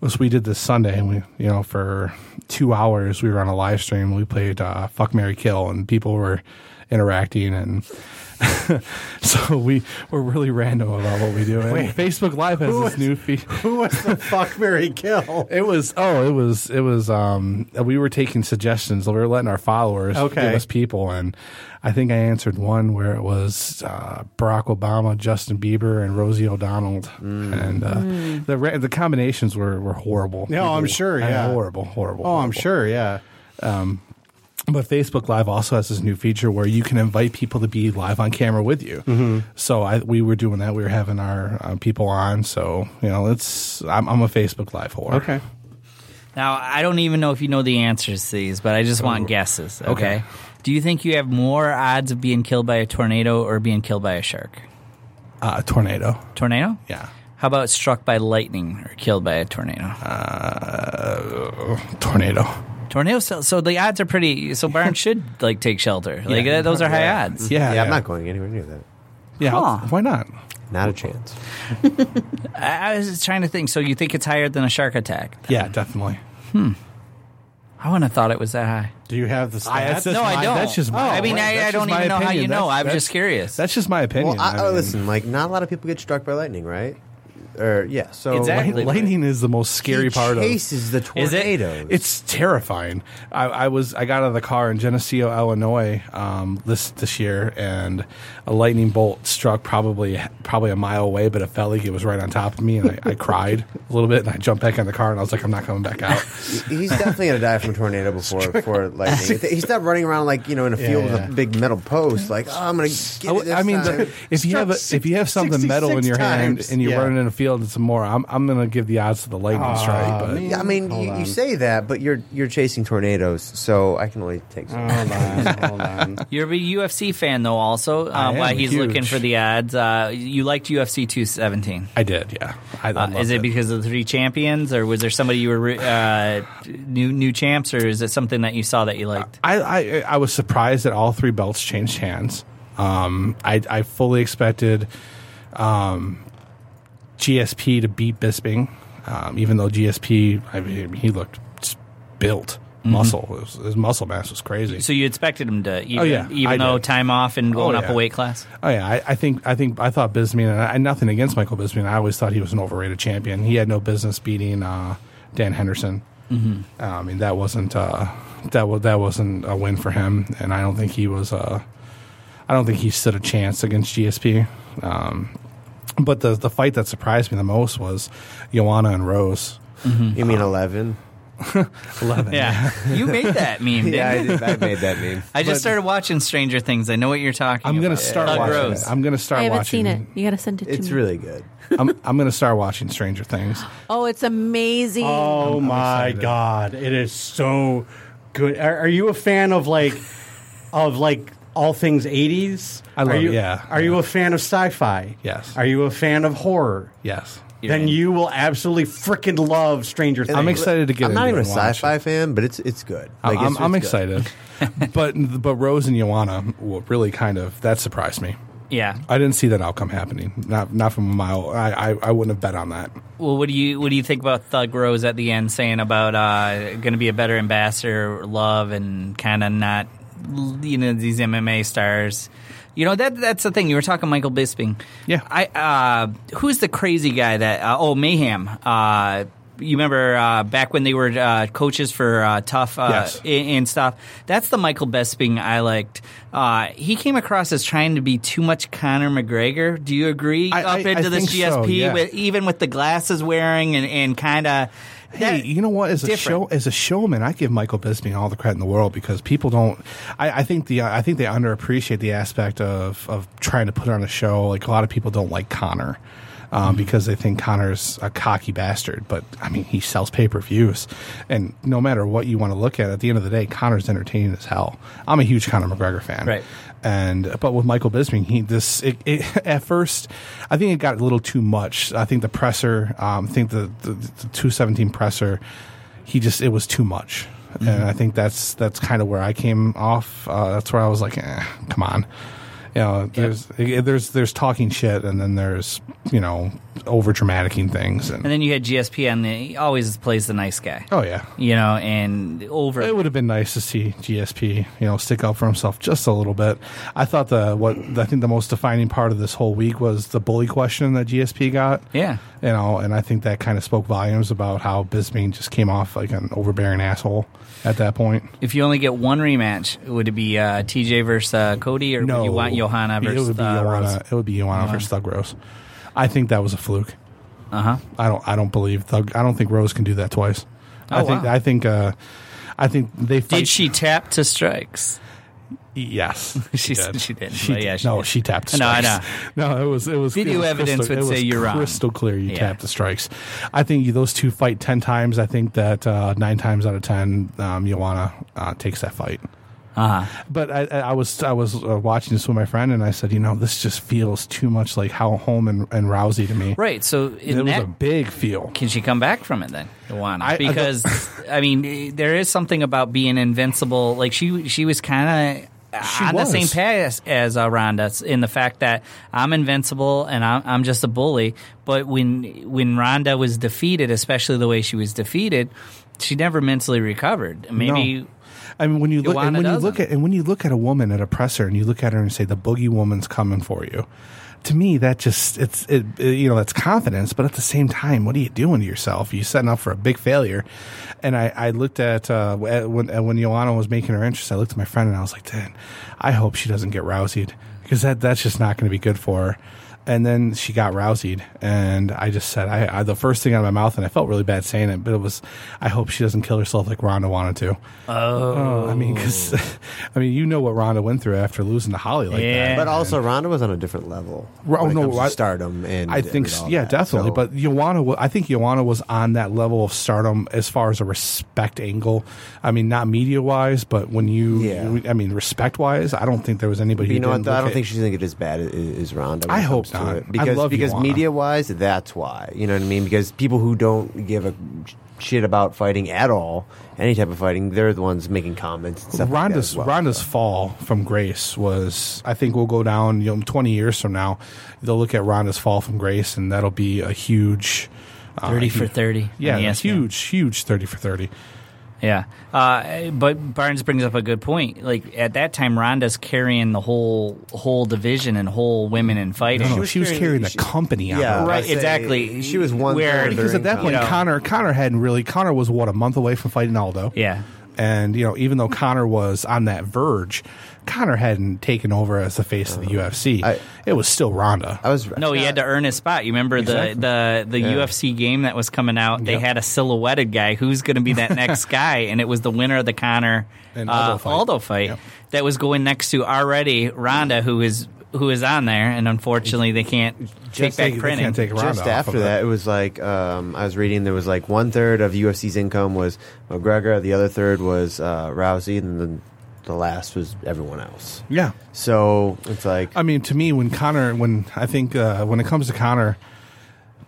Speaker 9: so we did this sunday and we you know for two hours we were on a live stream we played uh, fuck mary kill and people were interacting and so we we're really random about what we do and facebook live has this new feature
Speaker 5: Who was the fuck Mary Kill?
Speaker 9: it was oh, it was it was um we were taking suggestions. We were letting our followers
Speaker 5: Okay.
Speaker 9: give us people and I think I answered one where it was uh, Barack Obama, Justin Bieber and Rosie O'Donnell
Speaker 5: Mm.
Speaker 9: and uh, the ra- the combinations were were horrible.
Speaker 5: No, I'm sure,
Speaker 9: And
Speaker 5: yeah.
Speaker 9: Horrible, horrible.
Speaker 5: Oh, I'm
Speaker 9: horrible.
Speaker 5: sure. Yeah.
Speaker 9: But Facebook Live also has this new feature where you can invite people to be live on camera with you. Mm-hmm. So I, we were doing that. We were having our uh, people on. So you know, it's I'm, I'm a Facebook Live whore.
Speaker 5: Okay.
Speaker 3: Now, I don't even know if you know the answers to these, but I just want guesses. Okay?
Speaker 9: Oh. Okay.
Speaker 3: Do you think you have more odds of being killed by a tornado or being killed by a shark?
Speaker 9: Uh, tornado.
Speaker 3: Tornado?
Speaker 9: Yeah.
Speaker 3: How about struck by lightning or killed by a tornado?
Speaker 9: Uh, Oh, Tornado.
Speaker 3: tornado. So, so the odds are pretty. So Byron should like take shelter. Like uh, those are high odds.
Speaker 9: Yeah,
Speaker 6: Yeah, I'm not going anywhere near that.
Speaker 9: Yeah, I'll-
Speaker 3: Huh.
Speaker 9: why not?
Speaker 6: Not a chance.
Speaker 3: I, I was just trying to think. So you think it's higher than a shark attack?
Speaker 9: Yeah, definitely.
Speaker 3: I wouldn't have thought it was that high.
Speaker 5: Do you have the stats?
Speaker 3: no, I don't. Oh.
Speaker 9: That's just my,
Speaker 3: I mean, I,
Speaker 9: that's
Speaker 3: I don't
Speaker 9: just my
Speaker 3: even know how
Speaker 9: opinion.
Speaker 3: you
Speaker 9: That's-
Speaker 3: know. I'm
Speaker 9: that's-
Speaker 3: just curious.
Speaker 9: That's just my opinion.
Speaker 6: Well, I,
Speaker 9: I
Speaker 6: oh,
Speaker 9: mean,
Speaker 6: listen, like not a lot of people get struck by lightning, right? Or yeah, so
Speaker 3: Exactly.
Speaker 9: light- lightning is the most
Speaker 6: He
Speaker 9: scary part of
Speaker 6: chases the
Speaker 3: Is it?
Speaker 6: tornadoes.
Speaker 9: It's terrifying. I, I was I got out of the car in Geneseo, Illinois, um, this this year, and a lightning bolt struck probably probably a mile away, but it felt like it was right on top of me, and I, I cried a little bit, and I jumped back in the car, and I was like, I'm not coming back out.
Speaker 6: He's definitely gonna die from a tornado before before lightning. He's not running around like you know in a field
Speaker 9: yeah.
Speaker 6: with a big metal post. Like oh, I'm gonna get it
Speaker 9: I w-
Speaker 6: this
Speaker 9: I mean,
Speaker 6: time.
Speaker 9: the, if you have a, if you have something metal in
Speaker 5: 66
Speaker 9: your hand
Speaker 5: times.
Speaker 9: and you're
Speaker 5: Yeah.
Speaker 9: running in a field and some more, I'm I'm gonna give the odds to the lightning strike. But
Speaker 6: Yeah, I mean,
Speaker 5: Hold
Speaker 6: you,
Speaker 5: on.
Speaker 6: you say that, but you're you're chasing tornadoes, so I can only take. Some.
Speaker 5: Hold on. Hold on.
Speaker 3: You're a big UFC fan though. Also, uh,
Speaker 9: am
Speaker 3: while he's
Speaker 9: huge.
Speaker 3: looking for the odds, uh, you liked UFC 217.
Speaker 9: I did, yeah. I, I
Speaker 3: Uh,
Speaker 9: loved
Speaker 3: is it because of the three champions, or was there somebody you were re- uh, new new champs, or is it something that you saw that you liked?
Speaker 9: I, I I was surprised that all three belts changed hands. Um, I I fully expected um, GSP to beat Bisping, um, even though GSP I mean, he looked s- built
Speaker 3: Mm-hmm.
Speaker 9: muscle. His, his muscle mass was crazy.
Speaker 3: So you expected him to, even,
Speaker 9: Oh, yeah,
Speaker 3: even
Speaker 9: I
Speaker 3: though
Speaker 9: did.
Speaker 3: time off and going up
Speaker 9: yeah.
Speaker 3: a weight class.
Speaker 9: Oh yeah, I, I think I think I thought Bisping, and I, nothing against Michael Bisping. I always thought he was an overrated champion. He had no business beating uh, Dan Henderson. Mm-hmm. I mean, that wasn't uh, that was that wasn't a win for him, and I don't think he was. Uh, I don't think he stood a chance against GSP. Um, but the the fight that surprised me the most was Joanna and Rose.
Speaker 6: You mean eleven?
Speaker 9: Eleven.
Speaker 3: Yeah, you made that meme. Didn't
Speaker 6: Yeah,
Speaker 3: you?
Speaker 6: I, did, I made that meme.
Speaker 3: I just started watching Stranger Things. I know what you're talking.
Speaker 9: I'm gonna
Speaker 3: about.
Speaker 9: start
Speaker 3: Thug
Speaker 9: watching.
Speaker 3: Rose.
Speaker 9: It. I'm gonna start
Speaker 4: I haven't
Speaker 9: watching.
Speaker 4: seen it. You got to send it to
Speaker 6: It's
Speaker 4: me.
Speaker 6: really good.
Speaker 9: I'm I'm gonna start watching Stranger Things.
Speaker 4: oh, it's amazing.
Speaker 5: Oh my
Speaker 9: excited.
Speaker 5: god, it is so good. Are, are you a fan of like of like all things 80s?
Speaker 9: I love-
Speaker 5: are you,
Speaker 9: yeah.
Speaker 5: Are you a fan of sci-fi?
Speaker 9: Yes.
Speaker 5: Are you a fan of horror?
Speaker 9: Yes.
Speaker 5: Then you will absolutely freaking love Stranger Things.
Speaker 9: I'm excited to get
Speaker 6: I'm not
Speaker 9: into
Speaker 6: even a
Speaker 9: it and watch
Speaker 6: sci-fi
Speaker 9: it.
Speaker 6: fan, but it's it's good.
Speaker 9: I'm,
Speaker 6: Like, it's-
Speaker 9: I'm, I'm
Speaker 6: it's good.
Speaker 9: excited. but but Rose and Joanna were really kind of that surprised me.
Speaker 3: Yeah.
Speaker 9: I didn't see that outcome happening. Not not from a mile. I, I, I wouldn't have bet on that.
Speaker 3: Well, what do you what do you think about Thug Rose at the end saying about uh, going to be a better ambassador, love, and kind of not, you know, these MMA stars. You know that that's the thing. You were talking Michael Bisping.
Speaker 9: Yeah.
Speaker 3: I uh, who's the crazy guy that? Uh, oh, Mayhem. Uh, you remember uh, back when they were uh, coaches for uh, Tough uh,
Speaker 9: Yes.
Speaker 3: a- and stuff. That's the Michael Bisping I liked. Uh, he came across as trying to be too much Conor McGregor. Do you agree?
Speaker 9: I-
Speaker 3: Up
Speaker 9: I- I
Speaker 3: into this
Speaker 9: think so,
Speaker 3: GSP
Speaker 9: yeah.
Speaker 3: with even with the glasses wearing and, and kind of
Speaker 9: Hey, you know what? As a show,
Speaker 3: different.
Speaker 9: as a showman, I give Michael Bisping all the credit in the world because people don't. I, I think the I think they underappreciate the aspect of of trying to put on a show. Like a lot of people don't like Connor um,
Speaker 3: Mm-hmm.
Speaker 9: because they think Connor's a cocky bastard. But I mean, he sells pay per views, and no matter what you want to look at, at the end of the day, Connor's entertaining as hell. I'm a huge Conor McGregor fan,
Speaker 3: Right.
Speaker 9: and but with Michael Bisping, he this it, it, at first, I think it got a little too much. I think the presser, um, I think the the, the two seventeen presser, he just it was too much, and I think that's that's kind of where I came off. Uh, that's where I was like, eh, come on, you know, there's there's there's talking shit, and then there's you know over dramaticing things, and,
Speaker 3: And then you had GSP on the he always plays the nice guy.
Speaker 9: oh yeah.
Speaker 3: You know, and over
Speaker 9: It would have been nice to see GSP, you know, stick up for himself just a little bit. I thought the what I think the most defining part of this whole week was the bully question that GSP got.
Speaker 3: Yeah.
Speaker 9: you know, and I think that kind of spoke volumes about how Bisping just came off like an overbearing asshole at that point.
Speaker 3: if you only get one rematch, would it be uh, TJ versus uh, Cody, or would you want Johanna versus
Speaker 9: it would be
Speaker 3: uh,
Speaker 9: Johanna.
Speaker 3: Rose?
Speaker 9: It would be Johanna versus Thug Rose. I think that was a fluke.
Speaker 3: Uh-huh.
Speaker 9: Uh huh. I don't. I don't believe Thug. I don't think Rose can do that twice. I think.
Speaker 3: Oh, wow.
Speaker 9: I think. uh I think they fight.
Speaker 3: Did she tap to strikes?
Speaker 9: Yes,
Speaker 3: She said she didn't,
Speaker 9: She
Speaker 3: but yeah,
Speaker 9: did.
Speaker 3: she
Speaker 9: no,
Speaker 3: did.
Speaker 9: she tapped. The
Speaker 3: No, I
Speaker 9: strikes. No, it was it was.
Speaker 3: Video
Speaker 9: it was
Speaker 3: evidence
Speaker 9: crystal,
Speaker 3: would
Speaker 9: it
Speaker 3: say
Speaker 9: was
Speaker 3: you're wrong.
Speaker 9: Crystal clear. You
Speaker 3: Yeah.
Speaker 9: tapped the strikes. I think those two fight ten times. I think that uh, nine times out of ten, um, Joanna uh, takes that fight. Uh-huh. But I, I I was I was uh, watching this with my friend, and I said, you know, this just feels too much like how home and, and Rousey to me.
Speaker 3: Right. So
Speaker 9: It
Speaker 3: in
Speaker 9: was
Speaker 3: that,
Speaker 9: a big feel.
Speaker 3: can she come back from it then, Joanna?
Speaker 9: I- I-
Speaker 3: because I, mean, eh, there is something about being invincible. Like she, she was kind of
Speaker 9: She
Speaker 3: on
Speaker 9: was.
Speaker 3: the same path as uh, Ronda in the fact that I'm invincible and I'm, I'm just a bully. But when when Ronda was defeated, especially the way she was defeated, she never mentally recovered. Maybe.
Speaker 9: No. I mean, when you look, and
Speaker 3: Joanna
Speaker 9: when you
Speaker 3: doesn't.
Speaker 9: look at and when you look at a woman at a presser and you look at her and say the boogie woman's coming for you, to me that just it's it, it- you know that's confidence, but at the same time, what are you doing to yourself? You're setting up for a big failure. And I, I looked at, uh, at when at when Joanna was making her entrance, I looked at my friend and I was like, "Dad, I hope she doesn't get rousied because that that's just not going to be good for her." And then she got rousied, and I just said, I, I the first thing out of my mouth, and I felt really bad saying it, but it was, I hope she doesn't kill herself like Ronda wanted to. Oh, I mean, because I mean, you know what Ronda went through after losing to Holly like
Speaker 3: Yeah.
Speaker 9: that.
Speaker 6: But also, Ronda was on a different level.
Speaker 9: Ro- oh,
Speaker 6: when it
Speaker 9: no,
Speaker 6: comes to
Speaker 9: I-
Speaker 6: stardom and
Speaker 9: I think,
Speaker 6: and all
Speaker 9: yeah,
Speaker 6: that.
Speaker 9: definitely.
Speaker 6: So-
Speaker 9: But Ioana, wa- I think Ioana was on that level of stardom as far as a respect angle. I mean, not media wise, but when you,
Speaker 6: Yeah.
Speaker 9: I mean, respect wise, I don't think there was anybody.
Speaker 6: But you
Speaker 9: who
Speaker 6: know what?
Speaker 9: didn't
Speaker 6: Though? I
Speaker 9: look
Speaker 6: don't
Speaker 9: at-
Speaker 6: think she's going to get as bad as, as Ronda. when
Speaker 9: I
Speaker 6: it
Speaker 9: hope
Speaker 6: comes to
Speaker 9: not.
Speaker 6: it.
Speaker 9: I
Speaker 6: Because
Speaker 9: love
Speaker 6: because
Speaker 9: Ioana.
Speaker 6: media wise, that's why. You know what I mean? Because people who don't give a shit about fighting at all, any type of fighting, they're the ones making comments and stuff. like that
Speaker 9: Ronda's
Speaker 6: as well.
Speaker 9: Ronda's fall from grace was I think we'll go down you know 20 years from now they'll look at Ronda's fall from grace and that'll be a huge uh,
Speaker 3: 30
Speaker 9: hu-
Speaker 3: for 30.
Speaker 9: yeah
Speaker 3: on E
Speaker 9: a
Speaker 3: ESPN.
Speaker 9: huge huge 30 for 30
Speaker 3: Yeah, uh, but Barnes brings up a good point. Like at that time, Ronda's carrying the whole whole division and whole women in fighting.
Speaker 9: No, no, she was carrying the company on
Speaker 6: Yeah,
Speaker 9: her.
Speaker 3: Right,
Speaker 6: I say
Speaker 3: exactly.
Speaker 6: She was one
Speaker 3: Where-
Speaker 6: third of their
Speaker 9: because at that
Speaker 6: income.
Speaker 9: point
Speaker 3: You know.
Speaker 9: Connor Connor hadn't really Connor was what a month away from fighting Aldo
Speaker 3: Yeah.
Speaker 9: and you know even though Connor was on that verge Connor hadn't taken over as the face of the UFC
Speaker 6: I-
Speaker 9: it was still Ronda
Speaker 6: I was
Speaker 3: No, he had to earn his spot. You remember the the the UFC game that was coming out? They
Speaker 9: Yep.
Speaker 3: had a silhouetted guy who's going to be that next guy, and it was the winner of the Connor
Speaker 9: And
Speaker 3: uh,
Speaker 9: Aldo fight.
Speaker 3: Aldo fight
Speaker 9: Yep.
Speaker 3: that was going next to already Ronda, who is who is on there, and unfortunately they can't take
Speaker 9: Just
Speaker 3: back
Speaker 9: they- they
Speaker 3: printing.
Speaker 9: can't take Ronda
Speaker 6: just
Speaker 9: off
Speaker 6: after
Speaker 9: of
Speaker 6: that, it was like um, I was reading. There was like one third of UFC's income was McGregor, the other third was uh, Rousey, and then the last was everyone else.
Speaker 9: Yeah.
Speaker 6: So it's like
Speaker 9: I mean, to me, when Connor, when I think uh, when it comes to Connor,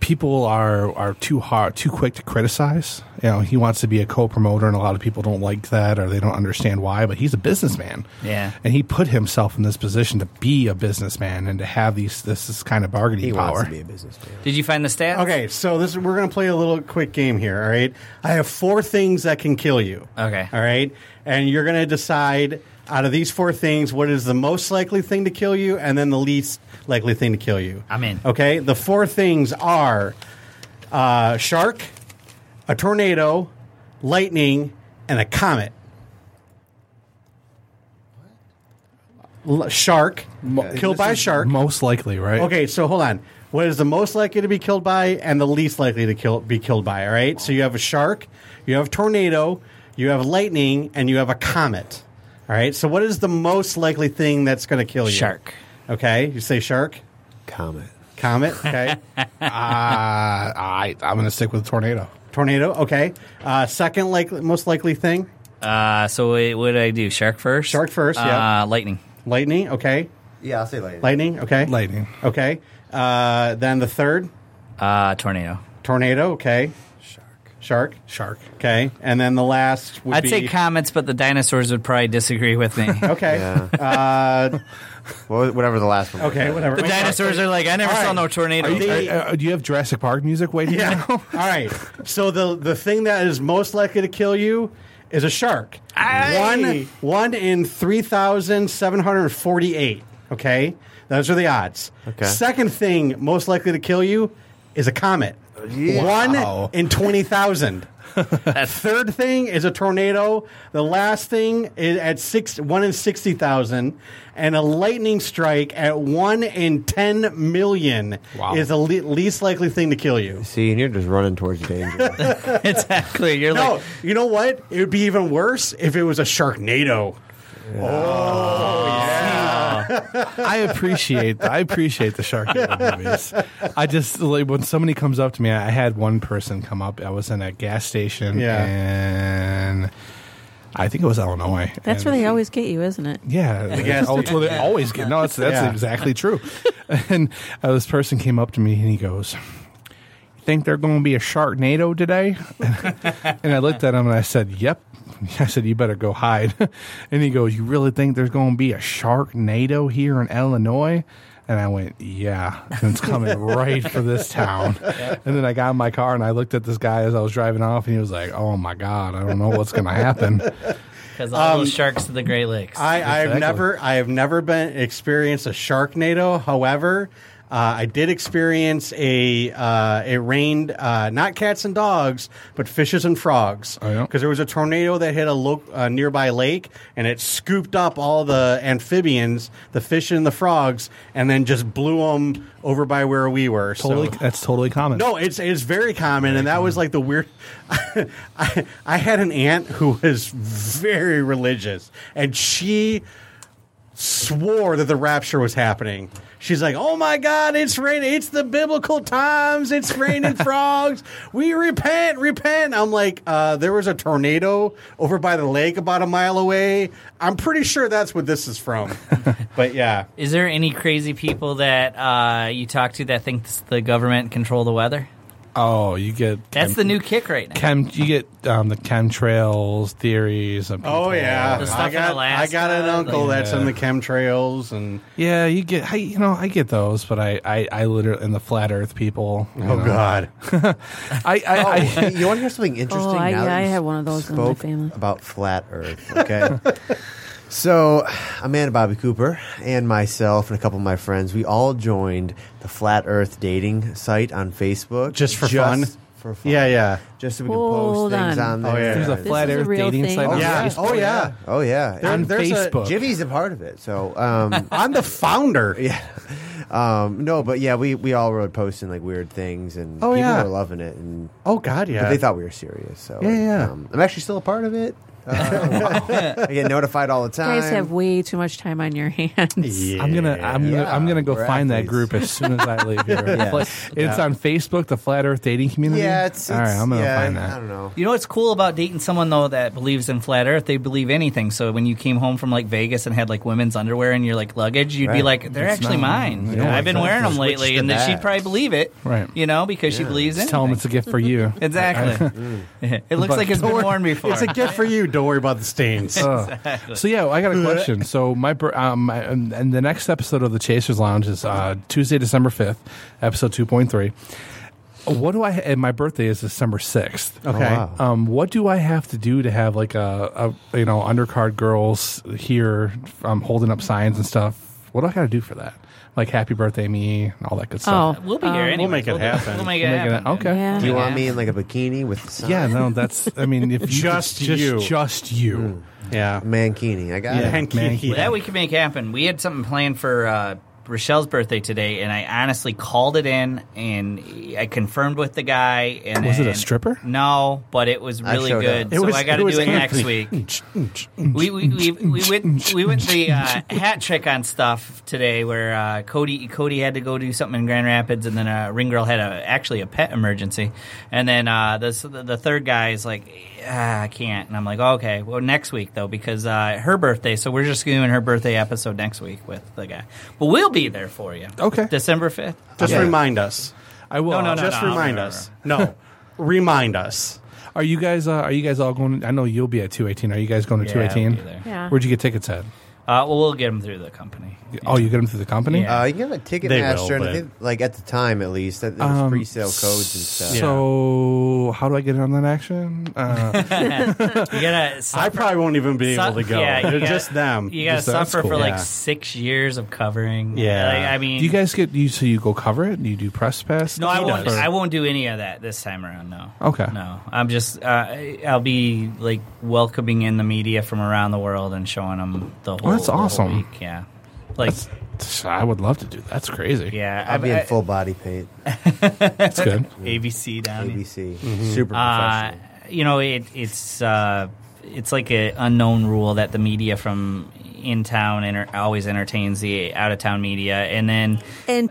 Speaker 9: people are are too hard, too quick to criticize. You know, he wants to be a co-promoter, and a lot of people don't like that or they don't understand why. But he's a businessman,
Speaker 3: Yeah.
Speaker 9: and he put himself in this position to be a businessman and to have these this, this kind of bargaining
Speaker 6: he
Speaker 9: power.
Speaker 6: wants to be a businessman.
Speaker 3: Did you find the stats?
Speaker 5: Okay, so this we're gonna play a little quick game here. All right, I have four things that can kill you.
Speaker 3: Okay.
Speaker 5: All right, and you're gonna decide out of these four things what is the most likely thing to kill you, and then the least likely thing to kill you.
Speaker 3: I'm in.
Speaker 5: Okay, the four things are uh, shark, a tornado, lightning, and a comet. L- shark killed by a shark.
Speaker 9: Most likely, right?
Speaker 5: Okay, so hold on. What is the most likely to be killed by and the least likely to kill be killed by? All right. So you have a shark, you have tornado, you have lightning, and you have a comet. All right. So what is the most likely thing that's going to kill you?
Speaker 3: Shark.
Speaker 5: Okay. You say shark,
Speaker 6: Comment.
Speaker 5: comet. Okay.
Speaker 9: Uh, I I'm gonna stick with tornado.
Speaker 5: tornado. Okay. Uh, second likely, most likely thing,
Speaker 3: Uh, so wait, what did I do? Shark first.
Speaker 5: Shark first, yeah.
Speaker 3: Uh, lightning.
Speaker 5: lightning. Okay.
Speaker 6: Yeah, I'll say lightning.
Speaker 5: Lightning. Okay.
Speaker 9: Lightning.
Speaker 5: Okay. Uh, then the third,
Speaker 3: Uh, tornado.
Speaker 5: tornado. Okay. Shark. Shark.
Speaker 9: Shark.
Speaker 5: Okay. And then the last would
Speaker 3: I'd
Speaker 5: be.
Speaker 3: say comets, but the dinosaurs would probably disagree with me. the
Speaker 5: Okay.
Speaker 6: Yeah.
Speaker 5: Uh,
Speaker 6: Well, whatever the last one. was.
Speaker 5: okay, whatever.
Speaker 3: dinosaurs are like, I never
Speaker 5: All
Speaker 3: saw
Speaker 5: right.
Speaker 3: no tornado.
Speaker 5: Are you-
Speaker 9: Uh, uh, do you have Jurassic Park music waiting?
Speaker 5: Yeah. All right. So the the thing that is most likely to kill you is a shark. One one in three thousand seven hundred forty eight. Okay, those are the odds.
Speaker 6: Okay.
Speaker 5: Second thing most likely to kill you is a comet.
Speaker 9: Wow.
Speaker 5: One in twenty thousand. Third thing is a tornado. The last thing is at six one in sixty thousand, and a lightning strike at one in ten million
Speaker 9: Wow.
Speaker 5: is the le- least likely thing to kill you.
Speaker 6: See, and you're just running towards danger.
Speaker 3: exactly. You're
Speaker 5: No,
Speaker 3: like,
Speaker 5: you know what? It would be even worse if it was a Sharknado.
Speaker 9: I appreciate I appreciate the Sharknado movies. I just like when somebody comes up to me. I had one person come up. I was in a gas station,
Speaker 5: Yeah.
Speaker 9: and I think it was Illinois.
Speaker 4: That's
Speaker 9: and,
Speaker 4: where they always get you, isn't it?
Speaker 9: yeah.
Speaker 5: gas
Speaker 9: oh, it's where they always get. No, that's that's
Speaker 5: Yeah.
Speaker 9: exactly true. And uh, this person came up to me and he goes. "You Think they're going to be a Sharknado today? and I looked at him and I said, "Yep." I said, "You better go hide." and he goes, "You really think there's going to be a Sharknado here in Illinois?" And I went, "Yeah, and it's coming right for this town." And then I got in my car and I looked at this guy as I was driving off, and he was like, "Oh my god, I don't know what's going to happen."
Speaker 3: because all those sharks of the Great Lakes.
Speaker 5: I, I've
Speaker 9: Exactly.
Speaker 5: never, I have never been experienced a Sharknado. However, uh, I did experience a uh, it rained uh, not cats and dogs, but fishes and frogs.
Speaker 9: Oh, yeah?
Speaker 5: Because there was a tornado that hit a lo- uh, nearby lake and it scooped up all the amphibians, the fish and the frogs, and then just blew them over by where we were.
Speaker 9: Totally,
Speaker 5: so.
Speaker 9: that's totally common.
Speaker 5: No, it's it's very common, and that was like the weird. I I had an aunt who was very religious, and she swore that the rapture was happening. She's like, "Oh my God, it's raining! It's the biblical times! It's raining frogs! We repent, repent!" I'm like, uh, "There was a tornado over by the lake about a mile away. I'm pretty sure that's what this is from." but yeah,
Speaker 3: Is there any crazy people that uh, you talk to that thinks the government control the weather?
Speaker 9: Oh, you get
Speaker 3: That's
Speaker 9: chem-
Speaker 3: the new kick right now.
Speaker 9: chem. You get um, the chemtrails theories. Of people.
Speaker 5: Oh yeah,
Speaker 3: The stuff
Speaker 5: I
Speaker 3: in
Speaker 5: got I got an
Speaker 3: Alaska,
Speaker 5: uncle
Speaker 9: like-
Speaker 5: that's in the chemtrails, and
Speaker 9: yeah. You get. I, you know, I get those, but I, I, I literally and the flat Earth people.
Speaker 6: Oh,
Speaker 9: you know.
Speaker 5: Oh, god,
Speaker 9: I, I, I
Speaker 6: you want to hear something interesting?
Speaker 4: Oh, I-
Speaker 6: now that
Speaker 4: I
Speaker 6: you
Speaker 4: had one of those in my
Speaker 6: spoke
Speaker 4: family.
Speaker 6: about flat Earth. Okay, so Amanda Bobby Cooper and myself and a couple of my friends, we all joined the flat Earth dating site on Facebook
Speaker 5: Just for fun?
Speaker 6: For fun,
Speaker 5: yeah, yeah,
Speaker 6: just so we can
Speaker 4: Hold
Speaker 6: post things
Speaker 4: on.
Speaker 6: on
Speaker 5: Oh,
Speaker 6: there.
Speaker 5: yeah.
Speaker 9: there's a
Speaker 5: This
Speaker 9: flat
Speaker 4: is a
Speaker 9: Earth
Speaker 4: real
Speaker 9: dating
Speaker 4: thing.
Speaker 9: site.
Speaker 4: Oh,
Speaker 9: on
Speaker 5: yeah,
Speaker 9: Facebook.
Speaker 5: oh yeah.
Speaker 6: Oh yeah,
Speaker 9: On
Speaker 6: and
Speaker 5: there's a-
Speaker 9: Facebook.
Speaker 6: Jimmy's a part of it. So um,
Speaker 5: I'm the founder.
Speaker 6: um, no, but yeah, we we all were posting like weird things, and
Speaker 5: Oh,
Speaker 6: people
Speaker 5: yeah.
Speaker 6: were loving it, and
Speaker 5: Oh god, yeah.
Speaker 6: but they thought we were serious. So
Speaker 5: Yeah, Oh, yeah.
Speaker 6: Um, I'm actually still a part of it. I get notified all the
Speaker 4: You
Speaker 6: time.
Speaker 4: guys have way too much time on your hands.
Speaker 9: I'm gonna I'm
Speaker 6: Yeah,
Speaker 9: gonna I'm gonna go
Speaker 6: we're
Speaker 9: find that
Speaker 6: athletes.
Speaker 9: group as soon as I leave here.
Speaker 6: Yeah.
Speaker 9: Like, It's
Speaker 6: Yeah.
Speaker 9: on Facebook, the Flat Earth Dating Community.
Speaker 6: yeah, it's, it's
Speaker 9: all right. I'm gonna
Speaker 6: yeah,
Speaker 9: find
Speaker 6: I don't
Speaker 9: that.
Speaker 6: know.
Speaker 3: You know what's cool about dating someone though that believes in flat Earth? They believe anything. So when you came home from like Vegas and had like women's underwear in your like luggage, you'd be
Speaker 6: Right.
Speaker 3: like, "They're actually
Speaker 9: not-
Speaker 3: mine.
Speaker 9: yeah,
Speaker 3: You know, I've been
Speaker 6: exactly.
Speaker 3: wearing them
Speaker 6: Switch
Speaker 3: lately,"
Speaker 6: to
Speaker 3: and then she'd
Speaker 6: that.
Speaker 3: probably believe it,
Speaker 9: Right.
Speaker 3: You know, because she believes in.
Speaker 9: Tell them it's a gift for you.
Speaker 5: Mm.
Speaker 3: exactly. it looks
Speaker 9: But
Speaker 3: like it's been worn before.
Speaker 5: It's a gift for you. Don't worry about the stains.
Speaker 9: Oh. So yeah, I got a question. So my br- um my, and and the next episode of the Chasers Lounge is uh, Tuesday, December fifth, episode two point three. What do I? And my birthday is December sixth.
Speaker 5: Okay.
Speaker 6: wow.
Speaker 9: Um, what do I have to do to have like a, a you know undercard girls here um, holding up signs and stuff? What do I got to do for that? Like happy birthday me, and all that good
Speaker 4: Oh,
Speaker 9: stuff.
Speaker 3: We'll be here.
Speaker 4: Um,
Speaker 3: Anyways.
Speaker 5: make it
Speaker 3: do
Speaker 5: happen.
Speaker 3: We'll make it
Speaker 9: We'll make it
Speaker 3: happen.
Speaker 9: happen. Okay.
Speaker 4: Yeah.
Speaker 6: Do you want me in like a bikini with the sign?
Speaker 9: Yeah, no, that's. I mean, if you
Speaker 5: Just
Speaker 9: just
Speaker 5: you.
Speaker 9: just you.
Speaker 5: Yeah.
Speaker 6: mankini. I got
Speaker 5: Yeah.
Speaker 6: it.
Speaker 5: And
Speaker 9: man,
Speaker 5: Keith, he-
Speaker 3: That we can make happen. We had something planned for uh, Rochelle's birthday today, and I honestly called it in, and I confirmed with the guy. And
Speaker 9: Was it a
Speaker 3: and-
Speaker 9: stripper?
Speaker 3: No, but it was
Speaker 6: I
Speaker 3: really
Speaker 6: showed
Speaker 3: good.
Speaker 6: up.
Speaker 3: so I got to do it next week.
Speaker 9: Mm.
Speaker 3: We we, we, we went we went the uh, hat trick on stuff today, where uh, Cody Cody had to go do something in Grand Rapids, and then uh, Ring Girl had a actually a pet emergency, and then uh, this, the the third guy is like, ah, I can't, and I'm like, "Oh, okay, well next week though, because uh, her birthday, so we're just doing her birthday episode next week with the guy, but we'll be there for you,
Speaker 9: Okay.
Speaker 3: December fifth.
Speaker 5: Just
Speaker 6: Yeah.
Speaker 5: remind us.
Speaker 9: I will.
Speaker 3: No, no, no.
Speaker 5: Just
Speaker 3: I'll
Speaker 5: remind
Speaker 3: remember.
Speaker 5: us. No. Remind us.
Speaker 9: Are you guys? Uh, are you guys all going? I know you'll be at two eighteen. Are you guys going to
Speaker 3: Yeah,
Speaker 9: two eighteen?
Speaker 3: we'll be there.
Speaker 4: Yeah.
Speaker 9: Where'd you get tickets at?
Speaker 3: Uh, well, we'll get him through the company.
Speaker 9: Oh, you get them through the company.
Speaker 3: Yeah.
Speaker 6: Uh, you can have a ticket
Speaker 5: They will,
Speaker 6: master, and
Speaker 5: but-
Speaker 6: I think, like at the time at least, that there was
Speaker 5: Um,
Speaker 6: pre-sale codes and stuff.
Speaker 9: So how do I get in on that action? Uh,
Speaker 3: You gotta.
Speaker 5: I probably won't even be able
Speaker 3: Su-
Speaker 5: to go.
Speaker 3: yeah, you
Speaker 5: They're
Speaker 3: gotta-
Speaker 5: just them.
Speaker 3: You gotta
Speaker 9: Just that's
Speaker 3: suffer for
Speaker 9: cool.
Speaker 3: like
Speaker 5: Yeah.
Speaker 3: six years of covering.
Speaker 5: Yeah.
Speaker 3: Like, I mean,
Speaker 9: do you guys get you? So you go cover it? You do press pass?
Speaker 3: No, I won't.
Speaker 9: Or-
Speaker 3: I won't do any of that this time around. No.
Speaker 9: Okay.
Speaker 3: No, I'm just. Uh, I'll be like welcoming in the media from around the world and showing them the whole.
Speaker 9: Oh, that's
Speaker 3: the whole
Speaker 9: awesome.
Speaker 3: week, Yeah. Like.
Speaker 9: Tch, I would love to do. that. That's crazy.
Speaker 3: yeah,
Speaker 6: I'll be
Speaker 3: I-
Speaker 6: in full body paint.
Speaker 9: that's good.
Speaker 3: ABC down. here.
Speaker 6: ABC, super
Speaker 3: Uh,
Speaker 6: professional.
Speaker 3: you know, it, it's uh, it's like an unknown rule that the media from in town enter- always entertains the out of town media, and then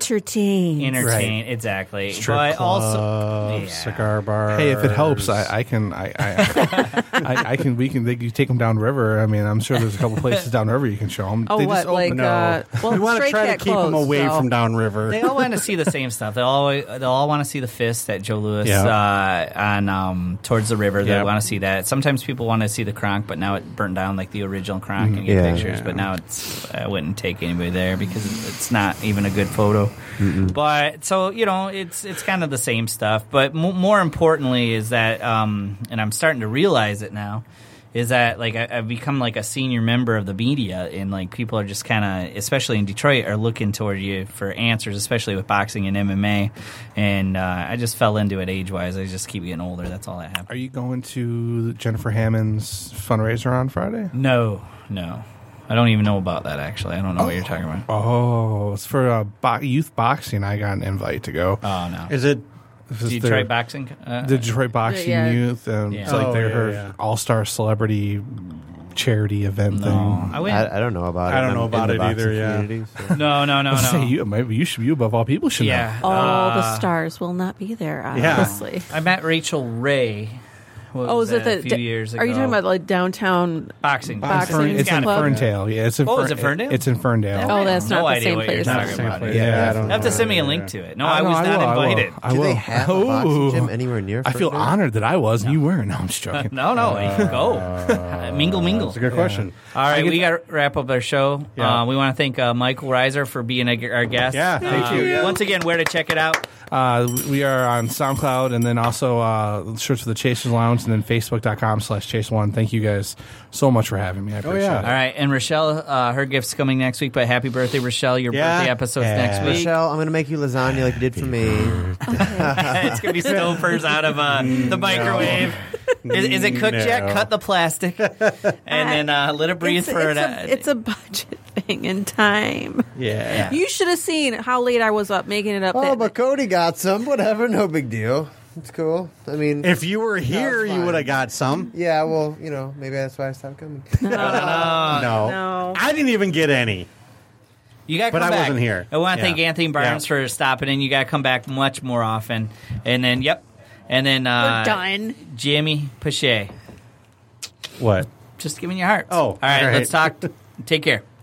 Speaker 4: Entertain.
Speaker 3: entertain exactly.
Speaker 5: Strip
Speaker 3: but also,
Speaker 5: club,
Speaker 3: yeah.
Speaker 5: cigar bar.
Speaker 9: Hey, if it helps, I, I can. I, I, I, I can. We can. They, you take them down river. I mean, I'm sure there's a couple places down river you can show them.
Speaker 4: oh,
Speaker 9: they
Speaker 4: what?
Speaker 9: Just
Speaker 4: Like,
Speaker 9: open-
Speaker 4: uh, well,
Speaker 5: we want to
Speaker 4: straight
Speaker 5: try to
Speaker 4: cat
Speaker 5: keep them
Speaker 4: clothes,
Speaker 5: away
Speaker 4: so-
Speaker 5: from downriver.
Speaker 3: They all want to see the same stuff. They all they all want to see the fist at Joe Lewis
Speaker 5: Yeah.
Speaker 3: uh, on um, towards the river. They
Speaker 5: Yeah.
Speaker 3: want to see that. Sometimes people want to see the Kronk, but now it burnt down like the original Kronk
Speaker 5: Mm-hmm.
Speaker 3: and get
Speaker 6: Yeah.
Speaker 3: pictures. But now it's I wouldn't take anybody there because it's not even a good photo. But so you know, it's it's kind of the same stuff. But m- more importantly is that, um, and I'm starting to realize it now. Is that like I, I've become like a senior member of the media, and like people are just kind of, especially in Detroit, are looking toward you for answers, especially with boxing and MMA. And uh, I just fell into it age wise. I just keep getting older. That's all that
Speaker 4: uh,
Speaker 3: happened.
Speaker 9: Are you going to Jennifer Hammond's fundraiser on Friday?
Speaker 3: No, no, I don't even know about that. Actually, I don't know what you're talking about.
Speaker 9: Oh, it's for uh, bo- youth boxing. I got an invite to go.
Speaker 3: Oh no,
Speaker 5: Is it?
Speaker 9: This is
Speaker 3: Detroit
Speaker 9: their-
Speaker 3: boxing. Uh,
Speaker 9: the Detroit Boxing
Speaker 4: Yeah.
Speaker 9: Youth. Um, It's
Speaker 3: Yeah.
Speaker 9: like
Speaker 5: Oh,
Speaker 9: their
Speaker 5: yeah,
Speaker 9: her
Speaker 5: yeah.
Speaker 9: all-star celebrity charity event
Speaker 3: no,
Speaker 9: thing.
Speaker 3: I went.
Speaker 6: I, I don't know about it.
Speaker 5: I don't know
Speaker 6: I'm in
Speaker 5: about
Speaker 6: the
Speaker 5: it
Speaker 6: boxing
Speaker 5: either, yeah.
Speaker 6: community, so-
Speaker 3: no, no, no, no.
Speaker 9: Say you, maybe you should. You above all people should. know.
Speaker 3: uh, yeah.
Speaker 4: All
Speaker 3: uh,
Speaker 4: the stars will not be there,
Speaker 5: Yeah.
Speaker 4: honestly.
Speaker 3: I met Rachel Ray. What
Speaker 4: Oh,
Speaker 3: was
Speaker 4: is
Speaker 3: that
Speaker 4: it the
Speaker 3: a few
Speaker 4: da-
Speaker 3: years ago?
Speaker 4: Are you talking about like downtown?
Speaker 3: boxing?
Speaker 9: It's, in Fern-
Speaker 4: Boxing
Speaker 9: it's in
Speaker 4: club?
Speaker 9: Ferndale. Yeah, it's in.
Speaker 3: Oh, is
Speaker 9: Fern-
Speaker 3: it Ferndale?
Speaker 9: It's in Ferndale.
Speaker 4: Oh, that's
Speaker 3: no
Speaker 4: not the
Speaker 3: idea
Speaker 4: same
Speaker 3: what you're
Speaker 4: place.
Speaker 3: talking
Speaker 5: Same
Speaker 3: about.
Speaker 5: place.
Speaker 3: it.
Speaker 9: Yeah,
Speaker 5: Yeah,
Speaker 9: I
Speaker 5: I
Speaker 9: don't
Speaker 5: don't
Speaker 3: You have to send me a link to it. No, I,
Speaker 9: don't know,
Speaker 3: was not
Speaker 9: will, will.
Speaker 3: invited.
Speaker 9: I
Speaker 6: Do
Speaker 9: will. Oh.
Speaker 6: they have a boxing gym anywhere near?
Speaker 9: I feel
Speaker 6: Ferndale?
Speaker 9: honored that I was and you weren't. No, I'm just joking.
Speaker 3: No, no, go mingle, mingle.
Speaker 5: That's a good question.
Speaker 3: All right, we got to wrap up our show.
Speaker 5: Yeah.
Speaker 3: Uh, we want to thank uh, Michael Reiser for being a, our guest.
Speaker 5: Yeah, thank
Speaker 3: Uh,
Speaker 5: you.
Speaker 3: Once again, where to check it out?
Speaker 9: Uh, we are on SoundCloud and then also uh, search for the Chasers Lounge and then Facebook.com slash Chase One. Thank you guys so much for having me. I appreciate
Speaker 5: yeah.
Speaker 9: it.
Speaker 3: All right, and Rochelle, uh, her gift's coming next week. But happy birthday, Rochelle! Your
Speaker 5: Yeah.
Speaker 3: birthday episode's
Speaker 5: Yeah.
Speaker 3: next week.
Speaker 6: Michelle, I'm gonna make you lasagna like you did for me.
Speaker 3: it's gonna be stofers out of uh, the microwave. Is, is it cooked yet?
Speaker 5: No.
Speaker 3: Cut the plastic, and then uh, let it breathe
Speaker 4: It's,
Speaker 3: for
Speaker 4: it's,
Speaker 3: an,
Speaker 4: a, it's a budget thing and time.
Speaker 5: Yeah.
Speaker 4: You should have seen how late I was up making it up.
Speaker 6: Oh,
Speaker 4: that
Speaker 6: but Cody got some. Whatever, no big deal. It's cool. I mean,
Speaker 5: If you were here,
Speaker 6: it's
Speaker 5: you
Speaker 6: fine.
Speaker 5: would have got some.
Speaker 6: yeah, well, you know, maybe that's why I stopped coming.
Speaker 5: no.
Speaker 4: no.
Speaker 5: I didn't even get any.
Speaker 3: You got,
Speaker 5: But I wasn't here.
Speaker 3: I want to
Speaker 5: Yeah.
Speaker 3: thank Anthony Barnes
Speaker 5: Yeah.
Speaker 3: for stopping in. You got to come back much more often. And then, yep, and then uh,
Speaker 4: We're done.
Speaker 3: Jamie Pache,
Speaker 5: What?
Speaker 3: just giving your heart.
Speaker 5: Oh,
Speaker 3: all right.
Speaker 5: all right.
Speaker 3: Let's talk. Take care.